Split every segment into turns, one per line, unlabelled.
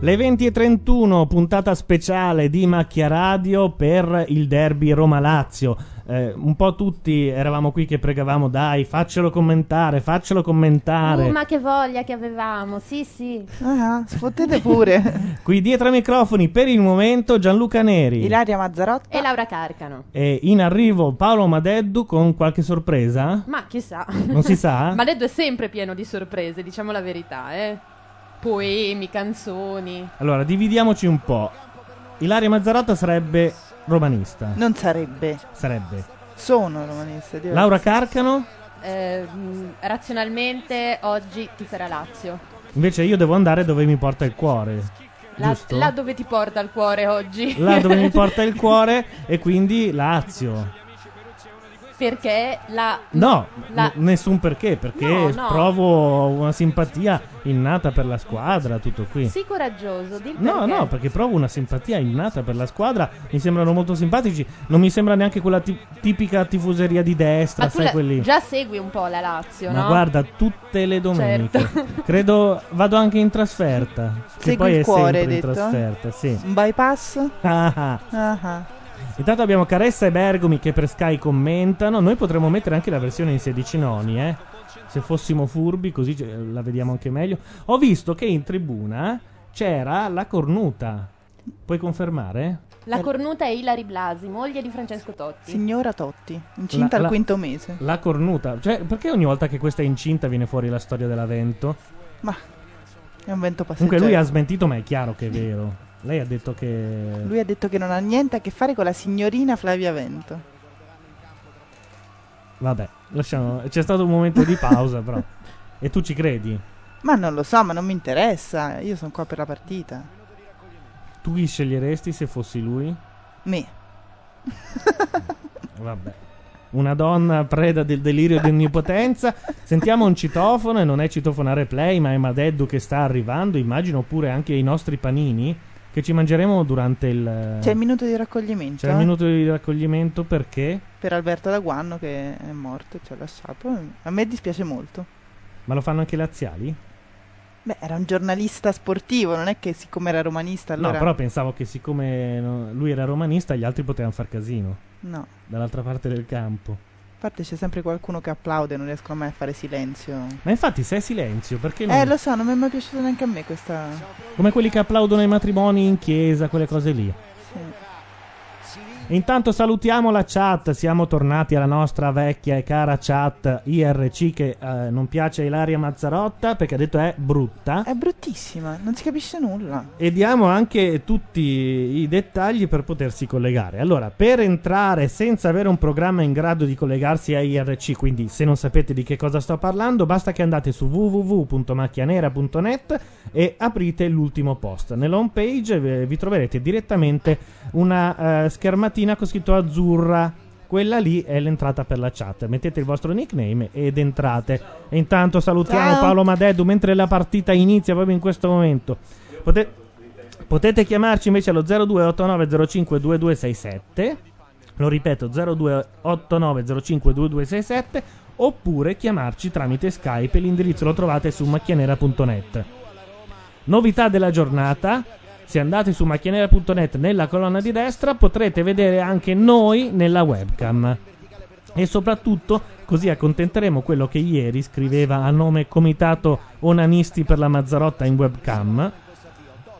Le 20.31, puntata speciale di Macchia Radio per il derby Roma-Lazio. Eh, un po' tutti eravamo qui che pregavamo, dai, faccelo commentare, faccelo commentare.
Uh, ma che voglia che avevamo, sì sì.
Ah, sfottete pure.
Qui dietro ai microfoni, per il momento, Gianluca Neri.
Ilaria Mazzarotta.
E Laura Carcano.
E in arrivo Paolo Madeddu con qualche sorpresa?
Ma chissà.
Non si sa?
Ma Deddo è sempre pieno di sorprese, diciamo la verità, eh. Poemi, canzoni.
Allora, dividiamoci un po'. Ilaria Mazzarotta sarebbe romanista.
Non sarebbe.
Sarebbe.
Sono romanista. Dio.
Laura Carcano?
Eh, mh, razionalmente oggi ti farà Lazio.
Invece io devo andare dove mi porta il cuore.
Là,
giusto?
là dove ti porta il cuore oggi.
Là dove mi porta il cuore e quindi Lazio.
Perché la...
No,
La-
n- nessun perché, perché
No, no.
provo una simpatia innata per la squadra, tutto qui.
Sii coraggioso, di
No, no, perché provo una simpatia innata per la squadra, mi sembrano molto simpatici, non mi sembra neanche quella ti- tipica tifoseria di destra,
Ma tu
sai
la-
quelli.
già segui un po' la Lazio,
Ma
no?
guarda, tutte le domeniche.
Certo.
Credo vado anche in trasferta, che
Segui
poi
il
è
cuore,
sempre
hai
in
detto, eh?
trasferta, sì.
Un bypass?
Ah, ah.
Ah, ah.
Intanto abbiamo Caressa e Bergomi che per Sky commentano. Noi potremmo mettere anche la versione in 16 noni, eh. Se fossimo furbi, così eh, la vediamo anche meglio. Ho visto che in tribuna eh, c'era la cornuta. Puoi confermare?
La cornuta è Ilari Blasi, moglie di Francesco Totti.
Eh. Signora Totti, incinta
La- la-
al quinto mese.
La cornuta. Cioè, perché ogni volta che questa è incinta viene fuori la storia dell'avvento?
Ma è un vento passeggero.
Comunque lui ha smentito, ma è chiaro che è vero. Lei ha detto che.
Lui ha detto che non ha niente a che fare con la signorina Flavia Vento.
Vabbè, lasciamo. C'è stato un momento di pausa, però. E tu ci credi?
Ma non lo so, ma non mi interessa. Io sono qua per la partita.
Tu chi sceglieresti se fossi lui?
Me.
Eh. Vabbè. Una donna preda del delirio di onnipotenza. Sentiamo un citofono e non è citofonare play, ma è Madeddu che sta arrivando. Immagino pure anche i nostri panini che ci mangeremo durante il.
C'è il minuto di raccoglimento
c'è il
eh,
minuto di raccoglimento perché.
per Alberto Daguanno che è morto, ci ha lasciato. A me dispiace molto.
Ma lo fanno anche i laziali?
Beh, era un giornalista sportivo, non è che siccome era romanista allora...
No, però pensavo che siccome no, lui era romanista, gli altri potevano far casino
No.
dall'altra parte del campo.
Infatti c'è sempre qualcuno che applaude, non riescono mai a fare silenzio.
Ma infatti, se è silenzio, perché non.
Eh, lo so, non mi è mai piaciuto neanche a me questa...
Come quelli che applaudono ai matrimoni in chiesa, quelle cose lì.
sì.
Intanto salutiamo la chat, siamo tornati alla nostra vecchia e cara chat IRC che eh, non piace a Ilaria Mazzarotta perché ha detto è brutta.
È bruttissima, non si capisce nulla.
E diamo anche tutti i dettagli per potersi collegare. Allora, per entrare senza avere un programma in grado di collegarsi a IRC, quindi se non sapete di che cosa sto parlando, basta che andate su www.macchianera.net e aprite l'ultimo post. Nella home page eh, vi troverete direttamente una eh, schermatina con scritto azzurra. Quella lì è l'entrata per la chat. Mettete il vostro nickname ed entrate. E intanto salutiamo
Ciao.
Paolo Madeddu mentre la partita inizia proprio in questo momento. Pote- potete chiamarci invece allo 0289052267. Lo ripeto 0289052267 oppure chiamarci tramite Skype, l'indirizzo lo trovate su macchianera.net. Novità della giornata. Se andate su macchianera.net nella colonna di destra potrete vedere anche noi nella webcam. E soprattutto così accontenteremo quello che ieri scriveva a nome Comitato Onanisti per la Mazzarotta in webcam.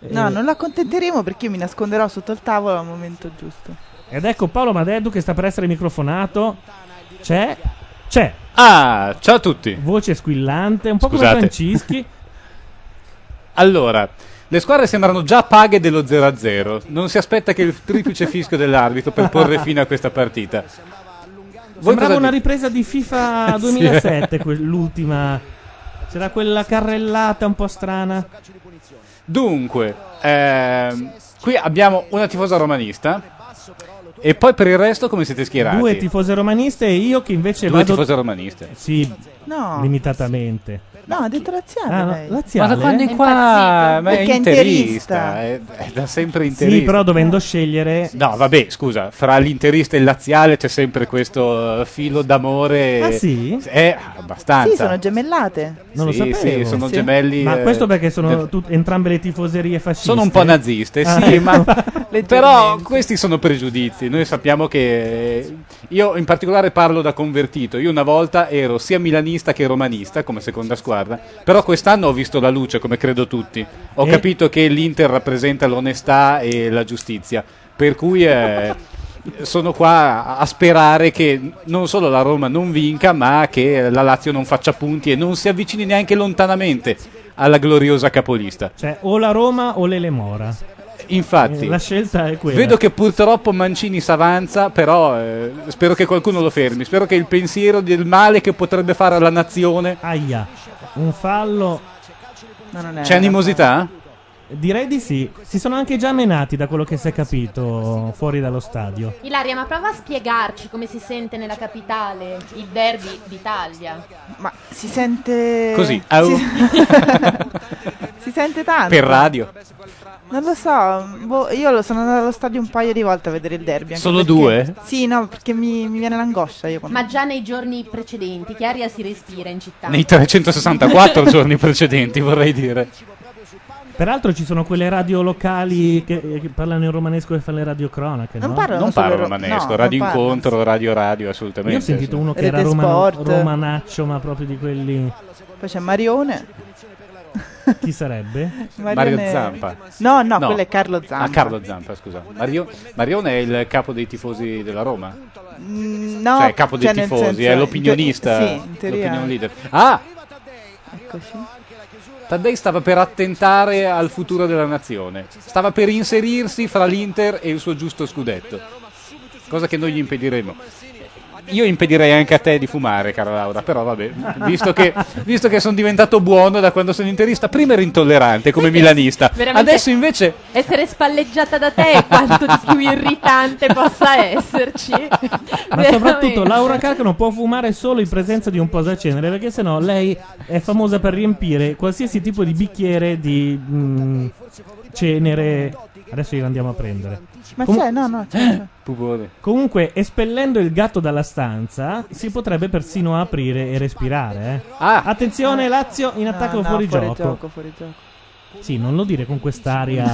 No,
Eh,
non la contenteremo perché io mi nasconderò sotto il tavolo al momento giusto.
Ed ecco Paolo Madeddu che sta per essere microfonato. C'è, c'è,
Ah, ciao a tutti.
Eh. voce squillante, un po'
Scusate.
come Francischi.
Allora, le squadre sembrano già paghe dello 0-0. Non si aspetta che il triplice fischio dell'arbitro per porre fine a questa partita.
Sembrava
cosa dite?
una ripresa di FIFA
Sì.
2007, que- l'ultima. C'era quella carrellata un po' strana.
Dunque, ehm, qui abbiamo una tifosa romanista. E poi per il resto come siete schierati?
Due tifose romaniste e io che invece
Due
vado...
tifose romaniste.
Sì,
Ah.
No.
limitatamente.
No, ha detto razziale
Ah, no,
lei.
laziale?
Ma da quando in qua
impazzito.
ma è
Perché è
interista, è, è Eh, da sempre interista.
Sì, però dovendo scegliere...
No, vabbè, scusa, fra l'interista e il laziale c'è sempre questo eh, filo d'amore.
Ah, sì?
Eh, abbastanza.
Sì, sono gemellate.
Non lo
Sì,
sapevo.
sì, sono
Sì.
gemelli.
Ma
eh,
questo perché sono
del-
tut- entrambe le tifoserie fasciste?
sono un po' naziste,
Ah,
sì,
ecco.
ma però questi sono pregiudizi. Noi sappiamo che io in particolare parlo da convertito. Io una volta ero sia milanista che romanista come seconda squadra, però quest'anno ho visto la luce, come credo tutti. Ho
E-
capito che l'Inter rappresenta l'onestà e la giustizia, per cui eh, sono qua a- a sperare che non solo la Roma non vinca, ma che la Lazio non faccia punti e non si avvicini neanche lontanamente alla gloriosa capolista.
Cioè, o la Roma o l'Elemora.
Infatti,
La scelta è quella.
Vedo che purtroppo Mancini s'avanza, però eh, spero che qualcuno lo fermi. Spero che il pensiero del male che potrebbe fare alla nazione.
Aia, un fallo...
No, non è
C'è animosità?
Direi di sì. Si sono anche già menati da quello che si è capito fuori dallo stadio.
Ilaria, ma prova a spiegarci come si sente nella capitale il derby d'Italia.
Ma si sente...
Così, au.
Si... Eh, si sente tanto.
Per radio.
Non lo so, boh, io lo- sono andata allo stadio un paio di volte a vedere il derby. anche
Solo
perché-
due?
Sì, no, perché mi, mi viene l'angoscia io quando...
Ma già nei giorni precedenti, che aria si respira in città?
Nei 364 giorni precedenti, vorrei dire.
Peraltro ci sono quelle radio locali che, che parlano in romanesco e fanno le radiocronache, no?
Non parlo
Non
solo
parlo
ro-
romanesco,
no,
radio
non parlo.
incontro, radio radio, assolutamente.
Io ho sentito uno che era
Rete
romano-
Sport.
romanaccio, ma proprio di quelli...
Poi c'è Marione.
Chi sarebbe?
Mario
Marione-
Zampa.
No, no,
No.
quello è Carlo Zampa.
Ah, Carlo Zampa, scusa. Mario- Marione è il capo dei tifosi della Roma?
Mm, no,
cioè, capo dei
nel
tifosi,
senso,
è l'opinionista,
in te- Sì, in teoria.
l'opinion leader. Ah,
Eccoci.
Taddei stava per attentare al futuro della nazione, stava per inserirsi fra l'Inter e il suo giusto scudetto, cosa che noi gli impediremo. Io impedirei anche a te di fumare, cara Laura, però vabbè, visto che, visto che sono diventato buono da quando sono interista, prima ero intollerante come milanista,
veramente-
adesso invece
Essere spalleggiata da te è quanto di più irritante possa esserci.
Ma soprattutto Laura Carcano può fumare solo in presenza di un posacenere, perché sennò lei è famosa per riempire qualsiasi tipo di bicchiere di mm, cenere. Adesso glielo andiamo a prendere.
Ma
Com-
c'è, no, no, c'è. c'è.
Pupone.
Comunque, espellendo il gatto dalla stanza, si potrebbe persino aprire e respirare. eh.
Ah,
Attenzione, Lazio in attacco
Ah, No, no,
fuori,
fuori
gioco.
gioco. Fuori gioco.
Sì, non lo dire con quest'aria.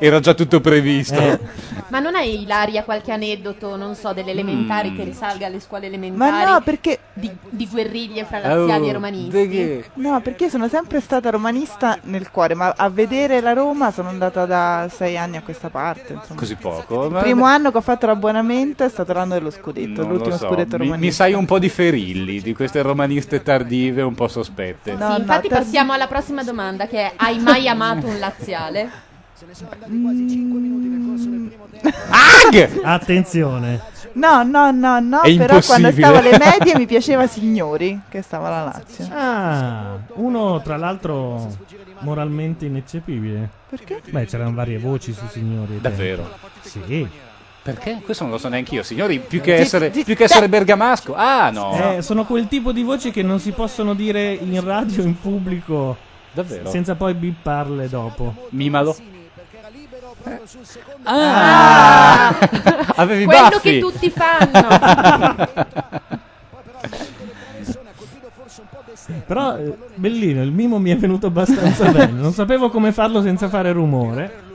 era già tutto previsto.
eh,
Ma non hai Ilaria qualche aneddoto, non so, delle
Mm.
elementari che risalga alle scuole elementari?
Ma no, perché
di, di guerriglie fra
Oh,
laziali e romanisti?
de che?
No, perché sono sempre stata romanista nel cuore, ma a vedere la Roma sono andata da sei anni a questa parte. Insomma.
Così poco.
Il
ma-
primo anno che ho fatto l'abbonamento è stato l'anno dello scudetto,
Non lo
l'ultimo
so,
scudetto
mi,
romanista.
mi sai un po' di ferilli, di queste romaniste tardive un po' sospette.
No,
sì, infatti
no, tardi-
passiamo alla prossima domanda che è hai mai amato un laziale?
Ag!
attenzione.
No, no, no, no,
È
però quando
impossibile.
stavo alle medie mi piaceva Signori, che stava alla Lazio.
Ah, uno tra l'altro moralmente ineccepibile.
Perché?
Beh, c'erano varie voci su signori.
Davvero?
Sì.
Perché? Questo non lo so neanche io, signori. Più che
Zi-
essere,
zi-
più che essere bergamasco. Ah, no.
Eh, sono quel tipo di voci che non si possono dire in radio, in pubblico,
Davvero?
senza poi bipparle dopo.
Mimalo. Ah! Avevi
Quello
baffi.
che tutti fanno.
Però, eh, bellino, il mimo mi è venuto abbastanza bene. Non sapevo come farlo senza fare rumore.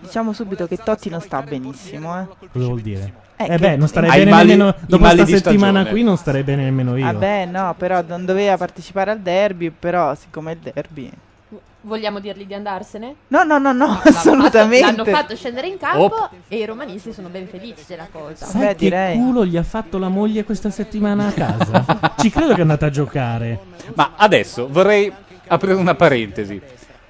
Diciamo subito che Totti non sta benissimo, eh.
Cosa vuol dire?
Eh,
Eh beh, non starei
Ai
bene
mali-
nemmeno.
i
Dopo
mali
questa
di
settimana
stagione.
qui non starei bene nemmeno io.
Vabbè, Ah, no, però non doveva partecipare al derby, però siccome è il derby...
Vogliamo dirgli di andarsene?
No, no, no, no,
L'hanno fatto- L'hanno
assolutamente.
fatto scendere in campo
Oh.
e i romanisti sono ben felici della cosa.
Sai
Beh,
che
direi.
culo gli ha fatto la moglie questa settimana a casa? Ci credo che è andata a giocare.
Ma adesso vorrei aprire una parentesi.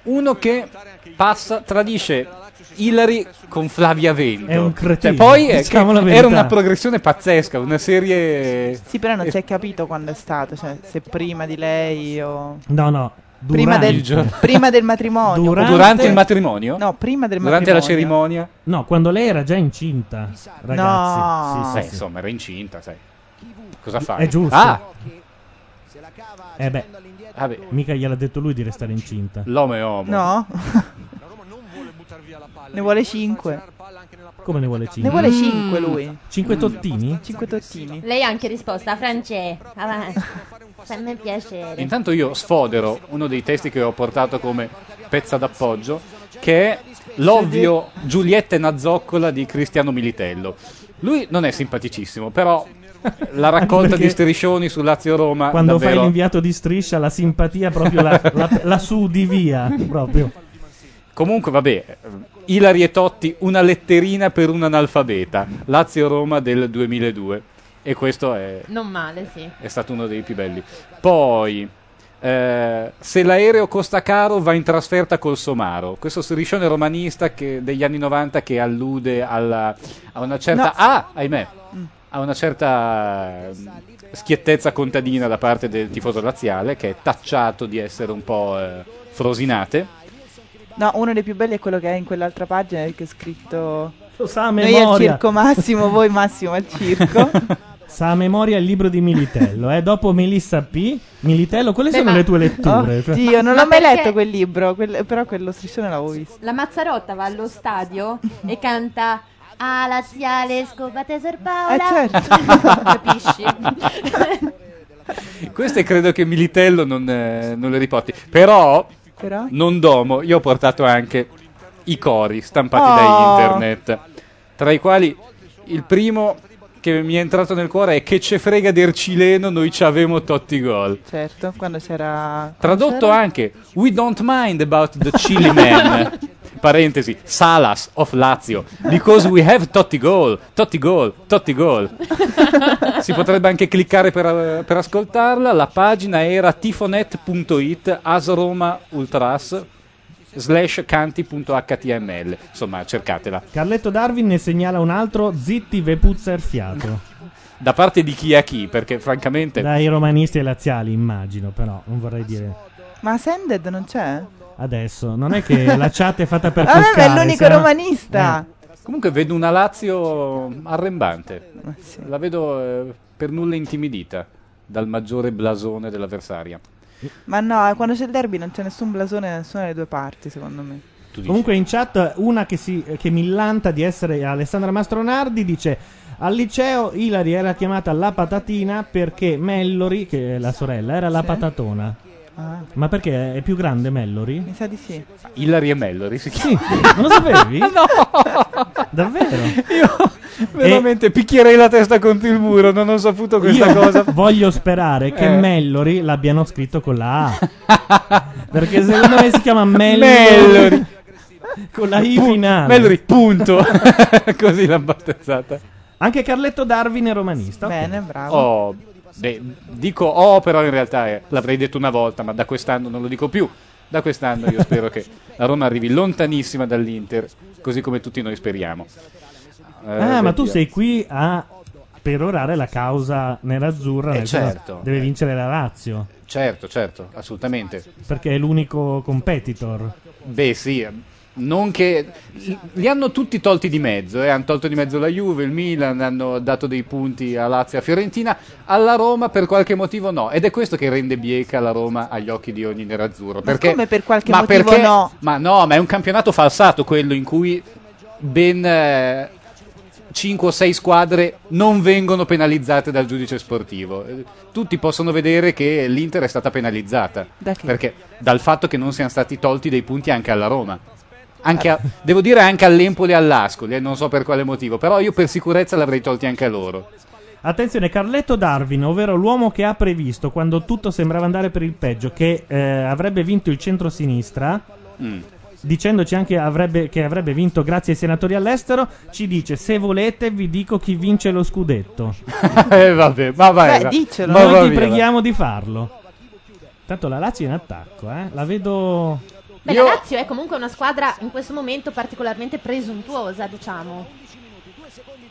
Uno che passa, tradisce Hillary con Flavia Vento.
È un cretino,
Cioè, poi eh,
diciamo la
che-
verità.
era una progressione pazzesca, una serie...
Sì, però non si è
Eh.
capito quando è stato, cioè se prima di lei o...
No, no.
Prima
durante.
del, prima del matrimonio.
Durante-
Durante il matrimonio?
No, prima del
Durante la
matrimonio.
cerimonia?
No, quando lei era già incinta, ragazzi.
No.
Sì,
Beh,
sì, sì.
Eh, insomma, era incinta, sai. Cosa fa?
È giusto.
Ah,
Eh beh,
vabbè,
mica gliel'ha detto lui di restare incinta.
l'uomo è uomo.
No? ne vuole 5.
Come ne vuole
Ne
5?
vuole 5 lui.
Mm.
Mm.
Cinque tottini?
5 tottini.
Lei ha anche risposto a France. avanti. Fammi il piacere.
Intanto io sfodero uno dei testi che ho portato come pezza d'appoggio, che è l'ovvio Giulietta e Nazzoccola di Cristiano Militello. Lui non è simpaticissimo, però la raccolta
Perché
di striscioni su Lazio-Roma
Quando
Ah, davvero...
fai l'inviato di striscia, la simpatia proprio la, la, la sudi via. Proprio.
Comunque, vabbè, Ilari e Totti, una letterina per un analfabeta. Lazio-Roma del 2002. E questo è,
Non male, sì.
è stato uno dei più belli. Poi, eh, se l'aereo costa caro, va in trasferta col Somaro. Questo striscione romanista che- degli anni 90 che allude alla- a una certa.
No.
Ah, ahimè! A una certa mm, schiettezza contadina da parte del tifoso laziale che è tacciato di essere un po' eh, frosinate.
No, uno dei più belli è quello che è in quell'altra pagina che è scritto
Lo sa a
Noi al
memoria.
circo Massimo, voi Massimo al circo.
Sa a memoria il libro di Militello. Eh? Dopo Melissa P. Militello, quelle
Beh,
sono
ma-
le tue letture. cioè.
Oddio, Oh, non
Ma
l'ho mai
perché-
letto quel libro, quel- però quello striscione l'avevo visto.
La Mazzarotta va allo stadio e canta Ah, laziale, scopate Ser
Eh
Paola.
certo.
Capisci?
Queste credo che Militello non, eh, non le riporti. Però,
però
non domo, io ho portato anche i cori stampati
Oh.
da internet. Tra i quali il primo che mi è entrato nel cuore è Che ce frega del cileno, noi ci avemo totti gol.
certo, quando c'era
Tradotto anche We don't mind about the chili man. Parentesi, Salas of Lazio. Because we have Totti goal, Totti goal, Totti goal. Si potrebbe anche cliccare per, per ascoltarla. La pagina era tifonet.it asroma ultras slash canti.html. Insomma, cercatela.
Carletto Darwin ne segnala un altro. Zitti ve puzza il fiato.
Da parte di chi a chi, perché francamente...
Dai romanisti e laziali, immagino, però non vorrei dire.
Ma Sended non c'è?
Adesso, non è che la chat è fatta per
Ah, vabbè,
pescare
è l'unico
se no-
romanista.
Eh, Comunque vedo una Lazio arrembante.
Ma sì.
La vedo eh, per nulla intimidita dal maggiore blasone dell'avversaria.
Ma no, quando c'è il derby non c'è nessun blasone da nessuna delle due parti, secondo me.
Tu dici,
Comunque in chat una che, si, che millanta di essere Alessandra Mastronardi dice al liceo Ilari era chiamata la patatina perché Mellori, che è la sorella, era la patatona.
Ah,
Ma perché è più grande Mellori?
mi sa di sì.
Ilari e Mellori si
Sì,
chiama.
non lo sapevi? no! Davvero?
Veramente picchierei la testa contro il muro, non ho saputo questa
Io
cosa.
voglio sperare che
Eh.
Mellori l'abbiano scritto con la A. perché secondo me si chiama Mellori
Mellori,
con la I
pu-
finale.
Mellori, punto. Così l'ha battezzata.
Anche Carletto Darwin è romanista. ok.
Bene, bravo.
Oh, beh, dico oh, però in realtà eh, l'avrei detto una volta, ma da quest'anno non lo dico più. Da quest'anno io spero che la Roma arrivi lontanissima dall'Inter, così come tutti noi speriamo. Eh,
Ah, ma tu
via.
sei qui a perorare la causa nerazzurra.
Eh,
nel senso,
certo.
Deve vincere la Lazio,
Certo, certo, assolutamente.
perché è l'unico competitor.
Beh, sì, eh, non che li hanno tutti tolti di mezzo, eh. hanno tolto di mezzo la Juve, il Milan, hanno dato dei punti a Lazio, a Fiorentina, alla Roma per qualche motivo no, ed è questo che rende bieca la Roma agli occhi di ogni nerazzurro, perché
come per qualche
ma
motivo
perché-
no?
Ma no, ma è un campionato falsato quello in cui ben 5 o 6 squadre non vengono penalizzate dal giudice sportivo. Eh, Tutti possono vedere che l'Inter è stata penalizzata.
Da che?
Perché dal fatto che non siano stati tolti dei punti anche alla Roma. Anche a- devo dire anche all'Empoli e all'Ascoli, eh, non so per quale motivo, però io per sicurezza l'avrei tolti anche a loro.
Attenzione, Carletto Darwin, ovvero l'uomo che ha previsto quando tutto sembrava andare per il peggio, che eh, avrebbe vinto il centro-sinistra,
Mm.
dicendoci anche avrebbe- che avrebbe vinto grazie ai senatori all'estero, ci dice: Se volete, vi dico chi vince lo scudetto.
eh, vabbè, ma vai.
Beh,
va.
dicelo.
Ma
Noi
va
Noi ti
via, va.
preghiamo di farlo. Tanto la Lazio è in attacco, eh? La vedo
Beh,
Io-
la Lazio è comunque una squadra in questo momento particolarmente presuntuosa, diciamo.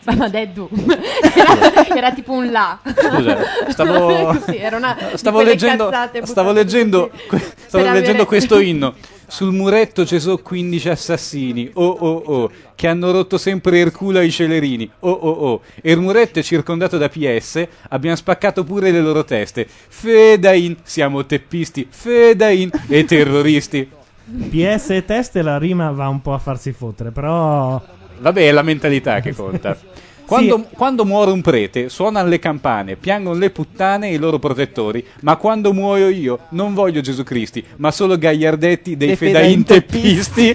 Ma ma Deddu, era, era tipo un là.
Scusa, stavo-
Così, era una di
Stavo
quelle
leggendo,
cazzate
stavo
buttate
leggendo, que- stavo
Per
leggendo
avere-
questo inno. Sul muretto ci sono 15 assassini, oh oh oh, che hanno rotto sempre Ercula ai celerini, oh oh oh. E il muretto è circondato da PS, abbiamo spaccato pure le loro teste. Fedain, siamo teppisti, Fedain e terroristi.
PS e teste la rima va un po' a farsi fottere, però
Vabbè, è la mentalità che conta. Quando, quando muore un prete, suonano le campane, piangono le puttane e i loro protettori. Ma quando muoio io, non voglio Gesù Cristi, ma solo gagliardetti dei
Dei
fedain
fedain
teppisti.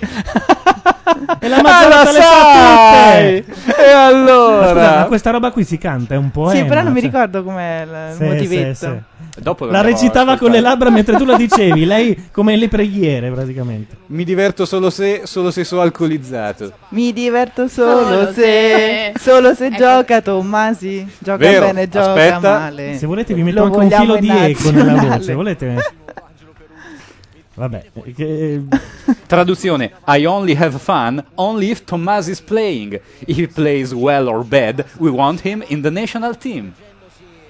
E la maggioranza le sa tutte!
E
Ma scusa, ma
allora?
questa roba qui si canta, è un poema.
sì, però non mi
cioè.
ricordo com'è il
Sì,
motivetto.
sì, sì.
Dopo
La
andiamo
recitava
a
con le
ascoltare.
labbra mentre tu la dicevi, lei come le preghiere praticamente.
Mi diverto solo se, solo se sono alcolizzato.
Mi diverto solo,
Solo
se,
se-
solo se
Ecco.
gioca Tommasi. Gioca
Vero,
bene, gioca
aspetta.
male.
Se volete vi metto
Lo
anche un filo
vogliamo in
di eco nella
nazionale.
voce, volete? Vabbè, che-
Traduzione: I only have fun only if Tomás is playing. If he plays well or bad, we want him in the national team.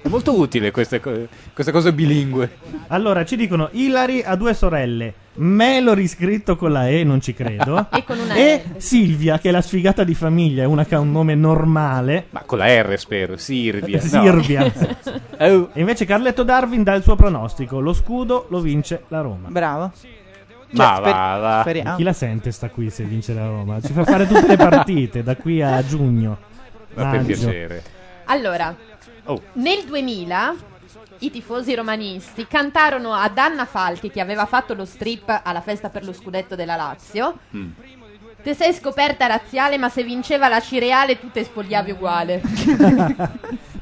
È molto utile queste, co- queste cose bilingue.
allora ci dicono Ilari ha due sorelle. Me l'ho riscritto con la E, non ci credo.
E con una
e
E.
Silvia, che è la sfigata di famiglia, è una che ha un nome normale.
Ma con la R spero, Sirvia. no.
Sirvia.
Oh,
E invece Carletto Darwin dà il suo pronostico: lo scudo lo vince la Roma.
Bravo.
ma
Cioè, sper-
va, va.
speriamo.
Chi la sente sta qui se vince la Roma? Ci fa fare tutte le partite da qui a giugno.
Ma per
maggio.
piacere.
Allora,
Oh.
nel 2000 i tifosi romanisti cantarono ad Anna Falchi, che aveva fatto lo strip alla festa per lo scudetto della Lazio,
Hmm.
Mm.
te sei scoperta razziale, ma se vinceva la Cireale tu te spogliavi uguale.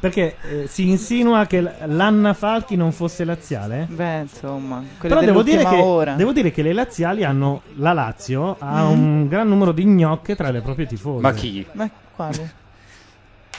Perché eh, si insinua che l- l'Anna Falchi non fosse laziale?
Beh, insomma, quelle
Però devo dire,
dell'ultima
che,
ora.
devo dire che le laziali hanno. La Lazio ha
Mm.
un gran numero di gnocche tra le proprie tifose.
Ma chi?
Ma quale?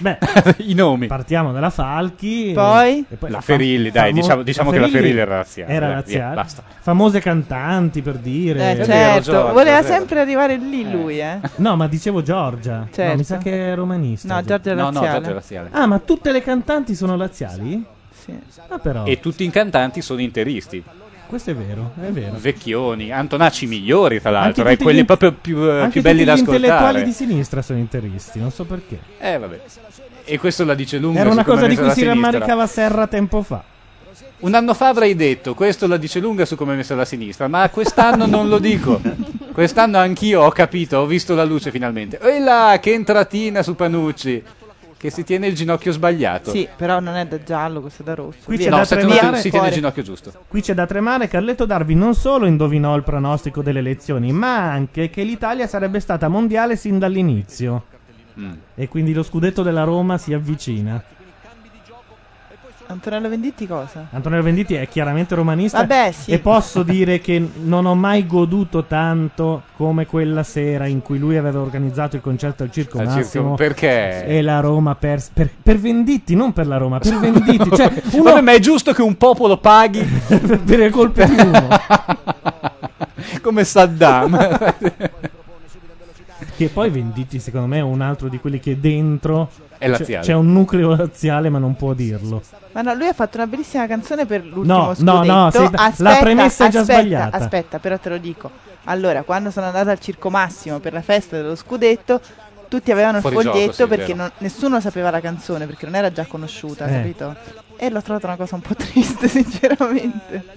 Beh,
I nomi.
partiamo dalla Falchi. e-
Poi?
e
La
fam-
Ferilli, dai, diciamo- diciamo che la Ferilli era laziale,
Era
dai,
laziale.
via, basta.
Famose cantanti per dire.
Eh,
vero,
certo,
Giorgio,
voleva
è vero.
sempre arrivare lì lui, eh.
No, ma dicevo Giorgia. No,
Certo.
mi sa che è romanista.
No, Giorgio è
No, no,
laziale.
Giorgio è laziale.
Ah, ma tutte le cantanti sono laziali?
Sì.
Ah, però.
E tutti i cantanti sono interisti.
Questo è vero, è vero.
Vecchioni, Antonacci migliori, tra l'altro,
Anche
e
tutti
Ah, quelli
gli-
proprio più, eh,
Anche
più belli
tutti
da
gli intellettuali
ascoltare.
di sinistra sono interisti, non so perché.
Eh, vabbè. E questo la dice lunga.
Era una
su come
cosa di
è
cui
messa
si
la sinistra.
rammaricava Serra tempo fa.
Un anno fa avrei detto, questo la dice lunga su come è messa la sinistra, ma quest'anno non lo dico. Quest'anno anch'io ho capito, ho visto la luce finalmente. E là, che entratina su Panucci, che si tiene il ginocchio sbagliato.
Sì, però non è da giallo, questo è da rosso.
Qui
Via.
c'è
No,
da
si
tremare
tiene, si tiene il
fuori.
ginocchio giusto.
Qui c'è da tremare, Carletto Darvi non solo indovinò il pronostico delle elezioni, ma anche che l'Italia sarebbe stata mondiale sin dall'inizio.
Mm.
E quindi lo scudetto della Roma si avvicina.
Antonello Venditti cosa?
Antonello Venditti è chiaramente romanista.
Vabbè, sì.
E posso dire che non ho mai goduto tanto come quella sera in cui lui aveva organizzato il concerto al Circo
Al circo-
Massimo.
perché?
E la Roma perse. Per, per Venditti, non per la Roma, per Venditti. Cioè, uno
Vabbè, ma è giusto che un popolo paghi
per, per il colpo di uno.
come Saddam.
Che poi Venditti, secondo me, è un altro di quelli che dentro
È
c'è-
laziale.
c'è un nucleo laziale, ma non può dirlo.
Ma no, lui ha fatto una bellissima canzone per l'ultimo
No,
scudetto.
no, no, sei- la
aspetta,
premessa è già
aspetta,
sbagliata.
Aspetta, però te lo dico. Allora, quando sono andata al Circo Massimo per la festa dello scudetto, tutti avevano
Fuori
il
gioco,
foglietto
sì,
perché
vero.
non- nessuno sapeva la canzone, perché non era già conosciuta,
Eh.
capito? E l'ho trovata una cosa un po' triste, sinceramente.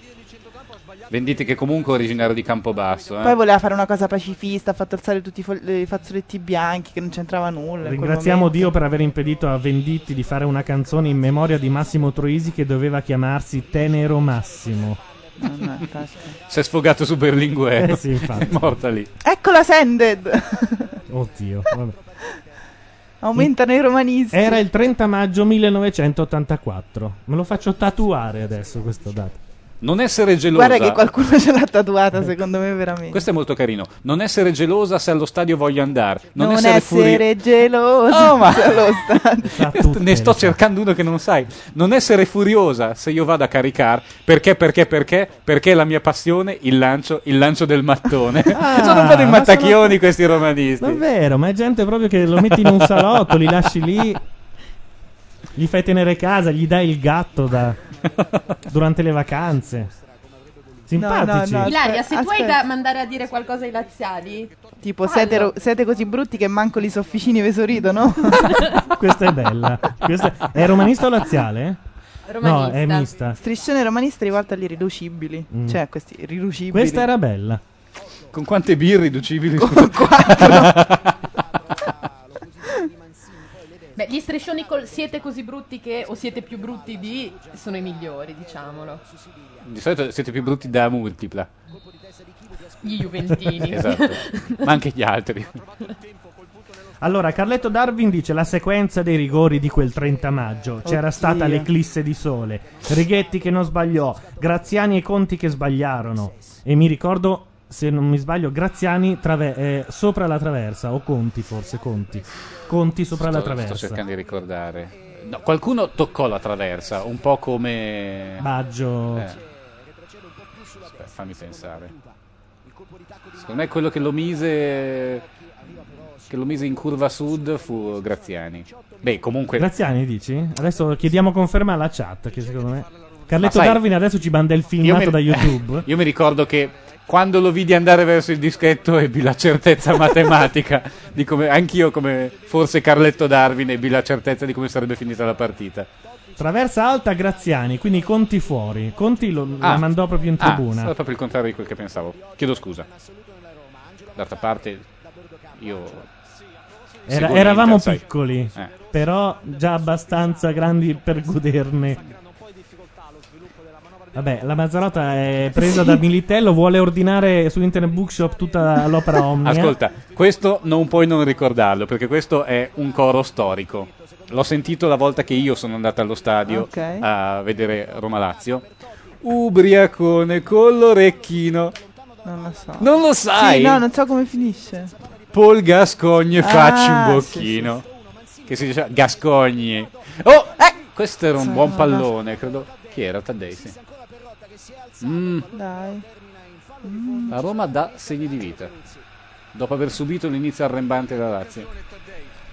Vendite che comunque è originario di Campobasso. Eh.
Poi voleva fare una cosa pacifista, ha fatto alzare tutti i, fol- i fazzoletti bianchi che non c'entrava nulla. in quel
Ringraziamo
momento.
Dio per aver impedito a Venditti di fare una canzone in memoria di Massimo Troisi che doveva chiamarsi Tenero Massimo.
No, no, infatti.
Si è sfogato su Berlinguer.
Eh sì, infatti.
È morta lì.
Eccola Sended!
Oddio. vabbè.
Aumentano i romanisti.
Era il 30 maggio 1984. Me lo faccio tatuare adesso questo dato.
Non essere gelosa.
Guarda che qualcuno ce l'ha tatuata, secondo me, veramente.
Questo è molto carino. Non essere gelosa se allo stadio voglio andare. Non,
Non
essere,
essere,
furiosa.
geloso
Oh, ma-
allo stadio.
ne sto cercando uno che non sai. Non essere furiosa se io vado a caricare. Perché, perché, perché? Perché la mia passione, il lancio, il lancio del mattone. sono un po' dei
Ah, ma
mattacchioni
sono-
questi romanisti.
Davvero, ma è gente proprio che lo metti in un salotto, li lasci lì, gli fai tenere casa, gli dai il gatto da- durante le vacanze. Simpatici.
No, no, no.
Ilaria,
Eh,
se tu vuoi
Aspetta.
da- mandare a dire qualcosa ai laziali,
Tipo, siete, ro- siete così brutti che manco li sofficini vi sorridono.
Questa è bella. Questa- È romanista o laziale?
Romanista.
No, è mista.
Striscione romanista rivolta agli riducibili.
Mm.
Cioè, questi riducibili.
Questa era bella.
Con quante birre riducibili?
beh, gli striscioni col siete così brutti che o siete più brutti di sono i migliori, diciamolo. Cioè,
Di solito siete più brutti da multipla.
Gli Juventini.
Esatto. Ma anche gli altri.
Allora, Carletto Darwin dice la sequenza dei rigori di quel 30 maggio. C'era
Oddio.
stata l'eclisse di sole, Righetti che non sbagliò, Graziani e Conti che sbagliarono. E mi ricordo, se non mi sbaglio, Graziani trave- eh, sopra la traversa, o Conti forse, Conti. Conti sopra la
Sto-
traversa.
Sto cercando di ricordare. No, qualcuno toccò la traversa, un po' come...
Baggio.
Eh. Aspetta, fammi pensare. Secondo me quello che lo mise che lo mise in curva sud fu Graziani. Beh, comunque
Graziani dici? Adesso chiediamo conferma alla chat, che secondo me... Carletto
Ma sai-
Darwin adesso ci banda il
io eh.
filmato
mi,
da YouTube.
io mi ricordo che quando lo vidi andare verso il dischetto ebbi la certezza matematica di come anch'io come forse Carletto Darwin ebbi la certezza di come sarebbe finita la partita.
Traversa alta Graziani, quindi Conti fuori. Conti lo, la
Ah.
mandò proprio in
Ah,
tribuna.
sarà proprio il contrario di quel che pensavo. Chiedo scusa. D'altra parte io
Era-
seguo
eravamo
l'Inter, sai.
piccoli,
Eh.
però già abbastanza grandi per goderne. Vabbè, la Mazzarotta è presa da Militello, vuole ordinare su Internet Bookshop tutta l'opera Omnia.
Ascolta, questo non puoi non ricordarlo perché questo è un coro storico. L'ho sentito la volta che io sono andato allo stadio
Ok.
a vedere Roma Lazio. Ubriacone con l'orecchino.
Non lo so.
Non lo sai.
Sì, no, non so come finisce.
Paul Gascogne
Ah,
facci un
sì,
bocchino. Che si diceva Gascogne. Oh, eh, questo era un buon
no,
pallone, credo. Chi era Taddei? Sì. Mm,
Dai.
la Roma dà segni di vita. Dopo aver subito l'inizio arrembante della Lazio.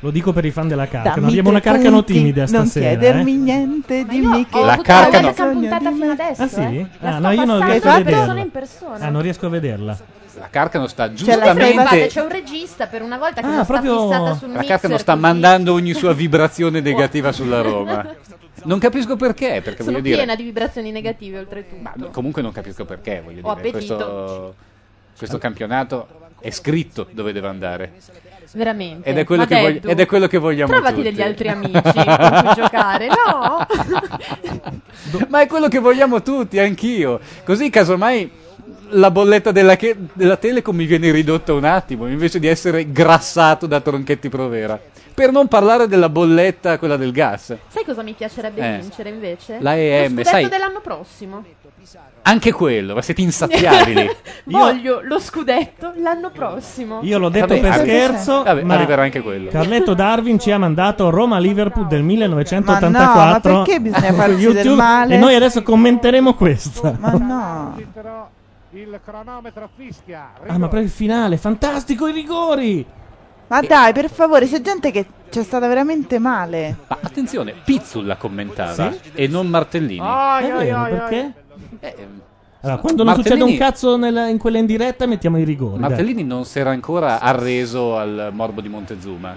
Lo dico per i fan della Carcano.
Dammi
Abbiamo una
tre
Carcano
punti,
timida
Non
stasera.
chiedermi
eh.
niente,
Io
dimmi che...
ho
La
avuto
carta
la
no.
Lecca puntata fino adesso.
Ah sì?
Cioè,
eh. La
Ah,
sto
no, io non
passando
riesco a
L'hai
da
fatto?
persona in
vederla.
persona.
Ah, non riesco a vederla.
La Carcano
Cioè,
sta
l'hai
Guarda,
giustamente
c'è un regista per una volta che
Ah,
non sta
proprio-
fissata sul
La
mixer.
carta non sta
così.
mandando ogni sua vibrazione negativa sulla Roma. Non capisco perché, perché
sono
voglio dire.
piena di vibrazioni negative oltretutto.
Ma comunque non capisco perché, voglio
Ho
dire.
appetito.
Questo, questo campionato è scritto dove deve andare.
Veramente.
Ed è quello,
Ma
che, voglio-
Deddu,
ed è quello che vogliamo
Trovati
tutti.
degli altri amici con cui giocare, no?
Ma è quello che vogliamo tutti, anch'io. Così casomai la bolletta della, che- della Telecom mi viene ridotta un attimo, invece di essere grassato da Tronchetti Provera. Per non parlare della bolletta, quella del gas.
Sai cosa mi piacerebbe
Eh.
vincere invece?
La EM,
lo scudetto
sai-
dell'anno prossimo.
Anche quello, ma siete insaziabili.
Voglio lo scudetto l'anno prossimo.
Io l'ho detto
Vabbè,
per
arri-
scherzo,
Vabbè,
ma
arriverà anche quello.
Carletto Darwin ci ha mandato Roma-Liverpool del
Ma no,
1984.
ma perché bisogna
su
farsi del
YouTube,
male?
E noi adesso commenteremo questa.
Ma no.
Arbitro, il cronometro fischia.
Ah, ma proprio il finale, fantastico i rigori!
Ma dai, per favore, c'è gente che c'è stata veramente male.
Ma attenzione, Pizzul la commentava e non Martellini.
Ai,
È
ai,
vero,
ai, ai.
perché?
Eh,
Allora, quando
Martellini-
non succede un cazzo nella- in quella in diretta, mettiamo i rigori. dai.
Martellini non si era ancora arreso al morbo di Montezuma.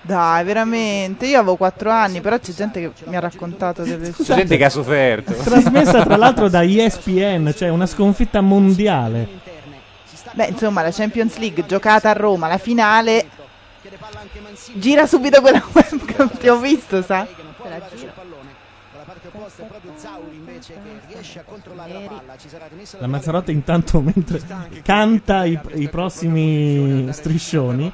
Dai, veramente. Io avevo 4 anni, però c'è gente che mi ha raccontato delle
C'è
Scusate.
gente che ha sofferto.
Trasmessa tra l'altro da ESPN, cioè una sconfitta mondiale.
Beh, insomma, la Champions League giocata a Roma, la finale. Gira subito quella webcam, ti ho visto, sa?
Te la giro.
La Mazzarotta intanto mentre canta i, i prossimi striscioni.
Il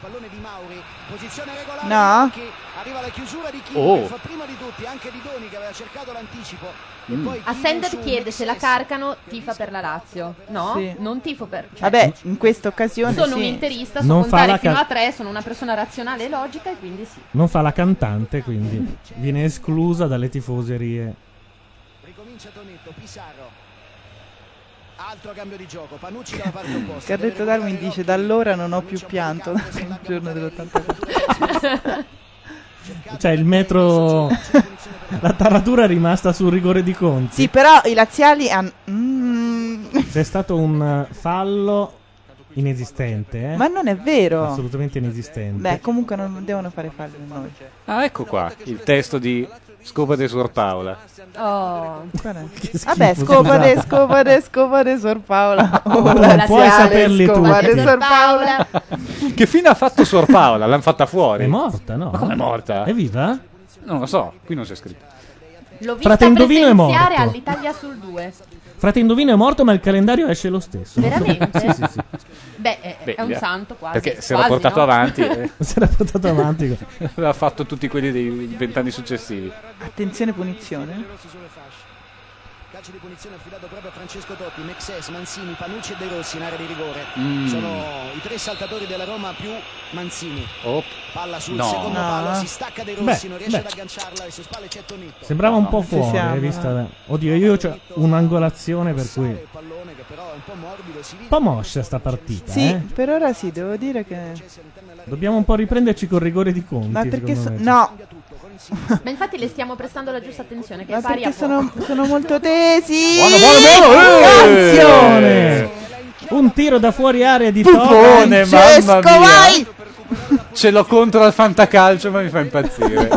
pallone di Mauri, posizione regolare.
No.
Chi- Arriva la chiusura di Chi,
Oh.
che fa prima di tutti, anche di Doni che aveva cercato l'anticipo. E
Mm.
poi Chi su
Ascender
un
chiede
ex
se la
sesso.
Carcano tifa per la Lazio. No,
Sì.
non tifo per... cioè,
Vabbè, in questa occasione
sono
sì.
un interista, so
Non fa la
contare fino
Car-
a tre, sono una persona razionale e logica e quindi sì.
Non fa la cantante, quindi viene esclusa dalle tifoserie.
Ricomincia Tonetto, Pissarro. Altro cambio di gioco, Panucci dalla parte opposta.
Carretto Darwin dice da allora non ho più pianto il giorno dell'84.
Cioè, il metro. La taratura è rimasta sul rigore di Conti.
sì, però i laziali hanno... Mm,
C'è stato un eh, fallo inesistente, eh?
ma non è vero.
Assolutamente inesistente.
Beh, comunque non devono fare falli a noi.
Ah, ecco qua il testo di Scopate suor Paola.
Oh.
Guarda.
schifo,
Vabbè, scopare,
scusate.
scopare, scopare, Sor Paola. Oh,
non
laziale,
puoi saperli tu.
scopare,
Guarda,
Sor Paola.
Che fine ha fatto suor Paola? L'hanno fatta fuori.
È morta, no?
Ma come è morta?
È viva?
Non lo so, qui non c'è scritto.
L'ho vista
Fratendovino è morto.
presenziare all'Italia sul 2.
Frate Indovino è morto, ma il calendario esce lo stesso.
Veramente?
sì, sì, sì.
Beh, è,
Beh,
è un
via.
santo quasi.
Perché se l'ha
quasi,
portato
no?
avanti eh,
Si era portato avanti.
l'ha fatto tutti quelli dei vent'anni successivi.
Attenzione punizione.
Calcio di punizione affidato proprio a Francesco Totti, Mexes, Mancini, Panucci e De Rossi in area di rigore.
Mm.
Sono i tre saltatori della Roma più Mancini.
Oh,
Palla sul
No.
secondo
No.
palo, si stacca De Rossi,
Ah. Beh,
non riesce
beh.
ad agganciarla, alle sue spalle c'è Tonetto.
Sembrava un po'
Ci
fuori,
siamo,
eh, vista... Oddio, io ho un'angolazione per cui...
Il pallone che però è un po' morbido, si
Un po' moscia sta partita,
Sì,
eh?
per ora sì, devo dire che...
Dobbiamo un po' riprenderci col rigore di Conti,
Ma perché...
secondo me.
so- no,
Ma infatti le stiamo prestando la giusta attenzione, che
ma
è pari a
perché
poco.
sono, sono molto tesi.
Buono, buono, buono! eh!
Attenzione! Un tiro da fuori area di Totti.
Buffone,
Francesco,
mamma mia!
vai!
Ce l'ho contro al fantacalcio, ma mi fa impazzire.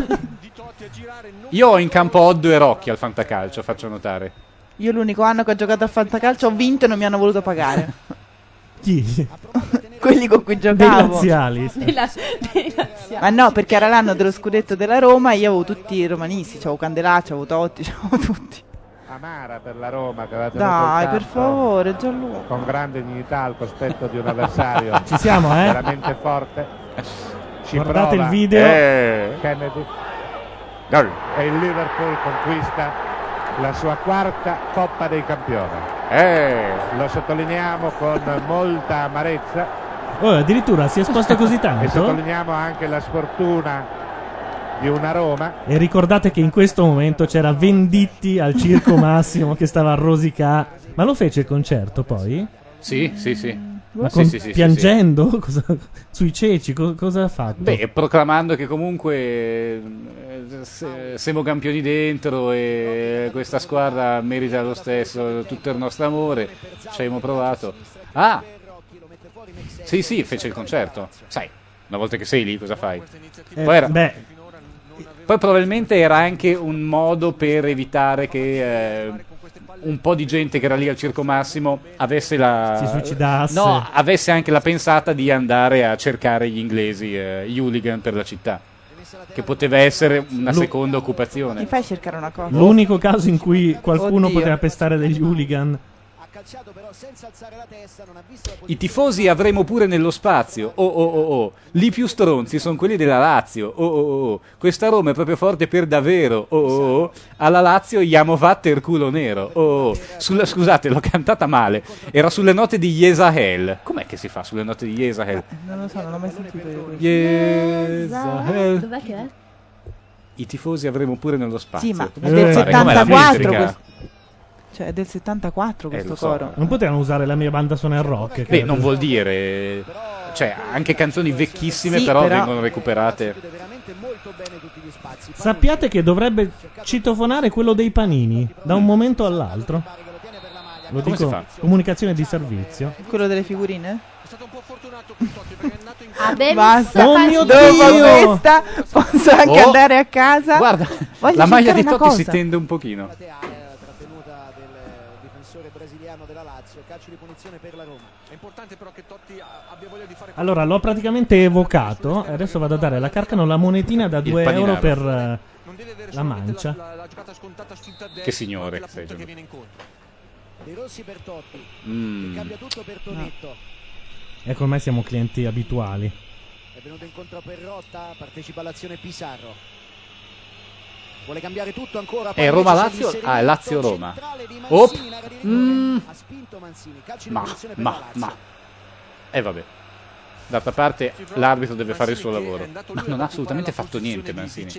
Io ho in campo Oddo e Rocchi al fantacalcio, faccio notare.
Io l'unico anno che ho giocato a fantacalcio ho vinto e non mi hanno voluto pagare.
Chi?
Quelli con cui
Dei
giocavo.
laziali.
Della- dei laziali.
Ma no, perché era l'anno dello scudetto della Roma e io avevo tutti i romanisti, c'avevo Candelaccio, avevo Totti, c'avevo tutti.
Amara per la Roma che aveva tenuto
Dai,
il
per
campo
favore, Gianluca.
Con grande dignità al cospetto di un avversario
Ci siamo, eh?
veramente forte. Ci
Guardate
prova
il video.
Eh.
Kennedy e il Liverpool conquista la sua quarta Coppa dei Campioni.
Eh.
Lo sottolineiamo con molta amarezza
Oh, addirittura si è esposto così
e
tanto.
sottolineiamo anche la sfortuna di una Roma
E ricordate che in questo momento c'era Venditti al Circo Massimo che stava a rosicà. Ma lo fece il concerto poi?
Sì, sì, sì.
Ma
Sì,
con-
sì, sì, sì,
piangendo? Cosa- sui ceci? Co- cosa ha fatto?
Beh, proclamando che comunque eh, se- siamo campioni dentro e questa squadra merita lo stesso tutto il nostro amore, ci abbiamo provato. Ah, sì, sì, fece il concerto. Sai, una volta che sei lì cosa fai?
Eh,
poi era-
beh,
Poi probabilmente era anche un modo per evitare che eh, un po' di gente che era lì al Circo Massimo avesse la...
Si suicidasse.
No, avesse anche la pensata di andare a cercare gli inglesi, eh, gli hooligan per la città. Che poteva essere una
Lu-
seconda
Ti
occupazione.
fai cercare una cosa?
l'unico caso in cui qualcuno
Oddio.
poteva pestare degli hooligan.
Ha calciato però senza alzare la testa, non ha visto la
I tifosi avremo pure nello spazio. Oh oh oh oh. Li più stronzi sono quelli della Lazio. Oh oh oh oh. Questa Roma è proprio forte per davvero. Oh oh oh. Alla Lazio gli amo fatte il culo nero. Oh oh. oh. Sulla- scusate, l'ho cantata male. Era sulle note di Yesahel. Com'è che si fa sulle note di Yesahel?
Non lo so, non l'ho mai sentito io. questo.
Yesahel.
Dov'è che è?
I tifosi avremo pure nello spazio.
Sì, ma è
Eh,
del
Com'è la
74
metrica?
questo. Cioè, è del 74
Eh,
questo
lo so.
coro.
Non potevano usare la mia banda suona il rock.
Beh,
credo.
non vuol dire. Cioè, anche canzoni vecchissime,
Sì,
però,
però-
vengono recuperate.
chiude veramente molto bene tutti gli spazi.
Sappiate che dovrebbe citofonare quello dei panini da un momento all'altro. Lo
Come si
dico
fa?
comunicazione di servizio.
Quello delle figurine?
Ah,
Adem
Basta.
Oh mio
Dopo
Dio!
questa posso anche
Oh.
andare a casa.
Guarda,
Voglio
la maglia
cercare
di
una
Totti
cosa.
si tende un pochino.
Plateale la eh, trattenuta del difensore brasiliano della Lazio, calcio di punizione per la Roma. È importante però che Totti abbia voglia di fare
Allora, l'ho praticamente evocato. Adesso vado a dare alla Carcano la monetina da
Il
2
paninaro.
euro per eh, la
mancia.
mancia.
Che signore che sei, Gianluca.
De Rossi per Totti, che
Mm.
cambia tutto per Tonetto.
Ecco, ormai siamo clienti abituali.
È venuto incontro Perrotta, partecipa all'azione Pizarro. Vuole cambiare tutto ancora.
È Roma-Lazio? Eh, Ah, è Lazio-Roma. Op. Mm.
Ha spinto Mancini, calcio di
Ma,
punizione per la
ma,
Lazio.
ma. E vabbè. D'altra parte l'arbitro deve fare il suo lavoro. Ma non ha assolutamente fatto niente Mancini.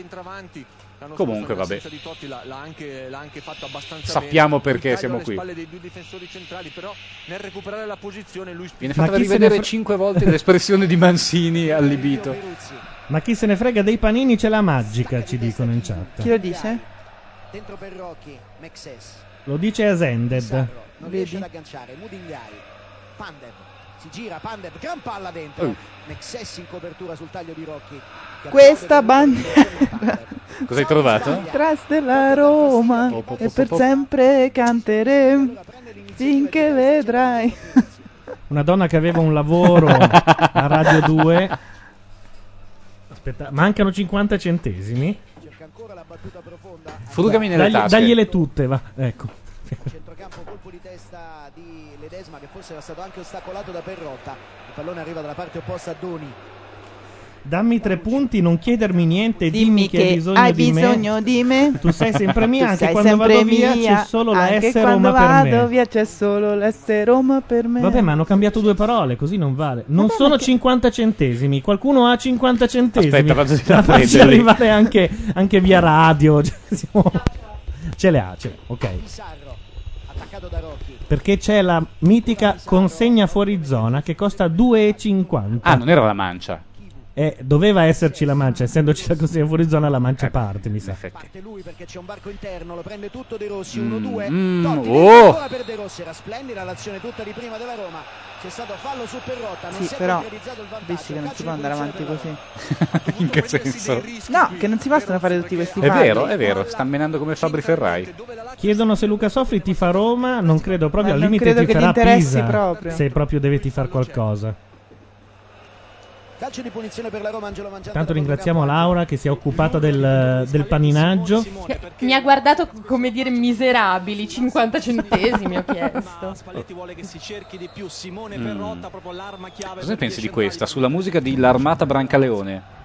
Comunque,
Comunque,
vabbè.
vabbè. Di Totti l'ha, l'ha anche, l'ha anche fatto abbastanza bene.
Sappiamo Ecco perché
Il taglio
siamo
alle
qui.
spalle dei due difensori centrali, però nel recuperare la posizione lui
Viene
Ma
fatta
chi se ne
rivedere
fre-
cinque volte l'espressione di Mancini allibito.
Ma chi se ne frega dei panini c'è la magica, ci dicono in
Chi
chat.
lo dice?
Dentro Perrocchi, Mexes.
Lo dice Asended.
Pizarro, non
Vedi?
riesce ad agganciare, Mudingai. Pandev. Si gira Pandev, gran palla dentro.
Oh.
Mexes in copertura sul taglio di Rocchi. che
Questa
approva per-
bandiera.
Cosa hai trovato?
Traste la Roma e per sempre canteremo finché vedrai.
Una donna che aveva un lavoro a Radio 2. Aspetta, mancano 50 centesimi.
Cerca ancora la battuta profonda.
Frugami nelle
Dagli,
tasche.
dagliele tutte, va. Ecco.
Centrocampo colpo di testa di Ledesma che forse era stato anche ostacolato da Perrotta. Il pallone arriva dalla parte opposta a Doni.
Dammi tre punti, non chiedermi niente, dimmi,
Dimmi
che hai
che
bisogno
hai
di me.
bisogno di me.
Tu sei sempre mia,
Tu
anche
sei
quando
sempre
vado via
mia,
c'è solo la
anche
S Roma
quando
per me.
vado via c'è solo la S Roma per me.
Vabbè, ma hanno cambiato due parole, così non vale. Non
Vabbè,
sono
ma che-
50 centesimi, qualcuno ha 50 centesimi.
Aspetta, vado a
la faccio
prenderli.
arrivare anche, anche via radio. cioè, siamo- Ce le ha, ce le ha, ok.
Pizarro attaccato da Rocchi.
Perché c'è la mitica consegna fuori zona che costa 2,50.
Ah, non era la mancia.
Eh, doveva esserci la mancia, essendoci la consegna fuori zona, la mancia parte, mi
Eh, In
sa.
effetti.
Parte lui perché c'è un barco interno, lo prende tutto De Rossi,
Mm,
1-2.
mm,
Totti
oh!
dentro ancora per De Rossi, era splendida l'azione tutta di prima della Roma. C'è stato fallo su Perrotta, non
Sì,
si è
però
concretizzato il vantaggio.
Visti che non si
Calcio
può
di
andare
punizione
avanti
per la
così.
In che senso?
No, che non si possono fare tutti questi
È
falli.
vero, è vero. Sta menando come Fabri Ferrai.
Chiedono se Luca Sofri ti fa Roma, non credo proprio,
Ma
al
Eh, non
limite
credo
ti
che ti
farà
interessi
Pisa,
proprio.
se proprio deve ti far qualcosa.
Roma. Calcio di punizione per la Roma, Angelo Mangiante.
Tanto
da
ringraziamo
controcampare.
Laura che si è occupata del, del paninaggio.
Cioè, Mi ha guardato come dire miserabili, 50 centesimi ho chiesto.
Spalletti vuole che si cerchi di più. Simone
Mm.
Perrotta, proprio l'arma chiave.
Cosa ne
per
pensi di
centrali.
questa? Sulla musica dell'armata Brancaleone.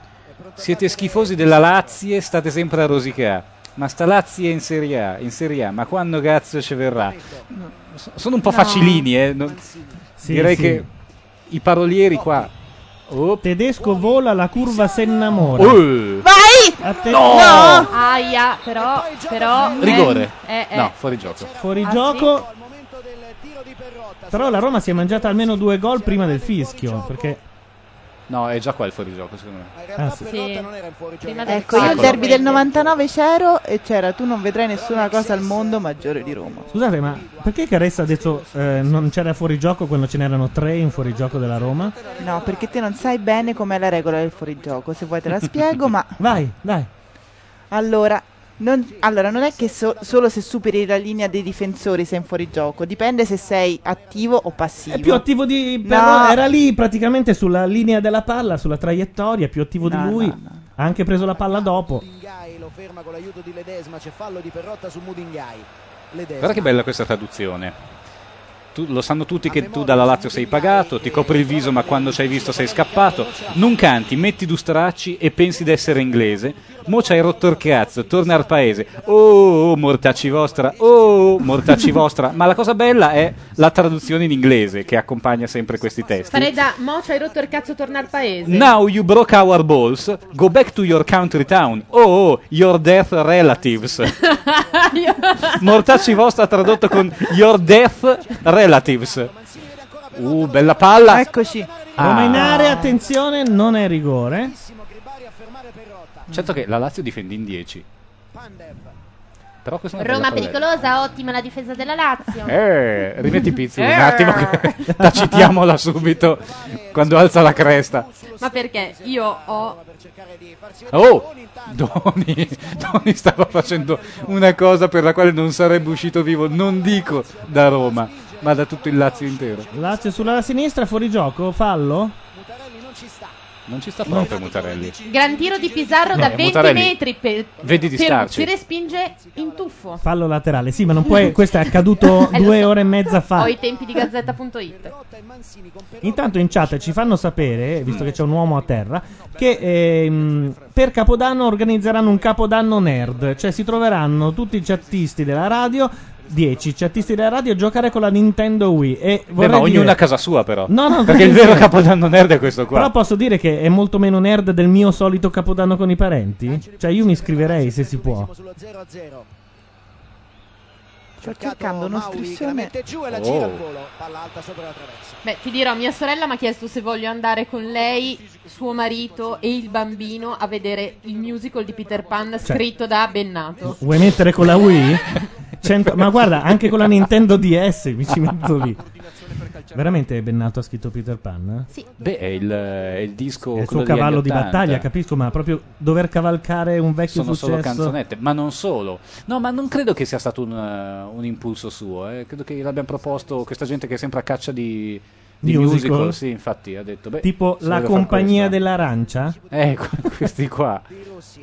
Siete schifosi della Lazio e state sempre a rosicare. Ma sta Lazio è in Serie A, in Serie A, ma quando cazzo ci verrà? S- Sono un po' facilini, eh. non-
Sì,
Direi
sì.
che i parolieri qua. Oh,
Tedesco vola la curva Sennamora.
oh.
Eh,
Vai!
Atte-
No!
Aia, però, però
Rigore.
Eh, eh.
No, fuori gioco.
Fuori
Ah,
gioco.
Al momento del tiro di Perrotta.
Però la Roma si è mangiata almeno due gol prima del fischio. Perché
No, è già qua il fuorigioco, secondo me.
Ma in realtà
Ah, sì.
Perrotta
Sì.
non era in fuorigioco.
Prima del
Ecco, io al
Eccolo.
derby del 99 c'ero e c'era tu non vedrai nessuna cosa al mondo maggiore di Roma.
Scusate, ma perché Caressa ha detto eh, non c'era fuorigioco quando ce n'erano tre in fuorigioco della Roma?
No, perché te non sai bene com'è la regola del fuorigioco. Se vuoi te la spiego, ma
Vai, dai.
allora non, allora, non è che so- solo se superi la linea dei difensori sei in fuorigioco, dipende se sei attivo o passivo.
È più attivo di
No.
però era lì praticamente sulla linea della palla, sulla traiettoria, più attivo
No,
di lui.
no, no.
Ha anche preso la palla dopo.
Mudingai lo ferma con l'aiuto di Ledesma, c'è fallo di Perrotta su Mudingai. Ledesma.
Guarda che bella questa traduzione. Tu- lo sanno tutti che tu dalla Lazio sei pagato, ti copri il viso ma quando ci hai visto sei scappato. Non canti, metti due stracci e pensi d'essere inglese. Mo c'hai rotto il cazzo, torna al paese. Oh, oh, mortacci vostra, oh, oh, mortacci vostra. Ma la cosa bella è la traduzione in inglese che accompagna sempre questi testi.
Farei da mo ci hai rotto il cazzo torna al paese.
Now you broke our balls, go back to your country town. Oh, oh, your death relatives. Mortacci vostra tradotto con your death relatives. Uh, bella palla.
Eccoci.
Roma in
Ah.
area, attenzione, non è rigore.
Gribari a fermare Perrotta.
Certo che la Lazio difende in 10.
Pandev.
Però questa è una
Roma
bella
pericolosa, ottima la difesa della Lazio.
palletta. Eh, rimetti Pizzi un attimo che la citiamola subito quando alza la cresta.
Ma perché io ho
Per cercare di farsi vedere.
Oh, Doni, Doni stava facendo una cosa per la quale non sarebbe uscito vivo, non dico da Roma, ma da tutto il Lazio intero.
Lazio sulla sinistra, fuori gioco, fallo.
Mutarelli non ci sta.
Non ci sta proprio Mutarelli.
Gran tiro di Pizarro
No,
da
eh,
20
Mutarelli,
metri per
vedi di starci.
Peruzzi respinge in tuffo.
Fallo laterale. Sì, ma non puoi. Questo è accaduto
Eh, lo
due
so.
ore e mezza fa.
Ho i tempi di gazzetta.it.
Intanto in chat ci fanno sapere, visto che c'è un uomo a terra, che ehm, per Capodanno organizzeranno un Capodanno nerd, cioè si troveranno tutti i chattisti della radio, 10 chattisti della radio, a giocare con la Nintendo Wii. E
Beh,
vorrei
ma ognuno
dire-
a casa sua, però.
No, no,
Perché il vero
sì.
capodanno nerd è questo qua.
Però posso dire che è molto meno nerd del mio solito Capodanno con i parenti? Cioè io mi iscriverei se si può.
sullo 0-0.
Sto cercando uno striscione.
giù e la
Oh.
gira al volo. Palla alta sopra la traversa.
Beh, ti dirò, mia sorella mi ha chiesto se voglio andare con lei, suo marito e il bambino a vedere il musical di Peter
Cioè,
Pan scritto da Bennato.
Vuoi mettere con la Wii? Cento- ma guarda, anche con la Nintendo DS mi ci metto lì. Veramente Bennato ha scritto Peter Pan? eh? Sì.
Beh, è il, è il disco.
È il
quello
suo
degli
cavallo
anni
di
80.
battaglia, capisco, ma proprio dover cavalcare un vecchio
Sono solo
successo.
canzonette, ma non solo. No, ma non credo che sia stato un, eh, un impulso suo. eh. Credo che l'abbiano proposto questa gente che è sempre a caccia di, di
Musical?
musical. Sì, infatti, ha detto. beh,
tipo
se
la
voglio far
compagnia dell'arancia?
questo- Ecco, questi qua,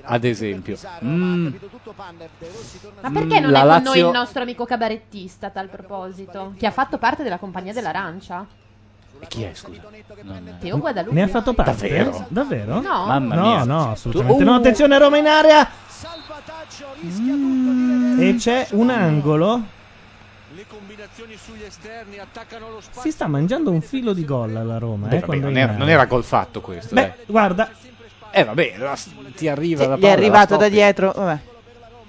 ad esempio. Mm,
Ma perché non
la
è con
Lazio-
noi il nostro amico cabarettista a tal proposito? Che ha fatto parte della compagnia dell'arancia?
e chi è, scusa? Non-
Teo Guadalupe.
Ne ha fatto parte?
Davvero?
Davvero?
No.
Mamma
no,
mia.
no, assolutamente
Tu-
no.
Oh!
Attenzione, Roma in area! E c'è un angolo. Si sta mangiando un filo di gol alla Roma.
Beh,
eh,
vabbè,
quando è
non,
in
era,
area.
non era gol fatto questo.
Beh,
dai.
guarda,
Eh, vabbè, la- ti arriva la palla.
Sì, gli è
la
arrivato da
stoppi.
dietro. Vabbè.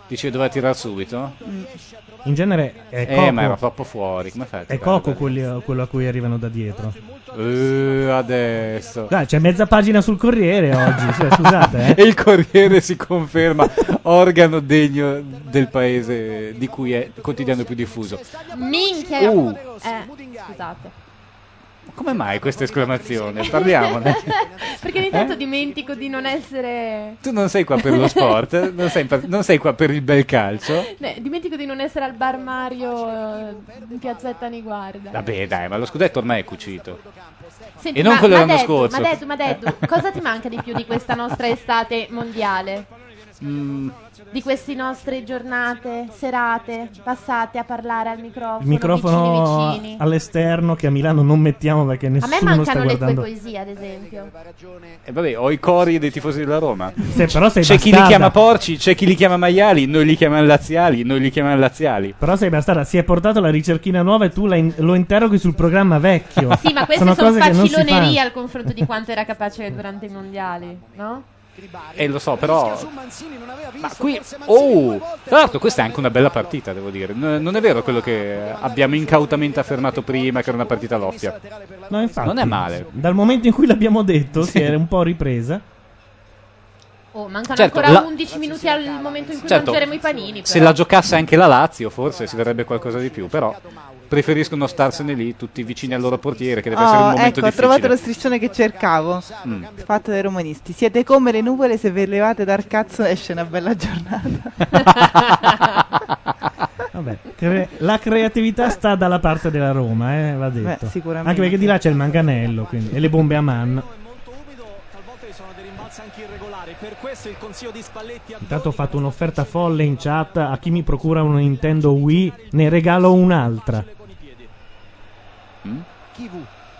Dice doveva tirare subito?
in genere è
eh,
Coco,
ma era troppo fuori. Come fai? a
è
tirare?
Coco quelli- quello a cui arrivano da dietro.
Eh, adesso.
Dai, c'è mezza pagina sul Corriere oggi. cioè,
E
scusate, eh.
il Corriere si conferma organo degno del paese di cui è il quotidiano più diffuso.
Minchia!
Uh.
Eh, scusate.
Come mai questa esclamazione? Parliamone. Eh?
Perché ogni tanto dimentico di non essere...
Tu non sei qua per lo sport, non sei, per- non sei qua per il bel calcio.
Ne- dimentico di non essere al bar Mario eh, in piazzetta Niguarda.
Vabbè, dai, ma lo scudetto ormai è cucito.
Senti,
E non
ma-
quello
ma
dell'anno
Deddu,
scorso. Eh.
Ma Deddu, ma Deddu, cosa ti manca di più di questa nostra estate mondiale?
Mm,
Di queste nostre giornate, serate, passate a parlare al microfono,
Il microfono
vicini, vicini.
all'esterno che a Milano non mettiamo perché
A me
nessuno sta
mancano le tue
guardando.
poesie, ad esempio.
e Eh, vabbè, ho i cori dei tifosi della Roma.
Se però sei
C'è chi li
bastarda.
chiama porci, c'è chi li chiama maiali, noi li chiamiamo laziali, noi li chiamiamo laziali.
Però sei bastarda, si è portato la ricerchina nuova e tu la in- lo interroghi sul programma vecchio.
Sì, ma queste sono,
cose che non si fanno.
facilonerie al confronto di quanto era capace durante i mondiali, no?
E Eh, lo so, però. Ma qui. Oh! Tra l'altro, questa è anche una bella partita, devo dire. N- non è vero quello che abbiamo incautamente affermato prima, che era una partita loffia.
No, infatti,
Non è male.
Dal momento in cui l'abbiamo detto, si è un po' ripresa.
Oh, mancano
Certo,
ancora
la-
11 minuti al momento in cui
Certo.
mangeremo i panini.
Se
però.
la giocasse anche la Lazio, forse si verrebbe qualcosa di più, però. Preferiscono starsene lì, tutti vicini al loro portiere, che deve essere un
Oh,
momento
ecco, ho trovato lo
difficile.
striscione che cercavo.
Mm.
Fatto dai romanisti. Siete come le nuvole, se ve levate dal cazzo esce una bella giornata.
Vabbè, cre- la creatività sta dalla parte della Roma, eh, va detto.
Beh, sicuramente.
Anche perché di là c'è il manganello quindi, e le bombe a man.
Talvolta ci sono dei rimbalzi anche irregolari, per questo il consiglio di Spalletti a
Intanto ho fatto un'offerta folle in chat a chi mi procura una Nintendo Wii, ne regalo un'altra.
Mm?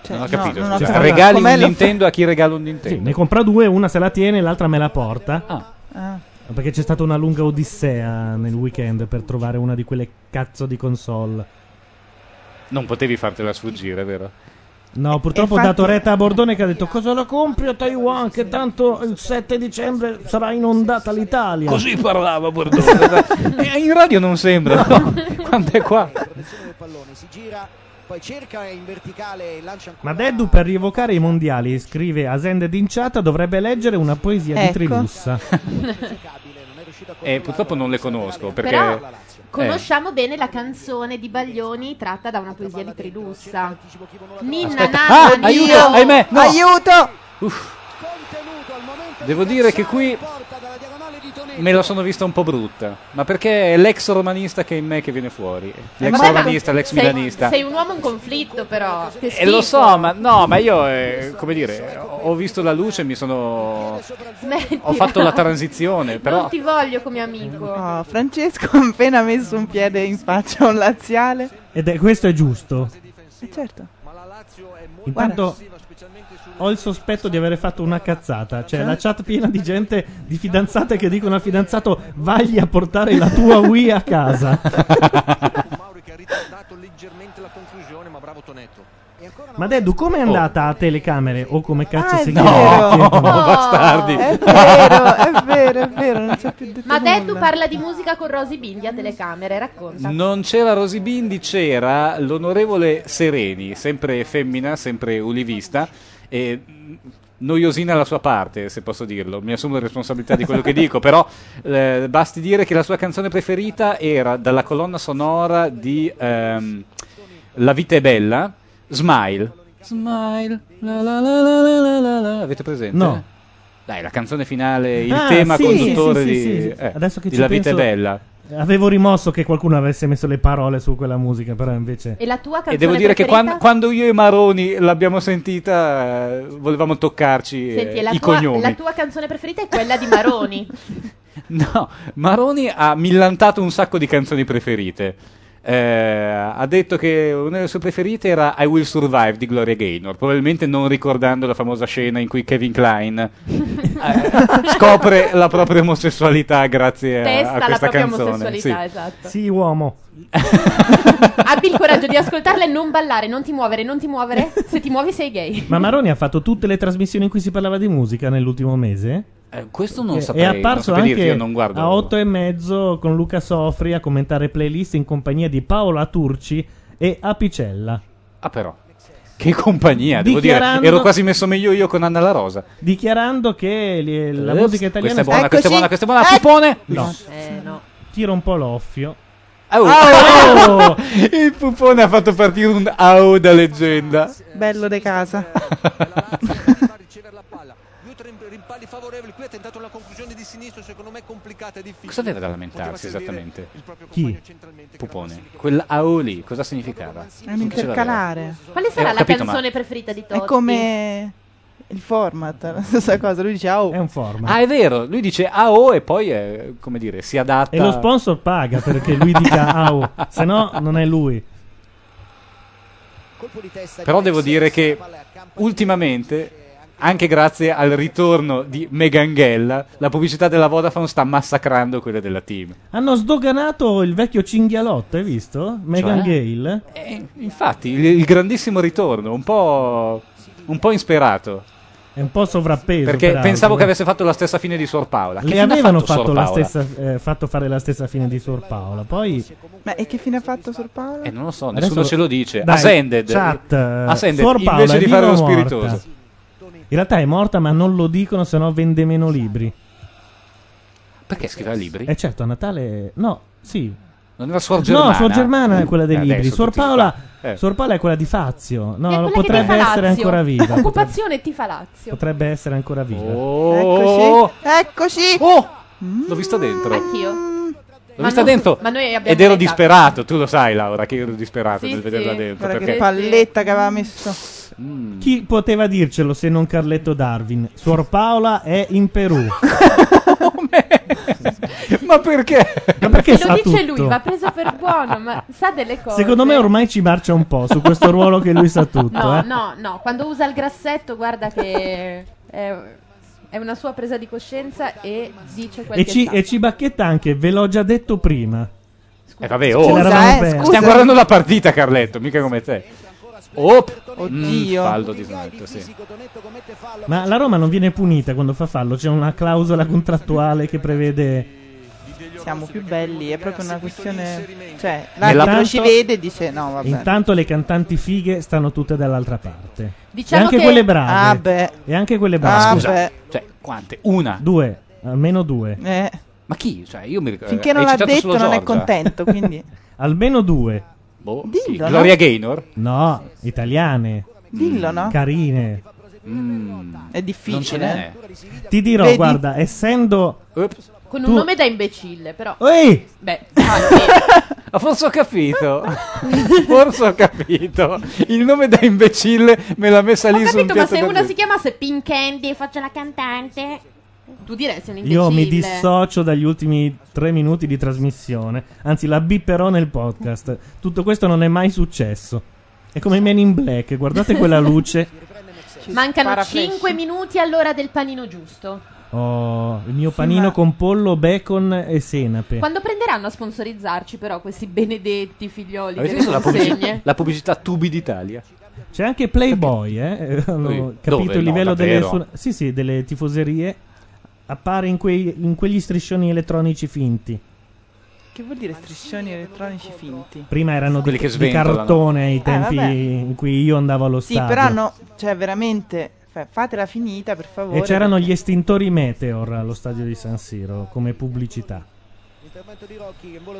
Cioè,
Non ho
no,
capito.
non ho
scusa.
capito.
regali
Com'è
un
la-
Nintendo a chi regala un
Sì,
Nintendo.
ne compra due, una se la tiene e l'altra me la porta.
Ah.
Ah.
Perché c'è stata una lunga odissea nel weekend per trovare una di quelle cazzo di console.
Non potevi fartela sfuggire, vero?
No, purtroppo
infatti-
ho dato retta a Bordone che ha detto cosa lo compri a Taiwan che tanto il 7 dicembre sarà inondata l'Italia.
Così parlava Bordone. Eh, in radio non sembra, no? Quando è qua.
Protezione del pallone, si gira, poi cerca in verticale e lancia ancora.
Ma Deddu per rievocare i mondiali, scrive Asended in chat, dovrebbe leggere una poesia di
Ecco.
Trilussa.
Eh, purtroppo non le conosco perché.
Però
Eh,
conosciamo bene la canzone di Baglioni tratta da una poesia di Trilussa. Ninna,
Aspetta.
nanna,
Ah,
ninna.
aiuto, ahimè, no.
Aiuto!
Devo dire che qui Me la sono vista un po' brutta, ma perché è l'ex romanista che è in me che viene fuori. L'ex
Vabbè, Eh, ma
romanista, l'ex
sei-
milanista.
Sei un uomo in conflitto, però. Che
E
schifo.
Eh, lo so, ma no, ma io, eh, come dire, ho ho visto la luce e mi sono...
Smettila.
Ho fatto la transizione, però...
Non ti voglio come amico.
Oh, Francesco ha appena messo un piede in faccia a un laziale.
Ed è, questo è giusto.
Eh, certo.
Intanto ho il sospetto di aver fatto una cazzata. Cioè,
Eh?
la chat piena di gente, di fidanzate che dicono al fidanzato: Vagli a portare la tua Wii a casa. Ma Dedu, com'è
Oh.
andata a telecamere? O come cazzo
Ah, è
si
vero.
chiama?
No,
bastardi.
È vero, è vero, è vero, non c'è più detto
Ma Deddu
nulla.
parla di musica con Rosy Bindi a telecamere, racconta.
Non c'era Rosibindi, c'era l'onorevole Sereni, sempre femmina, sempre ulivista e mh, noiosina alla sua parte, se posso dirlo. Mi assumo la responsabilità di quello che dico, però eh, basti dire che la sua canzone preferita era dalla colonna sonora di ehm, La vita è bella, Smile. Smile, la la la la la la la la. Avete presente?
No.
Dai, la canzone finale, il
Ah,
tema
sì,
conduttore
sì, sì,
di,
sì, sì.
eh,
Adesso che
di
ci
La vita è
penso-
bella.
Avevo rimosso che qualcuno avesse messo le parole su quella musica, però invece.
E la tua canzone
E devo dire che
preferita?
quan- quando, io e Maroni l'abbiamo sentita, eh, volevamo toccarci eh,
Senti, e la
i
tua,
cognomi. Eh,
la tua canzone preferita è quella di Maroni.
No, Maroni ha millantato un sacco di canzoni preferite. Eh, ha detto che una delle sue preferite era I Will Survive di Gloria Gaynor, probabilmente non ricordando la famosa scena in cui Kevin Klein eh, scopre la propria omosessualità grazie a-
Testa
a,
la
questa
propria
canzone.
omosessualità,
Sì.
esatto.
Sì, uomo.
Abbi il coraggio di ascoltarla e non ballare, non ti muovere, non ti muovere. Se ti muovi sei gay.
Ma Maroni ha fatto tutte le trasmissioni in cui si parlava di musica nell'ultimo mese?
Eh, questo non
E-
saprei,
Eh, È
non
apparso
saprei
anche
dirti, io non guardo-
a otto e mezzo con Luca Sofri a commentare playlist in compagnia di Paola Turci e Apicella.
Ah, però. Che compagnia, devo
Dichiarando-
dire. Ero quasi messo meglio io con Anna La Rosa.
Dichiarando che li- la
Ups,
musica italiana
Questa è buona, questa è buona, questa è buona. Pupone?
No. Tiro un po' l'offio.
Oh! Il pupone ha fatto partire un au da leggenda.
Bello de casa.
Cosa aveva da lamentarsi esattamente? Chi? Pupone. Quel au lì, cosa significava?
È un intercalare.
Quale
Eh,
sarà la canzone preferita di Totti?
È come il format, la stessa cosa. Lui dice, oh. È
Eh. un format.
Ah, è vero, lui dice AO e poi, eh, come dire, si adatta.
E lo sponsor paga perché lui dica au, se no non è lui.
Però devo dire che ultimamente, anche grazie al ritorno di Meganghella, la pubblicità della Vodafone sta massacrando quella della team.
Hanno sdoganato il vecchio cinghialotto, hai visto?
Cioè?
Megan Gale.
Infatti, il, il grandissimo ritorno, un po', un po' insperato.
È un po' sovrappeso.
Perché
peraltro,
pensavo che
eh.
avesse fatto la stessa fine di Suor Paola. Che
Le
fine ha
avevano
fatto
fatto,
Suor
la
Paola?
stessa, eh, fatto fare la stessa fine di Suor Paola. Poi
Ah, Ma e che fine ha fatto Sor Paolo?
Eh, non lo so,
Adesso-
nessuno ce lo dice.
Dai,
Ascended.
chat, eh,
Ascended,
Suor Paola
invece
è
di
viva
fare lo
o morta?
spiritoso.
in realtà è morta, ma non lo dicono, se no vende meno libri.
Perché scriveva libri?
E certo, a Natale. No, sì.
Non era Suor Germana?
No, Suor Germana è quella dei
Eh,
libri.
adesso
Suor
tutti
Paola,
qua. Eh.
Suor Paola è quella di Fazio.
È
No,
quella che
potrebbe
ti fa
essere
Lazio.
ancora viva. potrebbe,
Occupazione ti fa Lazio.
potrebbe essere ancora viva.
Oh.
Eccoci, Oh. eccoci.
Oh,
L'ho vista dentro.
Anch'io.
L'ho vista dentro.
Ma noi abbiamo
Ed ero
l'età.
disperato, tu lo sai Laura, che io ero disperato
Sì,
nel vederla
sì.
dentro.
Guarda
Perché
che palletta che aveva messo.
Mm.
Chi poteva dircelo se non Carletto Darwin? Suor Paola è in Perù.
Ma perché?
Ma perché
Se
sa
lo dice
tutto?
lui, va preso per buono, ma sa delle cose.
Secondo me ormai ci marcia un po' su questo ruolo che lui sa tutto.
No,
eh.
no, no, quando usa il grassetto guarda che è, è una sua presa di coscienza e dice quel
E
che
ci,
sa.
e ci bacchetta anche, ve l'ho già detto prima.
Eh vabbè,
Ce
oh.
l'eravamo persi.
Stiamo guardando la partita, Carletto, mica come te. Oh,
Oddio.
Mm, fallo di Tonetto, sì.
Ma la Roma non viene punita quando fa fallo, c'è una clausola contrattuale che prevede...
Siamo più belli, è proprio una questione... Cioè,
Nella-
l'altro ci vede e dice no, vabbè.
Intanto le cantanti fighe stanno tutte dall'altra parte.
Diciamo
e anche
che-
quelle brave.
Ah, beh. Ah,
E anche quelle
Ma
brave.
scusa, cioè, quante? Una.
Due, almeno due.
Ma chi? Cioè, io mi ricordo.
Eh. Finché
hai
non l'ha
citato
detto
solo
non è
Giorgia.
contento, quindi...
Almeno due.
Boh,
Dillo,
sì.
no?
Gloria Gaynor?
No, italiane.
Dillo, no?
Carine.
Mm,
È difficile. eh.
Ti dirò,
Vedi?
guarda, essendo
Eh. Ups.
Con un
Tu-
nome da imbecille, però.
Ehi!
Beh, infatti,
Forse ho capito. Forse ho capito. Il nome da imbecille me l'ha messa lì
ho
su un
capito, ma
piatto
se una
d'argento.
si chiamasse Pink Candy e faccia la cantante, tu diresti un imbecille.
Io mi dissocio dagli ultimi tre minuti di trasmissione, anzi la bipperò nel podcast. Tutto questo non è mai successo. È come i Men in Black, guardate quella luce.
Mancano
spara flash.
5 minuti all'ora del panino giusto.
Oh, il mio panino con pollo, bacon e senape.
Quando prenderanno a sponsorizzarci, però, questi benedetti figlioli
Avete
delle
visto la pubblicità,
consegne?
la pubblicità Tubi d'Italia?
C'è anche Playboy, eh? Hanno
Dove?
capito
Dove?
il
No,
livello delle,
davvero?
sì, sì, delle tifoserie. Appare in, quei- in quegli striscioni elettronici finti.
Che vuol dire striscioni elettronici finti?
Prima erano di,
Quelli che
di
sventolano.
cartone ai tempi
Eh, vabbè.
in cui io andavo allo
Sì,
stadio.
però no, cioè veramente, fa- fatela finita per favore.
E c'erano gli estintori Meteor allo stadio di San Siro come pubblicità.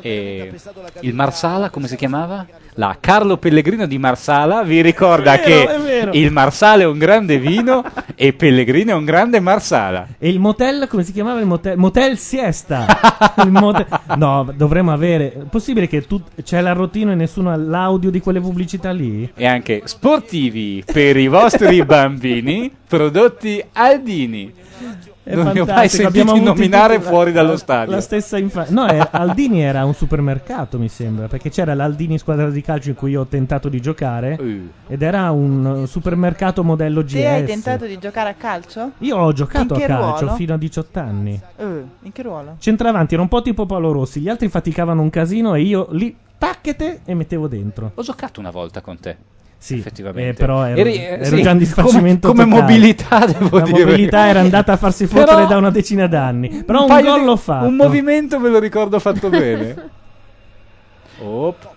E Eh, il Marsala, come si chiamava? La Carlo Pellegrino di Marsala vi ricorda
È vero, è
che
vero.
il Marsala è un grande vino e Pellegrino è un grande Marsala.
E il motel, come si chiamava il motel? Motel Siesta! Il motel- No, dovremmo avere... Possibile che tu... c'è la rotina e nessuno ha l'audio di quelle pubblicità lì?
E anche sportivi per i vostri bambini, prodotti Aldini.
È
non li ho
fantastico,
mai sentiti
avuto
nominare
tutti la-
fuori dallo
la-
stadio.
La stessa infanzia. No, è- Aldini era un supermercato, mi sembra, perché c'era l'Aldini squadra di calcio in cui io ho tentato di giocare
Eh.
ed era un eh, supermercato modello GS.
Te hai tentato di giocare a calcio?
Io ho giocato a
In che
calcio
ruolo?
fino a 18 anni.
Eh, in che ruolo?
Centravanti era un po' tipo Paolo Rossi, gli altri faticavano un casino e io lì tacchete e mettevo dentro.
Ho giocato una volta con te.
Sì,
Effettivamente.
eh, però ero,
Eri- eh,
ero
sì,
già in disfacimento
come, come
totale.
mobilità, devo
La
dire.
mobilità era andata a farsi
Però-
fottere da una decina d'anni. Però un,
paio
gol
di-
l'ho fatto.
Un movimento ve lo ricordo fatto bene. Op.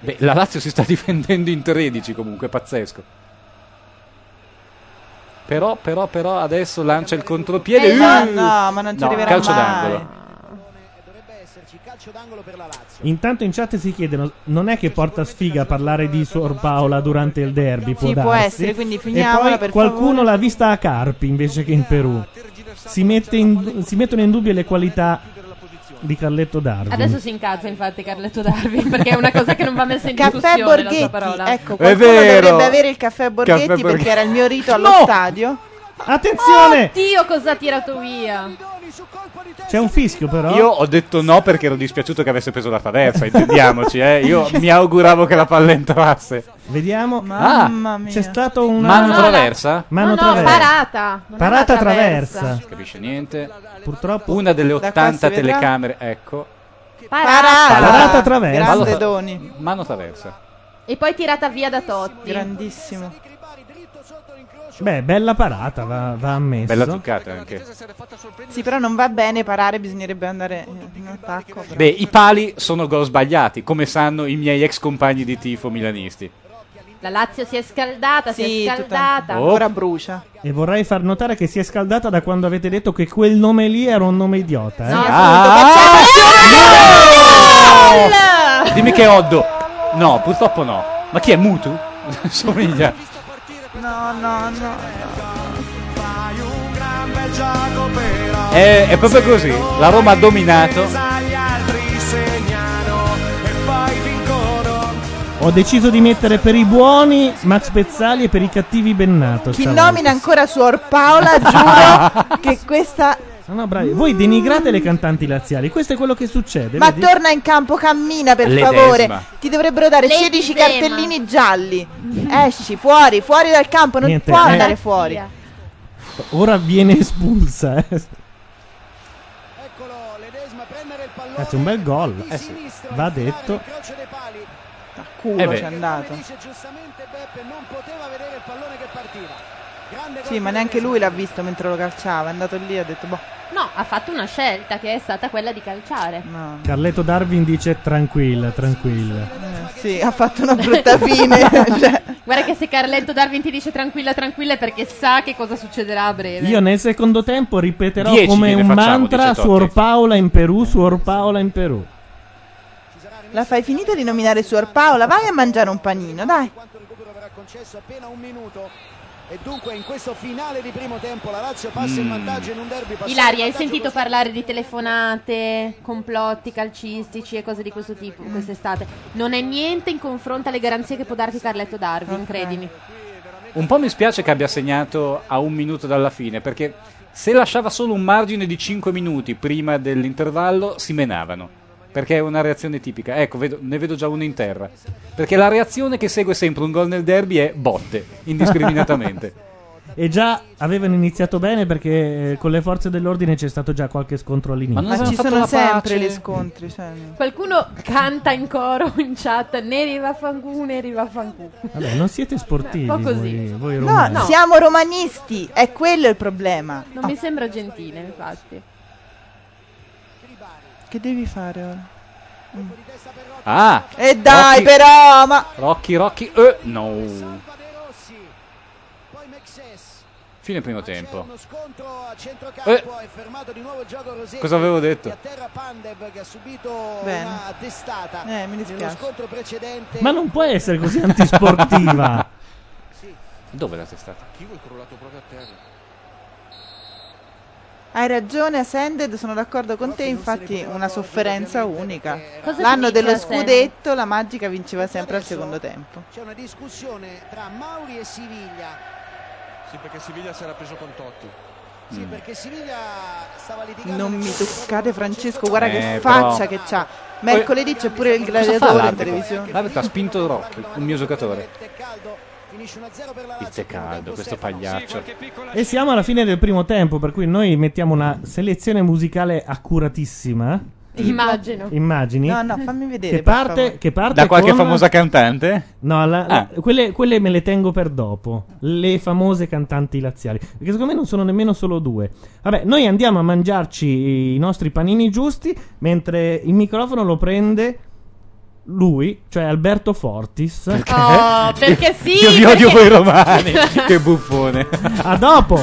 Beh, la Lazio si sta difendendo in 13 comunque, pazzesco. Però, però, però adesso lancia il contropiede.
Eh, ma
Uh!
no, ma non ci
No,
arriverà
calcio
mai.
d'angolo.
Intanto in chat si chiedono: non è che porta sfiga a parlare di Sor Paola durante il derby? Può
Sì, può
darsi.
essere, quindi
e
finiamola,
poi
per
qualcuno
favore.
l'ha vista a Carpi invece che in Perù. Si, mette in- si mettono in dubbio le qualità di Carletto Darwin.
Adesso si incazza, infatti, Carletto Darwin, perché è una cosa che non va messa in
Caffè
discussione la sua
Borghetti,
parola.
ecco,
È
qualcuno
vero.
dovrebbe avere il caffè
Caffè
Borghetti
Borghetti.
perché era il mio rito allo
No!
stadio.
Attenzione!
Oddio, cosa ha tirato via?
C'è un fischio, però.
Io ho detto no perché ero dispiaciuto che avesse preso la traversa, intendiamoci, eh. Io mi auguravo che la palla entrasse.
Vediamo.
Mamma mia.
Ah, C'è stato una
Mano
no,
traversa?
mano
no, no,
traversa.
parata. Non è
Parata
una
traversa.
Capisce niente.
Purtroppo.
Una delle
Da qua
80
si vedrà?
telecamere, ecco.
Parata.
Parata traversa.
Grande
Allora-
Doni,
Mano traversa.
E poi tirata via da Totti.
grandissimo.
Beh, bella parata, va, va ammesso.
Bella giocata anche.
Sì, però non va bene parare, bisognerebbe andare eh, in attacco. però.
Beh, i pali sono gol sbagliati, come sanno i miei ex compagni di tifo milanisti.
La Lazio si è scaldata, si
Sì,
è
tutta-
scaldata.
Oh.
Ora brucia.
E vorrei far notare che si è scaldata da quando avete detto che quel nome lì era un nome idiota. Eh?
No,
Ah! No! Dimmi che è Oddo. No, purtroppo no. Ma chi è Mutu? Somiglia.
No, no, no.
È, è proprio così. La Roma ha dominato.
Ho deciso di mettere per i buoni Max Pezzali e per i cattivi Bennato.
Chi
stavolta.
nomina ancora Suor Paola, giuro che questa...
No, no, bravi. Voi denigrate le cantanti laziali. Questo è quello che succede.
Ma
vedi?
torna in campo, cammina per
Ledesma.
favore. Ti dovrebbero dare
Ledesma.
16 cartellini gialli. Esci fuori, fuori dal campo, non
Niente,
può
eh.
andare fuori.
Ora viene espulsa. eh.
Eccolo, Ledesma a prendere il pallone.
Ah, c'è un bel gol.
di
Eh sì.
sinistra,
Va
infilare
detto.
il croce dei pali.
A
Eh
culo
beh.
c'è
Come
andato.
dice giustamente Beppe, non poteva vedere il pallone che partiva. Grande gol
Sì,
di
ma neanche
Ledesma.
lui l'ha visto mentre lo calciava. È andato lì e ha detto, boh,
No, ha fatto una scelta che è stata quella di calciare.
no.
Carletto Darwin dice tranquilla, tranquilla.
Eh, Sì, ha fatto una brutta fine. cioè,
Guarda che se Carletto Darwin ti dice tranquilla, tranquilla è perché sa che cosa succederà a breve.
Io nel secondo tempo ripeterò
Dieci
come
che ne
un
facciamo,
mantra
dice Totti.
Suor Paola in Perù, Suor Paola in Perù.
la fai finita di nominare Suor Paola? Vai a mangiare un panino, dai.
Quanto recupero verrà concesso appena un minuto. E dunque in questo finale di primo tempo la Lazio passa in
Mm.
vantaggio in un derby passato.
Ilaria, hai
in vantaggio
sentito parlare di telefonate, complotti calcistici e cose di questo tipo quest'estate? Non è niente in confronto alle garanzie che può darti Carletto Darwin, credimi.
Un po' mi spiace che abbia segnato a un minuto dalla fine, perché se lasciava solo un margine di 5 minuti prima dell'intervallo, si menavano. Perché è una reazione tipica. Ecco, vedo- ne vedo già uno in terra. Perché la reazione che segue sempre un gol nel derby è botte, indiscriminatamente.
E già avevano iniziato bene perché eh, con le forze dell'ordine c'è stato già qualche scontro all'inizio. Ah,
Ma ci sono sempre gli scontri. Cioè.
Qualcuno canta in coro in chat, Neri vaffanculo, Neri vaffanculo.
Vabbè, non siete sportivi
Un po' così.
voi, voi
No,
No,
romani.
siamo romanisti, è quello il problema.
Non mi sembra gentile, infatti.
Che devi fare ora? Mm.
Ah!
E dai,
Rocchi-
però, ma...
Rocchi, Rocchi, eh, no. Fine primo tempo. Eh, cosa avevo detto?
Bene.
testata
Eh, mi
nello
dispiace.
scontro precedente
Ma non può essere così antisportiva.
Dove la testata?
Chi vuoi crollato proprio a terra?
Hai ragione, Ascended, sono d'accordo con te, infatti una sofferenza unica.
Cosa
L'anno
significa
dello
Ascended?
scudetto la magica vinceva sempre al secondo tempo.
c'è una discussione tra Mauri e Siviglia
Sì, perché Siviglia si era preso con Totti.
sì
Mm.
Mm.
perché Siviglia stava litigando
Non
nei
mi
confronti
toccate Francesco, guarda che
Eh, però-
faccia che c'ha. Mercoledì c'è pure il gladiatore in
l'arbitro?
televisione.
L'arbitro ha spinto Rocchi, un mio giocatore.
finisce 1-0 per la
Il c'è caldo, questo pagliaccio.
e siamo alla fine del primo tempo, per cui noi mettiamo una selezione musicale accuratissima.
Immagino.
Mm. Immagini.
No, no, fammi vedere.
Che
per
parte,
favore.
che parte
Da qualche
con-
famosa cantante? Ah.
No, la- la- quelle, quelle me le tengo per dopo. Le famose cantanti laziali. Perché secondo me non sono nemmeno solo due. Vabbè, noi andiamo a mangiarci i nostri panini giusti. Mentre il microfono lo prende lui, cioè Alberto Fortis.
Oh, perché sì!
Io vi odio
perché-
voi romani. che buffone.
A dopo!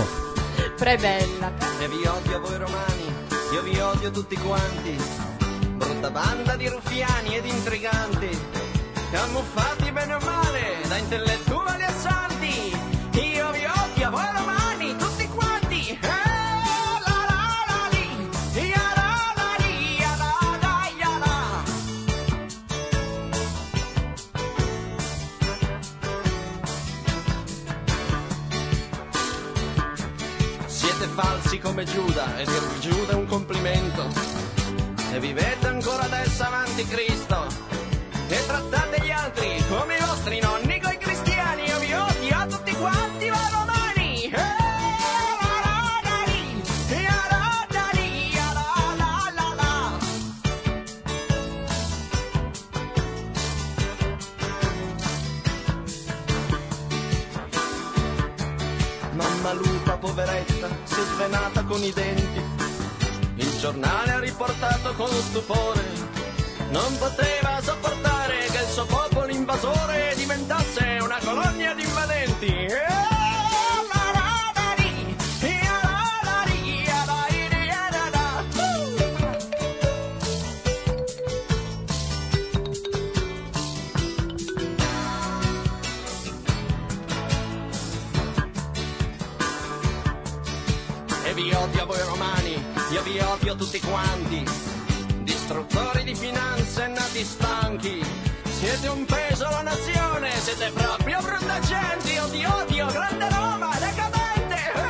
Prebella.
E vi odio voi romani, io vi odio tutti quanti. Brutta banda di ruffiani ed intriganti, camuffati bene o male da intellettuali assanti. Io vi odio voi romani, tutti quanti. Eh, la la la li, ia la la li, ia la la, ia la. Siete falsi come Giuda e dir Giuda è un complimento. E vivete ancora adesso avanti Cristo. E trattate gli altri come i vostri nonni coi cristiani. Io vi odio a tutti quanti voi romani. Eh, la la la li, ia la la li, ia la la la la. Mamma lupa poveretta si è svenata con i denti. Il giornale ha riportato con stupore. Non poteva sopportare che il suo popolo invasore diventasse una colonia di invadenti. Eh, la la la li, ia la la li, ia la li, ia la la. Uh! e vi odio voi romani, io vi odio tutti quanti. Distruttori di finanze nati stanchi, siete un peso alla nazione, siete proprio brutta gente, io vi odio, grande Roma, decadente. Eh,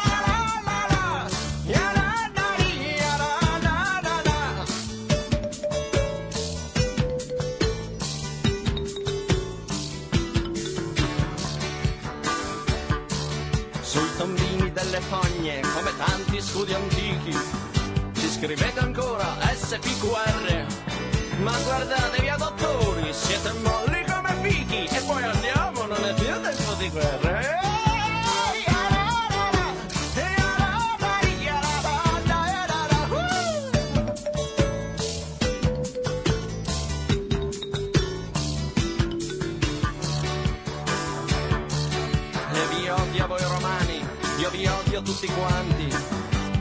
la la la la, ia la la li, ia la la la la. sui tombini delle fogne come tanti scudi antichi. Ci scrivete ancora SPQR, ma guardatevi a dottori, siete molli come fichi e poi andiamo, non è più tempo di eh? guerra. E vi odio voi romani, io vi odio tutti quanti.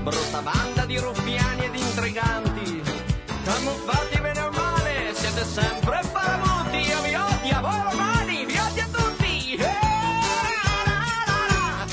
Brutta banda di ruffiani ed intriganti. Camuffati bene o male, siete sempre paramuti. Io vi odio voi romani, vi odio tutti. Eh, la, la,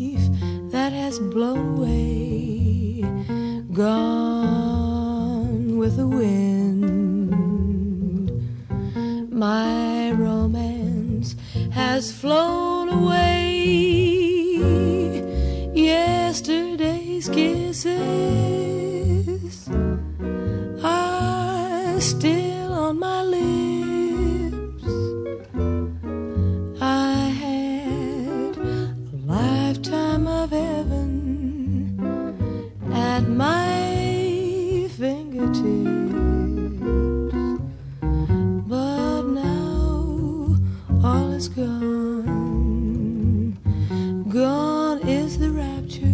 and blow away, gone with the wind. My romance has flown away. Yesterday's kisses are still on my lips. I had a lifetime of heaven at my fingertips. But now all is gone. Gone is the rapture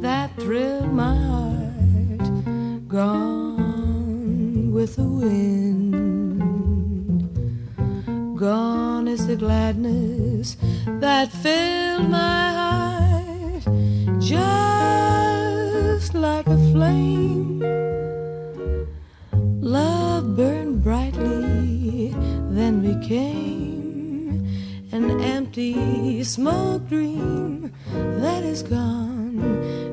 that thrilled my heart. Gone with the wind. Gone is the gladness that filled my heart. Just like a flame, love burned brightly, then became an empty smoke dream that is gone,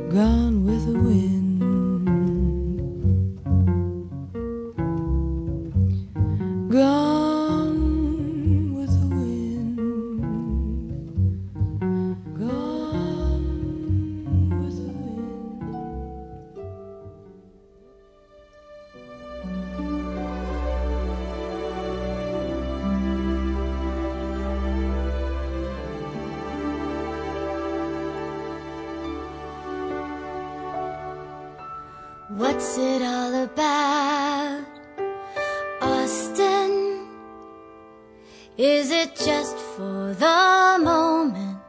gone with the wind. Gone with the wind. Gone with the
What's it all about? Austin, is it just for the moment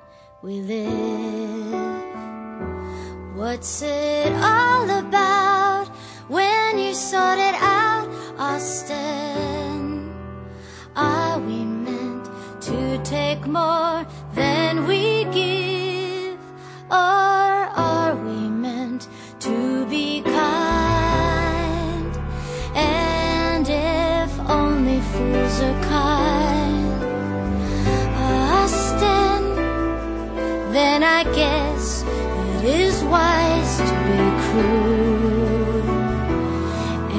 we live? What's it all about when you sort it out, Austin? Are we meant to take more than we give? Or are we meant to be kind? And if only fools are kind, Austin, then I guess it is wise to be cruel.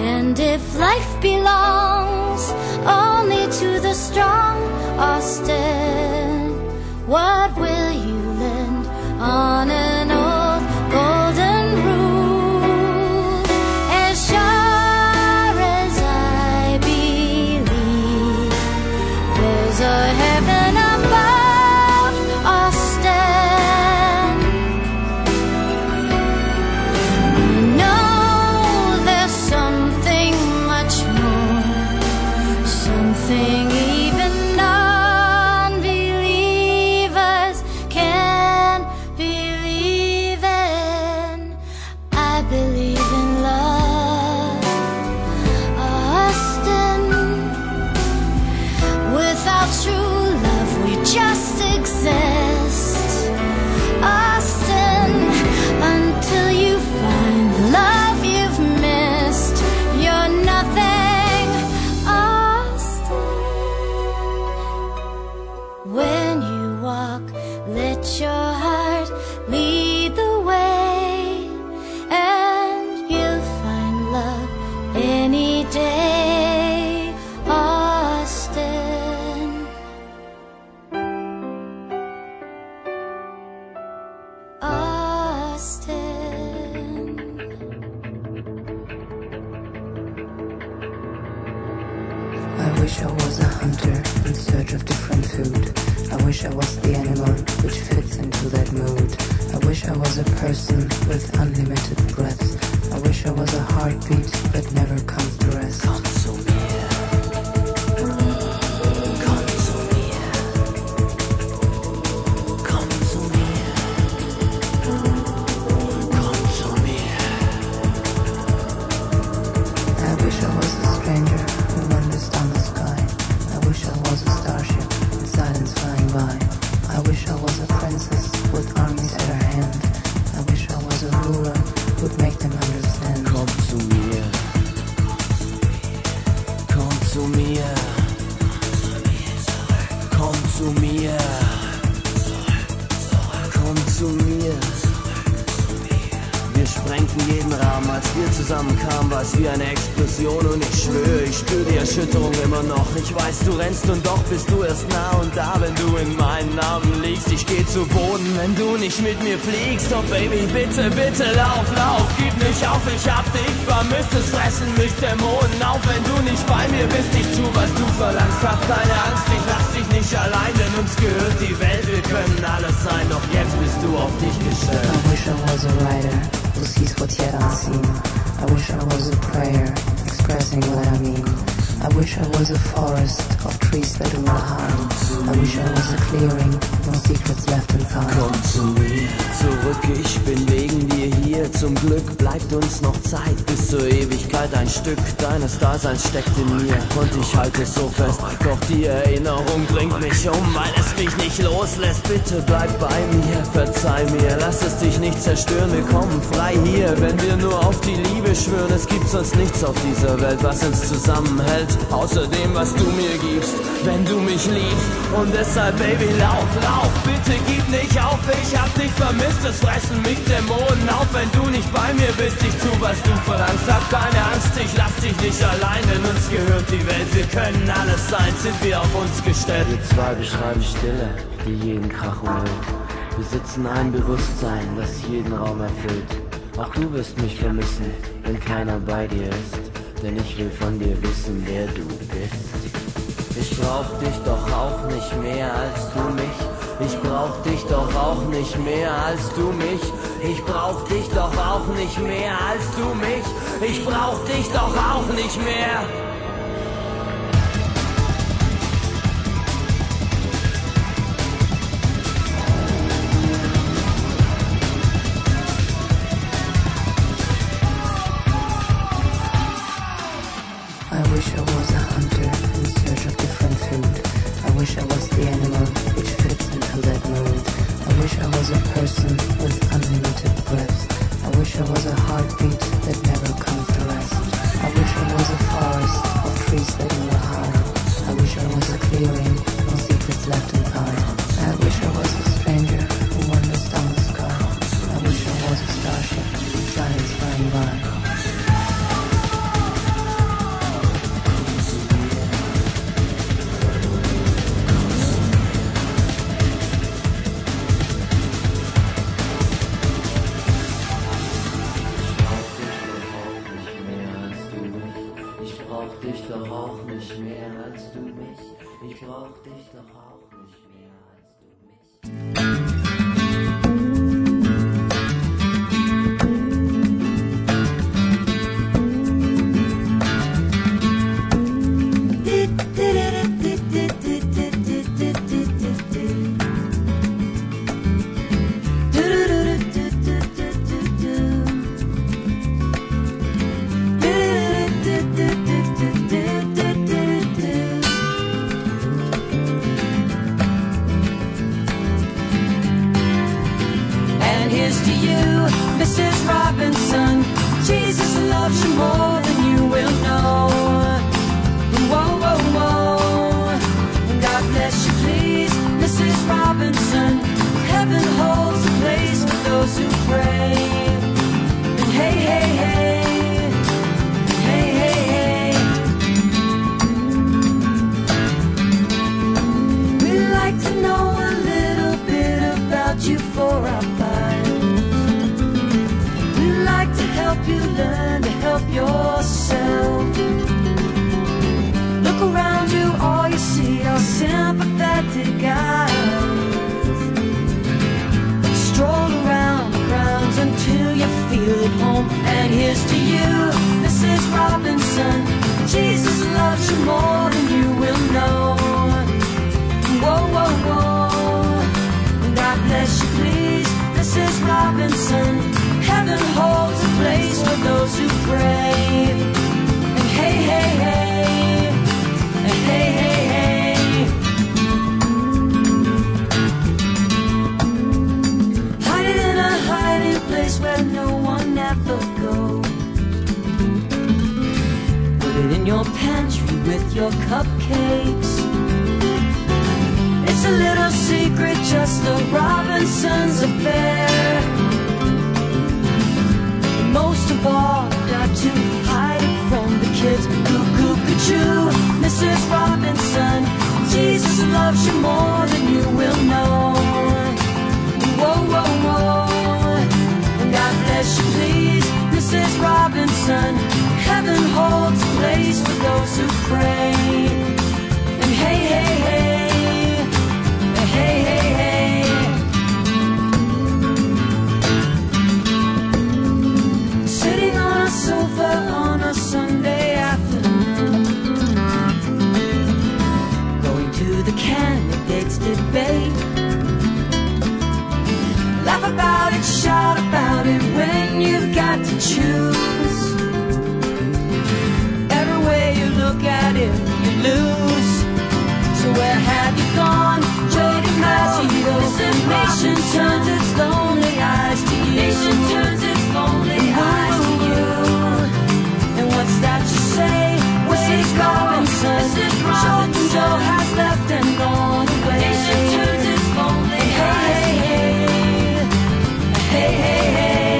And if life belongs only to the strong, Austin, what will you lend on an old golden rule? As sure as I believe there's a heaven above, Austin. No, there's something much more, something even non-believers can believe in. I believe in love, Austin. Without true love, we just exist. Austin, until you find the love you've missed, you're nothing. Austin, when you walk, let your heart lead the way, and you'll find love any day. Austin. Austin.
I wish I was a hunter in search of different food. I wish I was the animal which fits into that mood. I wish I was a person with unlimited breaths. I wish I was a heartbeat that never comes to rest. Come so near. Come so near. Come so near. Come so near. I wish I was a stranger who wanders down the sky. I wish I was a starship in silence flying by. I wish I was a princess with armies at her hand. I wish I was a ruler who'd make them understand. Come to me.
Komm zu mir. Komm zu mir. Komm zu mir. damals wir zusammenkamen, war es wie eine Explosion und ich schwöre, ich spüre die Erschütterung immer noch. Ich weiß, du rennst und doch bist du erst nah und da, wenn du in meinen Armen liegst. Ich geh zu Boden, wenn du nicht mit mir fliegst. Oh Baby, bitte, bitte lauf, lauf, gib nicht auf, ich hab dich vermisst. Es fressen mich Dämonen auf, wenn du nicht bei mir bist. Ich tu, was du verlangst, hab keine Angst, ich lass dich nicht allein, denn uns gehört die Welt, wir können alles sein, doch jetzt bist du auf dich gestellt.
I wish I was a writer who sees what yet unseen. I wish I was a prayer expressing what I mean. I wish I was a forest of trees that do not harm. I wish I was a clearing, no secrets left inside.
Komm zu mir zurück, ich bin wegen dir hier. Zum Glück bleibt uns noch Zeit bis zur Ewigkeit. Ein Stück deines Daseins steckt in mir und ich halte es so fest. Doch die Erinnerung bringt mich um, weil es mich nicht loslässt. Bitte bleib bei mir, verzeih mir, lass es dich nicht zerstören. Wir kommen frei hier, wenn wir nur auf die Liebe schwören. Es gibt sonst nichts auf dieser Welt, was uns zusammenhält, außer dem, was du mir gibst, wenn du mich liebst. Und deshalb, Baby, lauf, lauf, bitte gib nicht auf. Ich hab dich vermisst, es fressen mich Dämonen auf, wenn du nicht bei mir bist. Ich tu, was du verlangst, hab keine Angst, ich lass dich nicht allein, denn uns gehört die Welt. Wir können alles sein, sind wir auf uns gestellt. Wir zwei beschreiben Stille, die jeden Krach um umhüllt. Besitzen ein Bewusstsein, das jeden Raum erfüllt. Auch du wirst mich vermissen, wenn keiner bei dir ist. Denn ich will von dir wissen, wer du bist. Ich brauch dich doch auch nicht mehr als du mich. Ich brauch dich doch auch nicht mehr als du mich. Ich brauch dich doch auch nicht mehr als du mich. Ich brauch dich doch auch nicht mehr.
I wish I was a hunter in search of different food. I wish I was the animal which fits into that mold. I wish I was a person with unlimited breaths. I wish I was a heartbeat that never comes to rest. I wish I was a forest of trees that never harm. I wish I was a clearing, no secrets left inside. I wish I was a stranger who wanders down the sky. I wish I was a starship, silence flying by.
Ich brauch dich doch auch nicht mehr als du mich. Ich brauch dich doch auch nicht mehr als du mich.
And here's to you, Mrs. Robinson. Jesus loves you more than you will know. Whoa, whoa, whoa. God bless you, please, Mrs. Robinson. Heaven holds a place for those who pray. And hey, hey, hey. Hey, hey, hey. We'd like to know a little bit about you for our fun. We'd like to help you learn to help yourself. Look around you, all you see are sympathetic eyes. Stroll around the grounds until you feel at home. And here's to you, Mrs. Robinson. Jesus loves you more than you will know. Whoa, whoa, whoa. God bless you, please, Mrs. Robinson. Heaven holds a place for those who pray. And hey, hey, hey. And hey, hey, hey. Hiding in a hiding place where no one ever goes. Put it in your pantry with your cupcakes. It's a little secret, just the Robinsons affair. Most of all, babe. Laugh about it, shout about it when you've got to choose. Every way you look at it, you lose. So where have you gone? Jody Maggio. Listen, nation turns its lonely eyes to you. Nation turns its lonely eyes to you. And what's that you say? Mrs. Robinson. Mrs. Robinson. Joe has left and gone away. Nation turns its lonely eyes to you. Hey, hey, hey.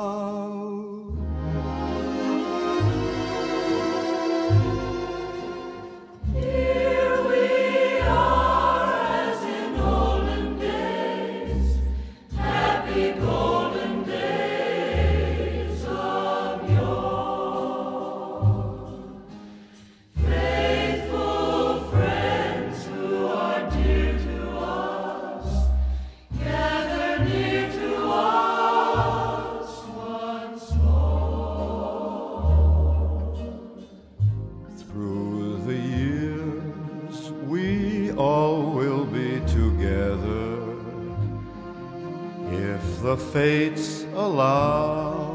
Here we are as in olden days, happy golden days of yore. Faithful friends who are dear to us, gather near to us once more.
Through the years, we all will be together. If the fates allow,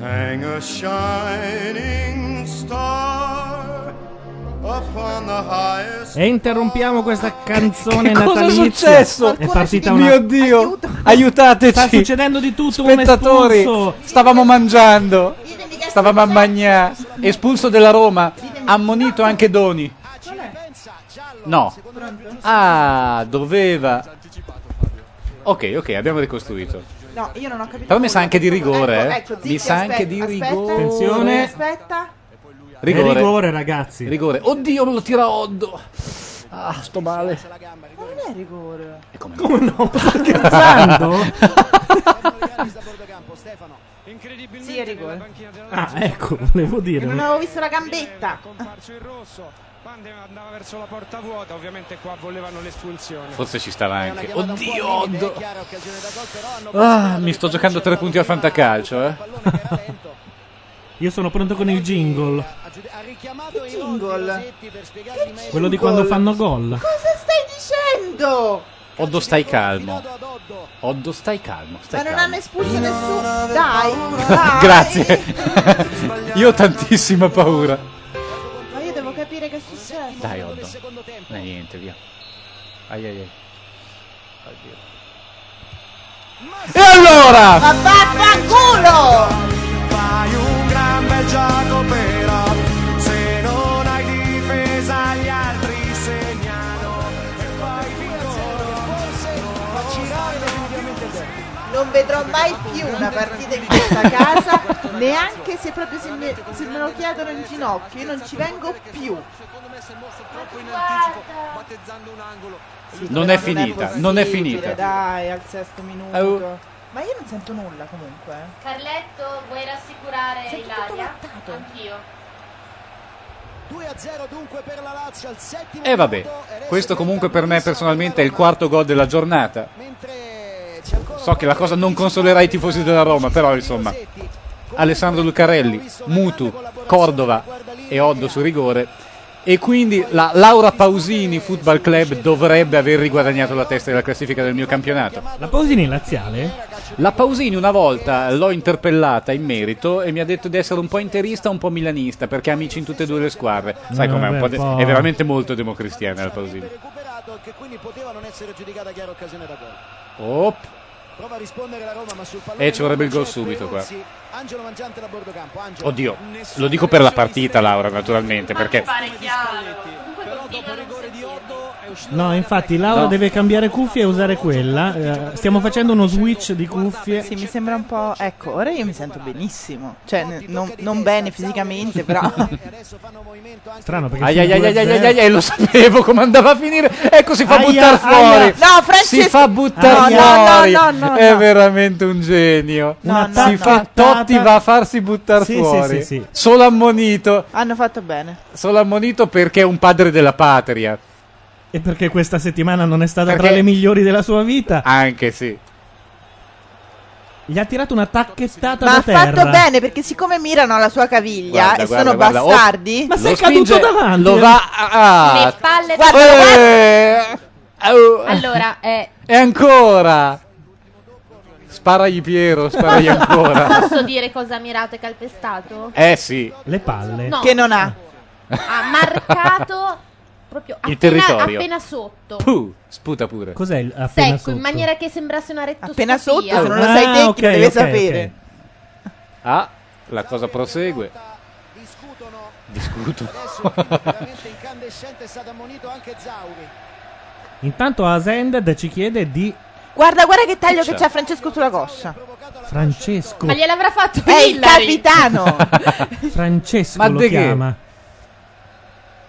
hang a shining star upon the highest.
E interrompiamo questa canzone
Che cosa è
natalizia.
successo?
È partita una.
Mio
Dio, aiutateci.
Sta succedendo di tutto. un
Spettatori,
espulso.
stavamo mangiando. Stavamo a magna. Espulso della Roma. Ammonito anche Doni.
Ah,
No. Ah, doveva. Ok, ok, abbiamo ricostruito.
No, io non ho capito.
Però mi sa anche di rigore, eh.
Ecco, zitti,
Mi sa
aspetta,
anche di
aspetta,
rigore.
Aspetta.
Rigore.
È rigore, ragazzi.
Rigore. Oddio, me lo tira Oddo. Ah, sto male.
Ma non è rigore.
Come
no? Sta
Incredibilmente
Sì, è rigore.
Ah, ecco, volevo
E
dire.
non avevo visto la gambetta.
verso la porta vuota, ovviamente qua volevano l'espulsione.
Forse ci stava anche. Oddio,
Oddio!
Ah, mi sto giocando tre punti al fantacalcio, eh.
Io sono pronto con il jingle.
Che jingle?
Quello di quando fanno gol.
Cosa stai dicendo?
Oddo, stai calmo. Oddo, stai calmo. Stai
Ma non Ah!
calmo.
hanno espulso nessuno. Dai, dai.
Grazie. Io ho tantissima paura.
Ma io devo capire che è successo.
Dai, Oddo. Eh, niente, via. Ai ai ai. Oddio. E allora?
Ma vaffanculo!
Oh, Fai un gran bel gioco però Se non hai difesa gli altri segnano E poi vincono Forse fa girare definitivamente il tempo
Non vedrò mai più una partita di questa casa, neanche se proprio se me, se me lo chiedono in ginocchio, io non ci vengo più.
Secondo me si è mosso troppo in anticipo Battezzando un angolo
Non è finita, non è
possibile,
finita.
Dai, al sesto minuto.
Au.
Ma io non sento nulla comunque. eh.
Carletto, vuoi rassicurare Ilaria? Anch'io.
2 a 0 dunque per la Lazio al settimo
E Eh, vabbè, questo comunque per me personalmente è il quarto gol della giornata. So che la cosa non consolerà i tifosi della Roma, però insomma. Alessandro Lucarelli, Mutu, Cordova e Oddo su rigore. E quindi la Laura Pausini Football Club dovrebbe aver riguadagnato la testa della classifica del mio campionato.
La Pausini è laziale?
La Pausini una volta l'ho interpellata in merito e mi ha detto di essere un po' interista, un po' milanista, perché ha amici in tutte e due le squadre. Sai
Eh,
com'è? Un po'
vabbè,
de-
un po'.
è veramente molto democristiana la Pausini.
che quindi poteva non essere giudicata chiara occasione da gol.
Op.
Prova a rispondere la Roma ma sul pallone
E ci vorrebbe il
non
gol
c'è
subito qua.
Peruzzi. Angelo Mangiante da bordo campo. Angelo.
Oddio, lo dico per la partita Laura naturalmente, perché
No, infatti Laura
No.
deve cambiare cuffie e usare quella. Eh, stiamo facendo uno switch di cuffie.
Sì, mi sembra un po'. Ecco, ora io mi sento benissimo. Cioè, n- non, non bene fisicamente, però.
Strano perché
Ai ai
sono
ai
due a
ai ai ai
zero.
ai, ai, lo sapevo come andava a finire. Ecco, si fa
Aia,
buttare
aia.
fuori.
No,
si
Francesco-
fa buttare
Aia. No, no,
fuori.
no, no,
È
no.
veramente un genio.
No,
si
no,
fa
no.
Totti va a farsi buttare
Sì, sì,
fuori.
sì, sì.
Solo ammonito,
Hanno fatto bene.
solo ammonito perché è un padre della patria.
E perché questa settimana non è stata tra
Perché-
le migliori della sua vita?
Anche sì.
Gli ha tirato una tacchettata
Ma
da
ha
terra.
fatto bene perché, siccome mirano alla sua caviglia
Guarda,
e
guarda,
sono
guarda, oh,
bastardi.
ma sei Lo caduto spinge, davanti.
Lo va a
Le
palle
Guarda,
da-
Eh, au.
Allora, eh,
E ancora. Sparagli Piero, sparagli ancora.
posso dire cosa ha mirato e calpestato?
Eh sì.
Le palle. Eh.
No. Che non ha.
ha
Ha marcato
proprio
Il
appena,
territorio.
appena sotto.
Puh, sputa pure.
Cos'è il
Secco, in maniera che sembrasse una rettoscopia.
Appena sotto, se non lo
Ah,
sai te, chi
ok,
deve
ok,
sapere.
Ah, la cosa prosegue. Discuto.
Veramente incandescente è stato ammonito anche Zauri.
Intanto Asended ci chiede di
Guarda, guarda che taglio
Cioè.
che c'ha Francesco sulla coscia.
Francesco.
Ma gliel'avrà fatto
Ecco. È il
Hillary.
capitano.
Francesco
Ma
lo
de che?
chiama.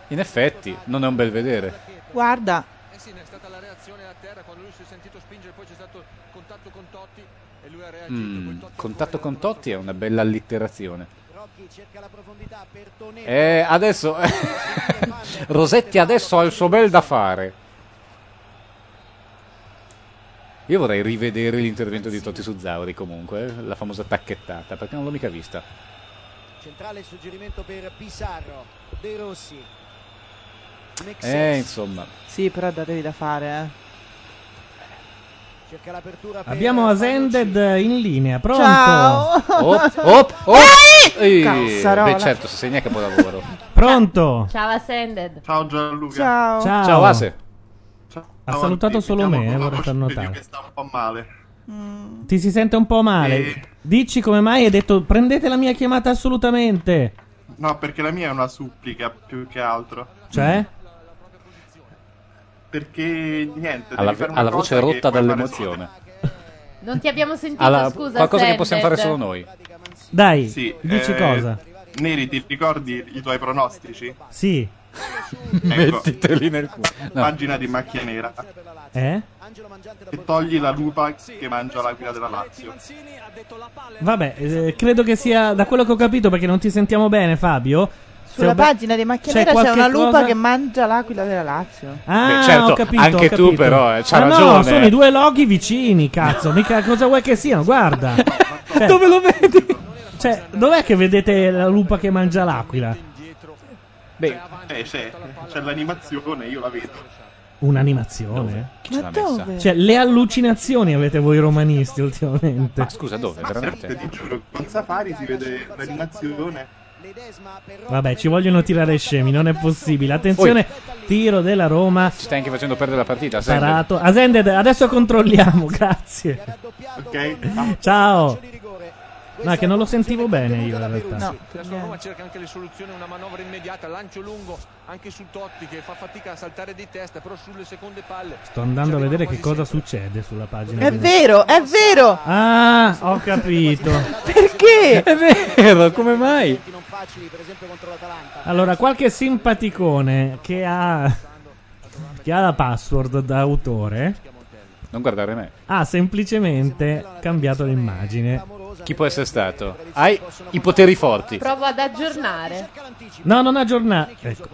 In effetti, non è un bel vedere.
Guarda.
Eh sì, è stata la reazione a terra quando lui si è sentito spingere, poi c'è stato contatto con Totti e lui ha reagito.
Mm, contatto con Totti è una bella allitterazione.
Rocchi cerca la profondità per Tonello.
Eh, adesso... Rosetti adesso ha il suo bel da fare. Io vorrei rivedere l'intervento di Totti su Zauri comunque, eh, la famosa tacchettata, perché non l'ho mica vista.
Centrale il suggerimento per Pissarro. De Rossi.
Eh, insomma.
Sì, però datevi da fare, eh.
Cerca l'apertura per
Abbiamo Asended in linea, pronto?
Ciao.
Op, op, op. Ehi,
Cazzarola.
Beh, certo, se segna capolavoro.
Pronto?
Ciao Ascended.
Ciao Gianluca.
Ciao.
Ciao.
Ciao, Ase.
Ha salutato solo me, eh, vorrei far notare.
Sta un po' male.
Mm.
Ti si sente un po' male. Dici come mai hai detto prendete la mia chiamata assolutamente.
No, perché la mia è una supplica più che altro.
Cioè?
Perché niente.
Alla,
devi fare una
alla
cosa
voce
che
rotta
puoi fare
dall'emozione.
Non ti abbiamo sentito,
Alla-
scusa.
qualcosa che
Ascended.
possiamo fare solo noi.
Dai,
Sì,
dici
eh,
cosa?
Neri, ti ricordi i tuoi pronostici? Ecco.
Sì,
Mettiteli nel culo. No.
Pagina di macchia nera.
eh?
E togli la lupa che mangia l'aquila della Lazio.
Vabbè, eh, credo che sia da quello che ho capito perché non ti sentiamo bene, Fabio.
Sulla
Se ho-
pagina di Macchia
c'è
Nera c'è
qualche
una lupa
cosa-
che mangia l'aquila della Lazio.
Ah,
Beh, certo,
ho capito,
anche
ho
tu
capito.
però, eh, c'ha
Ma No,
ragione.
sono i due loghi vicini, cazzo. Mica cosa vuoi che siano? Guarda. Dove
lo vedi?
Cioè, dov'è che vedete la lupa che mangia l'aquila?
Beh,
eh, c'è, c'è l'animazione, io la vedo.
Un'animazione?
Chi ce l'ha messa?
Cioè, le allucinazioni avete voi romanisti ultimamente.
Ma scusa, dove?
Veramente? Ti giuro, con Safari si vede l'animazione.
Vabbè, ci vogliono tirare scemi, non è possibile. Attenzione, tiro della Roma.
Ci stai anche facendo perdere la partita, Sender.
Parato. Asended, adesso controlliamo, grazie. Ciao. No, è che non lo sentivo bene io in realtà.
La sua Roma cerca anche le soluzioni, una manovra immediata, lancio lungo anche su Totti che fa fatica a saltare di testa, però sulle seconde palle.
Sto andando a vedere che cosa succede sulla pagina.
È
di-
vero, è vero.
Ah, ho capito.
Perché?
È vero, come mai?
Allora, qualche simpaticone che ha che ha la password da autore
Non guardare me.
ha semplicemente cambiato l'immagine.
Chi può essere stato? Hai i poteri forti.
Provo ad aggiornare.
No, non aggiornato. Ecco.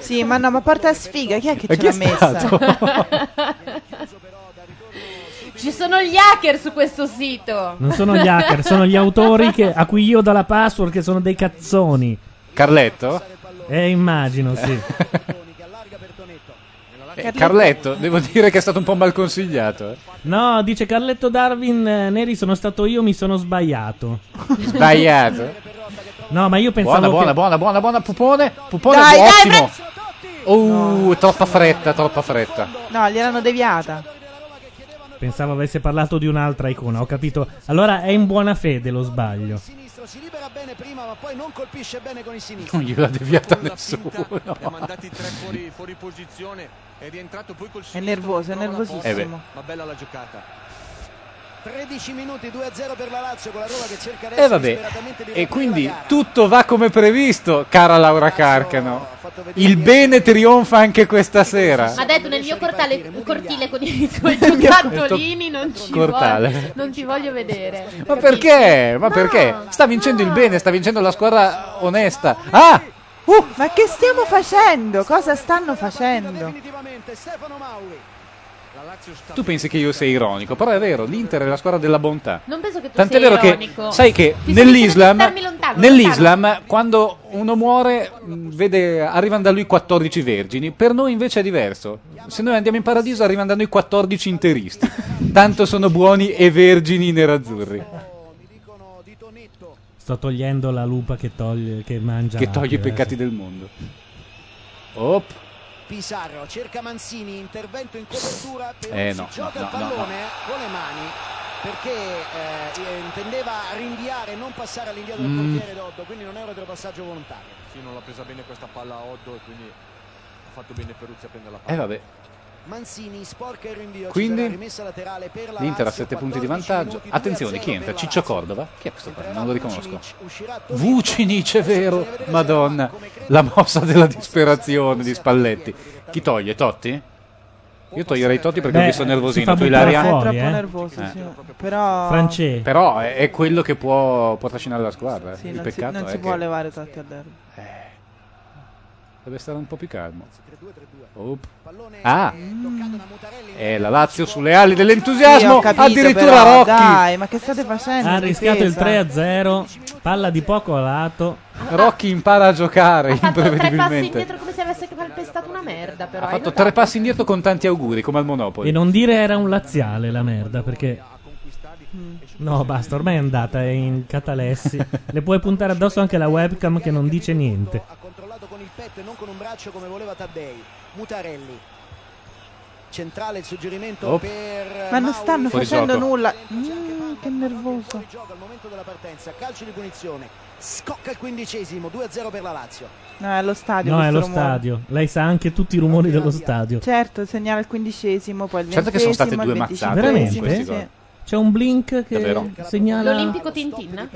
Sì, ma no, ma porta a sfiga, chi è che
Ma
ce
chi
l'ha
è
messa?
Ci sono gli hacker su questo sito.
Non sono gli hacker, sono gli autori che- a cui io do la password che sono dei cazzoni.
Carletto?
Eh, immagino, sì.
Eh, Carletto, devo dire che è stato un po' mal consigliato. eh.
No, dice Carletto Darwin eh, Neri, sono stato io, mi sono sbagliato.
Sbagliato.
No, ma io pensavo
Buona, buona, buona,
che-
buona, buona, pupone. Pupone
Dai, dai,
ottimo. Oh, troppa fretta, troppa fretta.
No, gliel'hanno deviata.
pensavo avesse parlato di un'altra icona, ho capito. Allora è in buona fede lo sbaglio.
Sinistro si libera bene prima, ma poi non colpisce bene con il sinistro.
Non gliela deviata
Con la finta
nessuno. Eh
li ha mandati tre fuori, fuori posizione, è rientrato poi col
È
sinistro,
nervoso, è
trova la
nervosissimo.
Eh beh.
porta, Ma bella la giocata.
13 minuti, 2-0 per la Lazio con la Roma che cerca
E
adesso
Eh, vabbè,
disperatamente di
e
riaprire
quindi
la gara.
tutto va come previsto, cara Laura Carcano. Il bene trionfa anche questa sera.
Ha detto nel mio cortale, cortile con i suoi giocattolini non ci,
cortale.
voglio, non ci voglio vedere.
Ma perché? Ma perché? Sta vincendo il bene, sta vincendo la squadra onesta. Ah!
Uh, ma che stiamo facendo? Cosa stanno facendo?
Tu pensi che io sia ironico, però è vero, l'Inter è la squadra della bontà.
Non penso che tu
Tant'è
sia
vero
ironico.
che, sai che
Ti sto
nell'Islam,
dicendo di starmi lontano,
nell'Islam quando uno muore, mh, vede, arrivano da lui 14 vergini. Per noi invece è diverso. Se noi andiamo in paradiso, arrivano da noi 14 interisti. Tanto sono buoni e vergini nerazzurri.
Sto togliendo la lupa che, toglie, che mangia.
Che toglie i
l'aquila,
peccati
eh, sì.
del mondo. Op.
Pizarro cerca Mansini, intervento in copertura, però
Eh,
si
no, no,
gioca il
no, no,
pallone con le mani perché eh, intendeva rinviare, non passare all'indietro del
Mm.
portiere Doddo, quindi non era un retropassaggio volontario.
Sì, non l'ha presa bene questa palla a Oddo e quindi ha fatto bene Peruzzi a prendere la palla.
Eh vabbè.
Mansini sporca il rinvio, ci
Quindi?
sarà rimessa laterale per la
L'Inter ha
Lazio,
7 punti di
14
vantaggio.
minuti, 2 a
Attenzione,
0
chi
per
entra?
la
Ciccio
Lazio.
Cordova? Chi è questo qua? Non lo riconosco. Vucinic, è
Vucinic,
vero. Madonna. La mossa della disperazione di Spalletti. Chi toglie? Totti? Io toglierei Totti perché
Beh,
ho visto
si
nervosino.
fa
Tu
buttare
Ilaria?
fuori, È troppo eh. nervoso, sì. Però- Francè.
Però è, è quello che può, può trascinare la squadra. eh.
Sì,
Il
non si,
peccato
non
è
si
che
può levare Totti al derby.
deve stare un po' più calmo. Op. Ah,
Ah,
è la Lazio sulle ali dell'entusiasmo. addirittura Rocchi.
Dai, ma che state facendo?
Ha
in
rischiato il
difesa?
3 a 0. Palla di poco lato.
Rocchi impara a giocare
Tre passi
imprevedibilmente.
indietro come se avesse calpestato una merda, però.
Ha
hai
fatto
notato?
tre passi indietro con tanti auguri, come al Monopoli.
E non dire era un laziale la merda perché.
Mm.
No, basta, ormai è andata, è in catalessi. Le puoi puntare addosso anche la webcam che non dice niente.
controllato con il petto e non con un braccio come voleva Taddei. Mutarelli. Centrale il suggerimento
Oh.
per eh,
Ma non
Mauri.
stanno facendo nulla. Mm, che nervoso.
Gioca al momento della partenza, calcio di punizione. Scocca il quindicesimo, 2-0 per la Lazio.
No, è allo stadio.
No, è
Ah, questo
lo
rumore.
stadio. Lei sa anche tutti i rumori dello stadio.
Certo, segnala il quindicesimo, poi il
Certo che sono state
ventesimo,
due
il
mazzate
venticinquesimo,
in questi
sì.
gol. C'è un blink che
Davvero?
segnala.
L'Olimpico Tintin?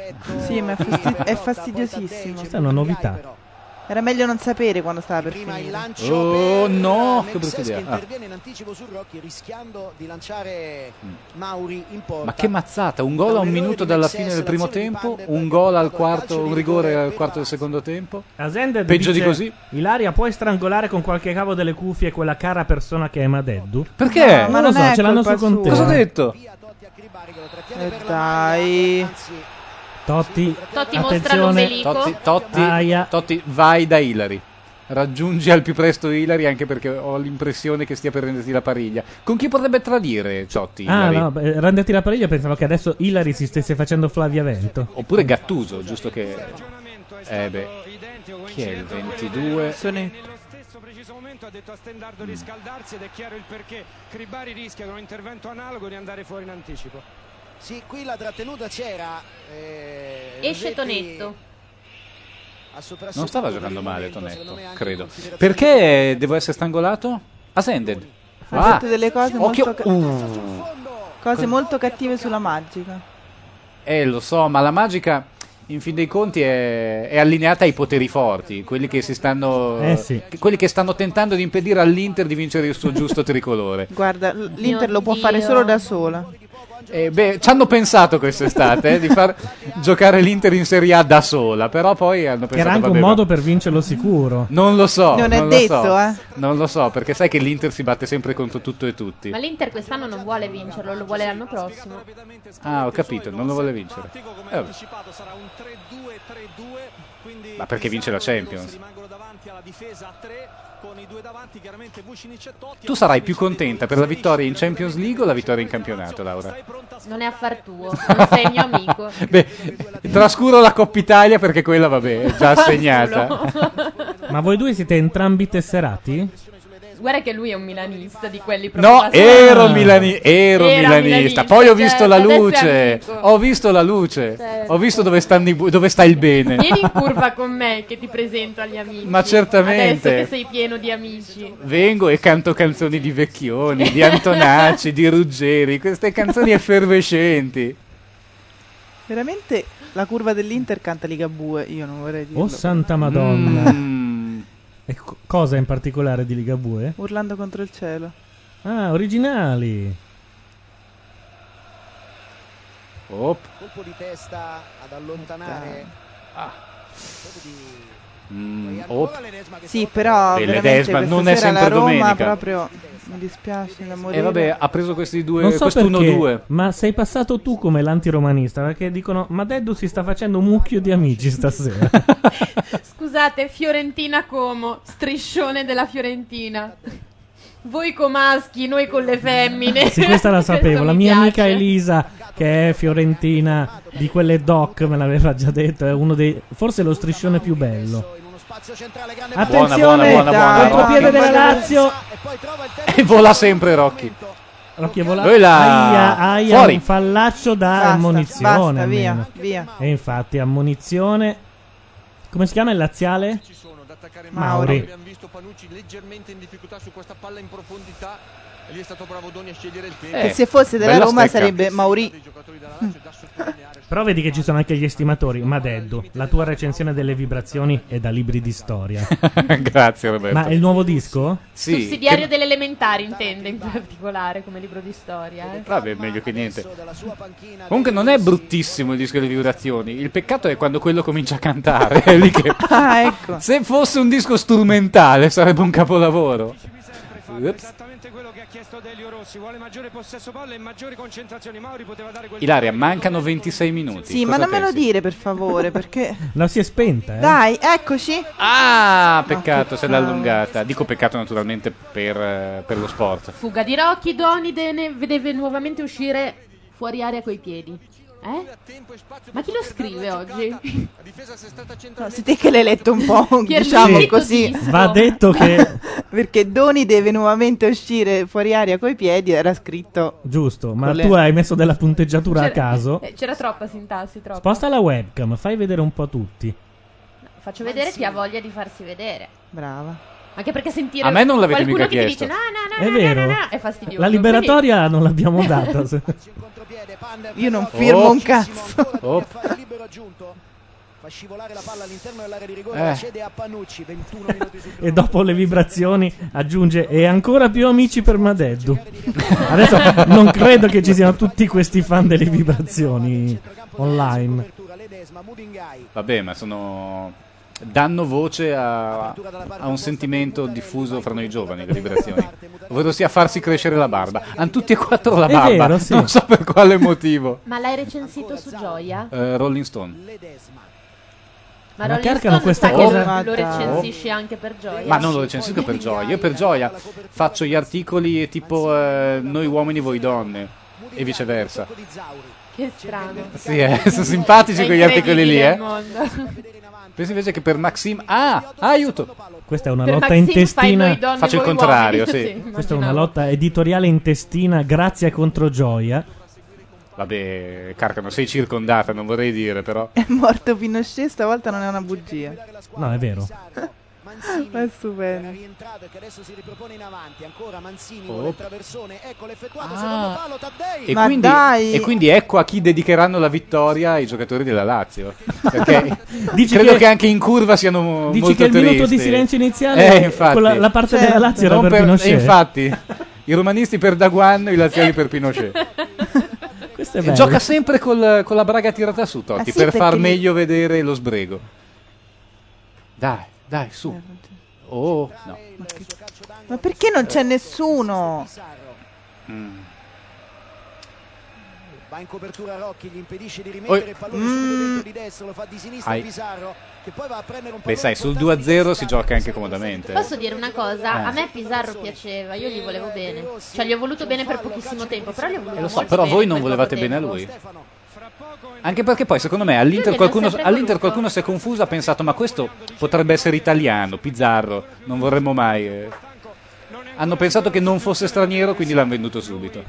Sì, ma è, fasti- è fastidiosissimo.
Questa è una novità.
Era meglio non sapere quando stava per finire.
Oh no, che brutta
Seschi
idea. Ah,
interviene in anticipo su Rocchi rischiando di lanciare Mauri in porta.
Mm. ma che mazzata, un gol a un minuto dalla fine del primo tempo, un gol al quarto, un rigore al quarto del secondo tempo.
Asende
Peggio di
dice,
così.
Ilaria, puoi strangolare con qualche cavo delle cuffie quella cara persona che è Madeddu?
Perché?
non lo so, ce l'hanno su con te.
Cosa ho detto?
Eh, dai.
Totti,
Totti mostra
Attenzione,
l'ombelico.
Totti, Totti, Totti, vai da Ilari. Raggiungi al più presto Ilari anche perché ho l'impressione che stia per renderti la pariglia. Con chi potrebbe tradire Totti
Ah,
Ilari?
no, beh, renderti la pariglia pensavo che adesso Hillary si stesse facendo Flavia Vento.
Oppure Gattuso, giusto che... Eh beh, chi è il 22?
Nello stesso preciso momento ha detto a Stendardo di scaldarsi ed è chiaro il perché. Cribari rischia con un intervento analogo di andare fuori in anticipo.
Sì, qui la trattenuta c'era. eh,
Esce
Rossetti
Tonetto.
ha soprasseduto
Non stava
per
giocando
il
male
momento, secondo
Tonetto,
me anche in
credo.
considerazione
Perché devo essere strangolato? Ascended. Ah,
Ha
Ah.
detto delle cose
Occhio.
molto, ca-
Uh.
cose molto cattive sulla magica.
Eh, lo so, ma la magica in fin dei conti è, è allineata ai poteri forti, quelli che si stanno
Eh, sì.
che- quelli che stanno tentando di impedire all'Inter di vincere il suo giusto tricolore.
Guarda, l- l'Inter lo può fare solo da sola.
Eh, beh, ci hanno pensato quest'estate eh, di far giocare l'Inter in Serie A da sola, però poi hanno
Che era
pensato
anche un
"Vabbè,
modo per vincerlo sicuro.
Non lo so,
Non è
lo
detto,
so,
eh.
Non lo so, perché sai che l'Inter si batte sempre contro tutto e tutti.
Ma l'Inter quest'anno non vuole vincerlo, lo vuole l'anno prossimo.
Ah, ho capito, non lo vuole vincere. Eh, vabbè. Ma perché vince la Champions? Tu sarai più contenta per la vittoria in Champions League o la vittoria in campionato, Laura?
Non è affar tuo, non sei mio amico.
Beh, trascuro la Coppa Italia perché quella, vabbè, è già assegnata.
Ma voi due siete entrambi tesserati?
Guarda che lui è un milanista di quelli proprio
No,
basati.
ero, milani- ero
Era
milanista.
milanista,
Poi ho visto
certo,
la
adesso è
luce.
amico.
Ho visto la luce.
Certo.
Ho visto dove, stanno i bu- dove sta il bene.
Vieni in curva con me che ti presento agli amici.
Ma certamente.
Adesso che sei pieno di amici.
Vengo e canto canzoni di Vecchioni, di Antonacci, di Ruggeri, queste canzoni effervescenti.
Veramente la curva dell'Inter canta Ligabue, io non vorrei dirlo.
Oh santa madonna.
Mm.
E co- cosa in particolare di Ligabue?
Urlando contro il cielo.
Ah, originali.
Op.
Colpo di testa ad allontanare.
Ah. Mm, op.
Sì, però
Beh,
veramente
l'Edesma non è
questa sera la
sempre
Roma
domenica.
proprio mi dispiace da morire.
E Eh, vabbè, ha preso questi due,
Non so
questo
perché,
1-2.
ma sei passato tu come l'antiromanista perché dicono ma Deddu si sta facendo un mucchio di amici stasera.
Scusate, Fiorentina Como, striscione della Fiorentina. Voi comaschi, noi con le femmine.
Sì, questa la
Questo
sapevo. La
mi
mia
piace.
amica Elisa che è fiorentina di quelle doc, me l'aveva già detto, è uno dei forse lo striscione più bello.
Buona, buona,
Attenzione,
buona, buona,
contropiede
buona.
della Lazio,
E vola sempre Rocchi.
Rocchi è volato.
Lui la-
Aia, aia,
fuori.
un fallaccio da
Basta,
ammonizione.
basta, via,
almeno.
via.
E infatti ammonizione. Come si chiama il laziale? Mauri.
Abbiamo visto Panucci leggermente in difficoltà su questa palla in profondità e lì è stato bravo Doni a scegliere il tempo.
Eh,
Che se fosse della Roma sarebbe Mauri.
Però vedi che ci sono anche gli estimatori. Ma Deddu, la tua recensione delle vibrazioni è da libri di storia.
Grazie Roberto.
Ma è il nuovo disco?
Sussidiario delle elementari intende in particolare come libro di storia. eh.
Vabbè, meglio che niente. Comunque non è bruttissimo il disco delle vibrazioni. Il peccato è quando quello comincia a cantare. È lì che-
Ah, ecco.
Se fosse un disco strumentale sarebbe un capolavoro. Ups. Ilaria, mancano 26 minuti.
Sì, ma
Cosa
non me lo
pensi?
dire per favore, perché...
La si è spenta, eh?
Dai, ecco eccoci.
Ah, peccato, se l'ha allungata. Dico peccato naturalmente per, eh, per lo sport.
Fuga di Rocchi, Doni deve, deve nuovamente uscire fuori aria coi piedi. Eh? Ma chi lo scrive oggi?
No, si te che l'hai letto un po', diciamo
Pierluigi
così.
Todisco. Va detto che-
Perché Doni deve nuovamente uscire fuori aria coi piedi, era scritto...
Giusto, ma
Con le-
tu hai messo della punteggiatura a
Cioè,
C'era-
caso.
eh, C'era troppa sintassi, troppa.
Sposta la webcam, fai vedere un po' tutti.
Faccio vedere chi ha voglia di farsi vedere.
Brava.
Anche perché sentire
A me non l'avete
qualcuno
mica
che ti
chiesto.
dice no, no, no,
È
no,
vero.
no, no, è fastidioso.
La liberatoria non l'abbiamo data. se-
Io non firmo
Oh.
un cazzo.
oh,
Fa scivolare la palla all'interno dell'area di rigore,
Eh.
la cede a Panucci, 21 minuti sul
E dopo le vibrazioni aggiunge e ancora più amici per Madeddu. Adesso non credo che ci siano tutti questi fan delle vibrazioni online.
Vabbè, ma sono. danno voce a, a un sentimento diffuso fra noi giovani, le vibrazioni. Ovvero sia farsi crescere la barba. Hanno tutti e quattro la
È
barba,
vero, sì.
non so per quale motivo.
Ma l'hai recensito su Gioia?
Eh, Rolling Stone.
Ma
Ma
Rolling
carcano
Stone
questa
sa
cosa-
che lo- lo
Oh.
recensisci anche per Gioia.
Ma non lo recensisco per gioia. Io per gioia faccio gli articoli tipo eh, noi uomini, voi donne. E viceversa.
Che strano.
Sì, eh, sono simpatici
È
quegli articoli lì,
incredibile
eh.
il mondo.
Penso invece che per Maxim. Ah, ah, aiuto!
Questa è una
Per
lotta
Maxine fai
intestina.
noi donne, Faccio il voi contrario, uomini. sì. Sì, immaginavo.
Questa è una lotta editoriale intestina, grazia contro gioia.
Vabbè, Carcano, sei circondata, non vorrei dire, però.
È morto Pinochet, stavolta non è una bugia.
No, è vero.
Ma è stupendo.
Oh.
Ecco
E,
Ma
quindi,
dai!
e quindi ecco a chi dedicheranno la vittoria i giocatori della Lazio. Perché
Dici
credo
che-
che, anche in curva siano
Dici
molto
che il
tristi.
minuto di silenzio iniziale,
Eh, infatti. Cioè,
quella- la parte della Lazio era
non
per Pinochet.
e Infatti, i romanisti per Daguan, i laziali per Pinochet.
Questo è
E
bello.
Gioca sempre col- con la braga tirata su,
Ah,
Totti,
sì,
per
perché
far
lì-
meglio vedere lo sbrego. Dai, dai,
Eh,
su. Oh, no.
Ma perché non c'è nessuno?
Mm.
Va in copertura Rocchi, gli impedisce di rimettere il pallone sul tetto di destra, lo fa di sinistra
Ai.
Pizarro, che poi va a prendere un
Beh, sai, sul 2-0 si gioca anche comodamente.
Posso dire una cosa?
Eh.
A me Pizarro piaceva, io gli volevo bene. Cioè, gli ho voluto bene per pochissimo tempo, però gli ho voluto
Eh, lo so,
molto
però
bene
voi
in
non
quel
volevate
poco
bene a
tempo.
lui. Anche perché poi, secondo me, all'Inter
Lui me l'ha
qualcuno,
sempre
all'Inter
voluto.
qualcuno si è confuso, ha pensato, ma questo potrebbe essere italiano, Pizzarro, non vorremmo mai... eh. Hanno pensato che non fosse straniero, quindi l'hanno venduto subito.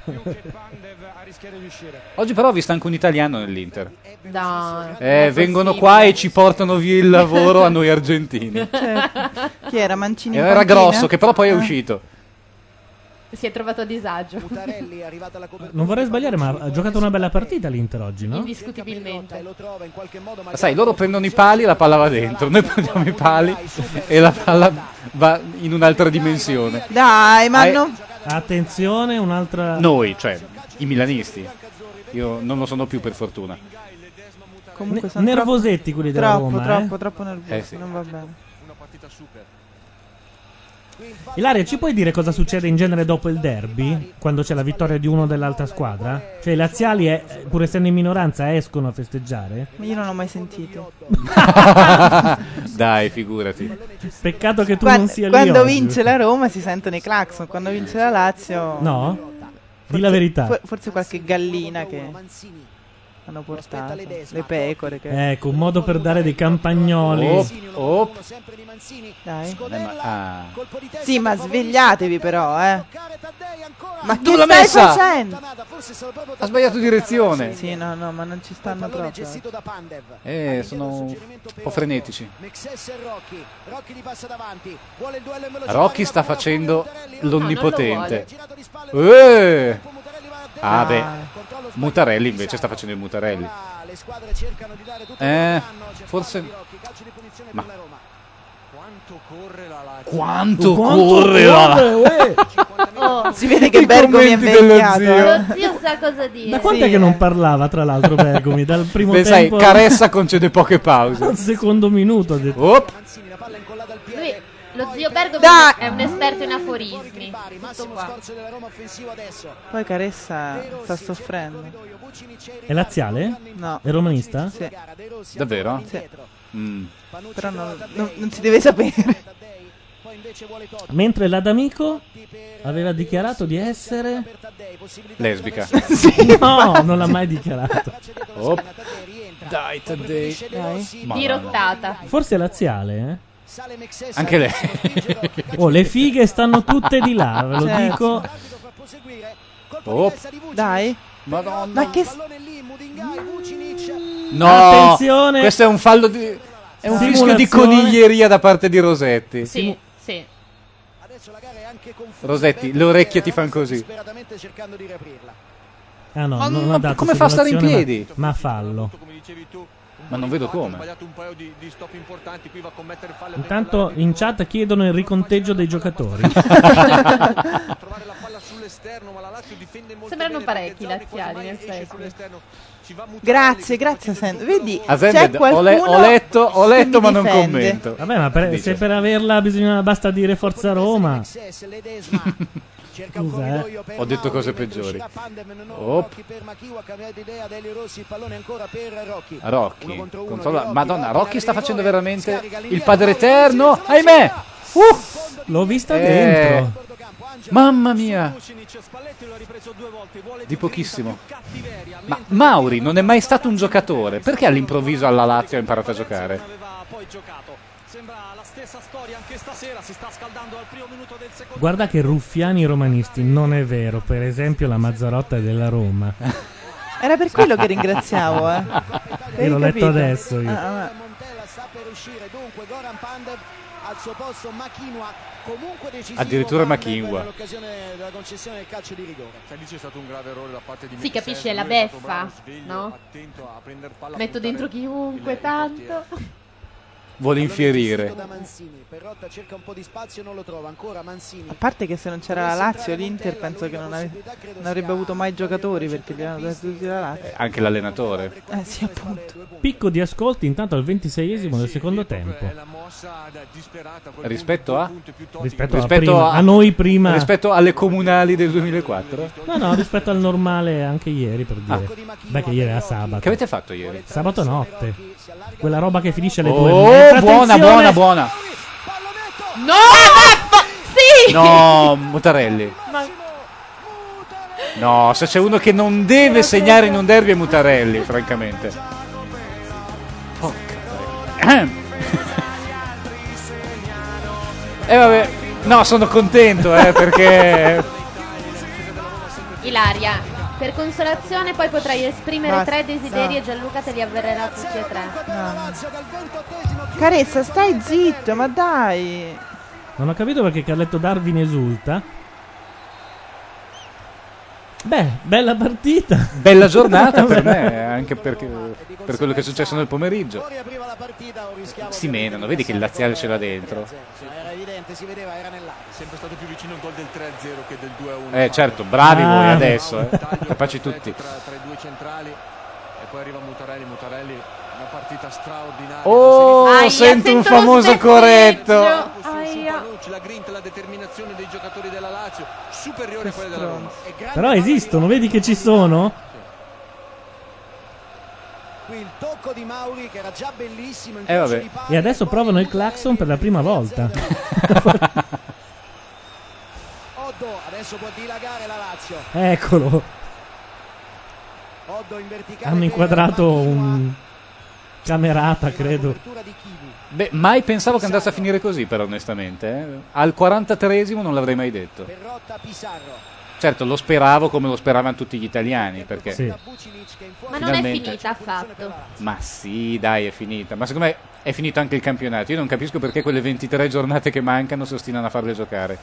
Oggi però ho visto anche un italiano nell'Inter.
Dai.
Eh, vengono qua e ci portano via il lavoro a noi argentini.
Cioè, chi era Mancini? in
Era
panchina?
grosso, che però poi è
Ah.
uscito.
Si è trovato a disagio.
Non vorrei sbagliare, ma ha giocato una bella partita l'Inter oggi, no?
Indiscutibilmente.
Ma sai, loro prendono i pali e la palla va dentro, noi prendiamo i pali e la palla va in un'altra dimensione.
Dai, ma
Eh,
non...
Attenzione, un'altra.
Noi, cioè i milanisti. Io non lo sono più per fortuna.
Comunque sono
Nervosetti quelli della
troppo,
Roma.
Troppo,
eh.
troppo nervosi,
Eh, sì.
non va bene.
Ilaria, ci puoi dire cosa succede in genere dopo il derby? Quando c'è la vittoria di uno o dell'altra squadra? Cioè, i laziali, eh, pur essendo in minoranza, escono a festeggiare?
Ma io non l'ho mai sentito.
Dai, figurati.
Peccato che tu non sia lì.
Quando
oggi.
vince la Roma si sentono i clacson, quando vince la Lazio...
No? Di la verità.
For- forse qualche gallina che hanno portato. Le pecore che...
Ecco, un modo per dare dei campagnoli.
Op,
Oh. op.
Dai.
Ah.
Sì, ma svegliatevi però, eh. Ma
Tu
che
l'ha
stai
messa?
facendo?
Ha sbagliato direzione.
Sì, no, no, ma non ci stanno proprio.
Eh, sono un po' frenetici.
Mexes e Rocchi. Rocchi gli passa davanti. Vuole il duello in velocità.
Rocky sta facendo l'onnipotente. Eh. Ah, beh. Mutarelli invece sta facendo il Mutarelli. Eh, forse. Ma
Quanto corre la Lazio?
quanto,
Quanto
corre la-
corre, uè?
Oh,
Si vede che
I
Bergomi è
commenti dello
vegliato. eh.
Lo zio sa cosa dire.
Da quanto è che non parlava, tra l'altro, Bergomi? Dal primo
Beh, sai,
tempo.
Caressa concede poche pause.
Al secondo minuto ha detto.
Lui, lo zio Bergomi
Dai!
è un esperto in aforismi. Tutto qua.
Poi Caressa sta soffrendo.
È laziale?
No.
È romanista?
Sì.
Davvero?
Sì.
Mm.
Però non, non- non si deve sapere.
Mentre l'Adamico aveva dichiarato di essere.
Lesbica.
no, non l'ha mai dichiarato.
Oh. Dai, Taddei. Madonna.
Dirottata.
Forse è laziale, eh?
Anche lei.
Oh, le fighe stanno tutte di là, ve lo
Certo.
dico.
Oh.
Dai.
Madonna.
Ma che...
No,
Attenzione.
questo è un fallo di. È un
Simulazione.
fischio di coniglieria da parte di Rosetti.
Sì, sì.
Rosetti, le orecchie ti fanno così.
Ah no,
Ma-
non
ma
ha dato
come fa a stare in
segnalazione,
piedi?
Ma, ma fallo.
Ma non vedo come.
Intanto in chat chiedono il riconteggio dei giocatori.
Sembrano parecchi i laziali, in effetti.
Grazie, grazie Ascend. Vedi,
Ascended,
c'è
ho,
qualcuno...
le- ho letto, ho
che
letto
mi
ma non
difende.
commento.
Vabbè, ma per- se per averla bisogna basta dire Forza Roma. Scusa, eh.
Ho detto cose peggiori. Oh, Rocchi. Controlla. Madonna, Rocchi sta facendo veramente il padre eterno. Ahimè! Uh!
L'ho vista
Eh.
dentro.
Mamma mia! Di pochissimo. Ma Mauri non è mai stato un giocatore. Perché all'improvviso alla Lazio ha imparato a giocare?
Guarda che ruffiani romanisti, non è vero. Per esempio la Mazzarotta è della Roma.
Era per quello che ringraziavo, eh.
Io l'ho letto
Hai capito?
adesso io.
Ah, ah,
Al suo posto Machinua, comunque decisivo.
Addirittura
Van
Machinua.
Nell'occasione della concessione del calcio di rigore.
Si capisce è la beffa, no? Metto dentro chiunque tanto.
Vuole infierire.
Da Mansini, Perrotta cerca un po' di spazio e non lo trova ancora Mansini.
A parte che se non c'era la Lazio, l'Inter penso che non, ave- non avrebbe avuto mai giocatori perché gli hanno dato tutti la Lazio.
Anche l'allenatore.
Eh sì, appunto.
Picco di ascolti intanto al 26esimo del secondo tempo.
Rispetto a?
Rispetto, alla prima- a noi prima.
Rispetto alle comunali del 2004.
No, no, rispetto al normale anche ieri per dire. Beh, che ieri era sabato.
Che avete fatto ieri?
Sabato notte. Quella roba che finisce alle due. e mezza.
Oh, buona,
Attenzione!
buona, buona.
No! Sì!
No, Mutarelli. No, se c'è uno che non deve segnare in un derby è Mutarelli, francamente. Porca miseria. E vabbè, no, sono contento, eh, perché...
Ilaria, per consolazione poi potrai esprimere
Basta.
tre desideri e Gianluca te li avvererà tutti e tre.
Carezza, stai zitto, ma dai.
Non ho capito perché Carletto Darwin esulta. Beh, bella partita.
Bella giornata per me, Eh, anche perché, per quello che è successo nel pomeriggio. Si menano, vedi che il laziale ce l'ha dentro.
Era evidente, si vedeva, era nell'aria. Sempre stato più vicino al gol del 3-0 che del 2-1.
Eh certo, bravi voi
Ah.
adesso, eh. capaci tutti.
tra i due centrali e poi arriva Mutarelli, Mutarelli una partita straordinaria.
Oh,
Aia,
sento un
sento lo
famoso
sbeffeggio.
corretto.
Aia.
La grinta, la determinazione dei giocatori della Lazio superiore a quella della Roma. E grande
Però esistono, vedi che ci sono?
Qui il tocco di Mauri che era già bellissimo.
Eh, vabbè.
E adesso provano il clacson per la prima volta.
Oddo, adesso può dilagare la Lazio.
Eccolo.
Oddo in verticale.
Hanno inquadrato un camerata, credo.
Beh, mai pensavo che andasse a finire così, però, onestamente. eh. Al 43esimo non l'avrei mai detto. Certo, lo speravo come lo speravano tutti gli italiani, perché...
Ma non è
Finalmente.
finita affatto.
Ma sì, dai, è finita. Ma secondo me è finito anche il campionato. Io non capisco perché quelle 23 giornate che mancano si ostinano a farle giocare.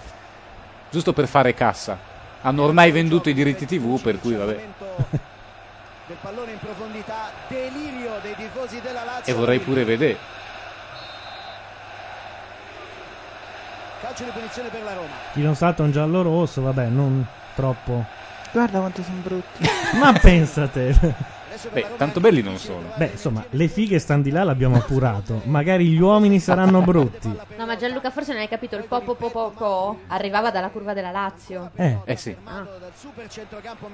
Giusto per fare cassa. Hanno ormai venduto i diritti TV, per cui vabbè.
Del pallone in profondità, delirio dei tifosi della Lazio.
E vorrei pure vedere.
Calcio di punizione per la Roma.
Chi non salta un giallo rosso, vabbè, non troppo.
Guarda quanto sono brutti.
Ma pensate.
Beh, tanto belli non sono.
Beh, insomma, le fighe stan di là l'abbiamo appurato. Magari gli uomini saranno brutti.
No, ma Gianluca, forse non hai capito. Il popo popo co arrivava dalla curva della Lazio. Ah.
Eh.
sì.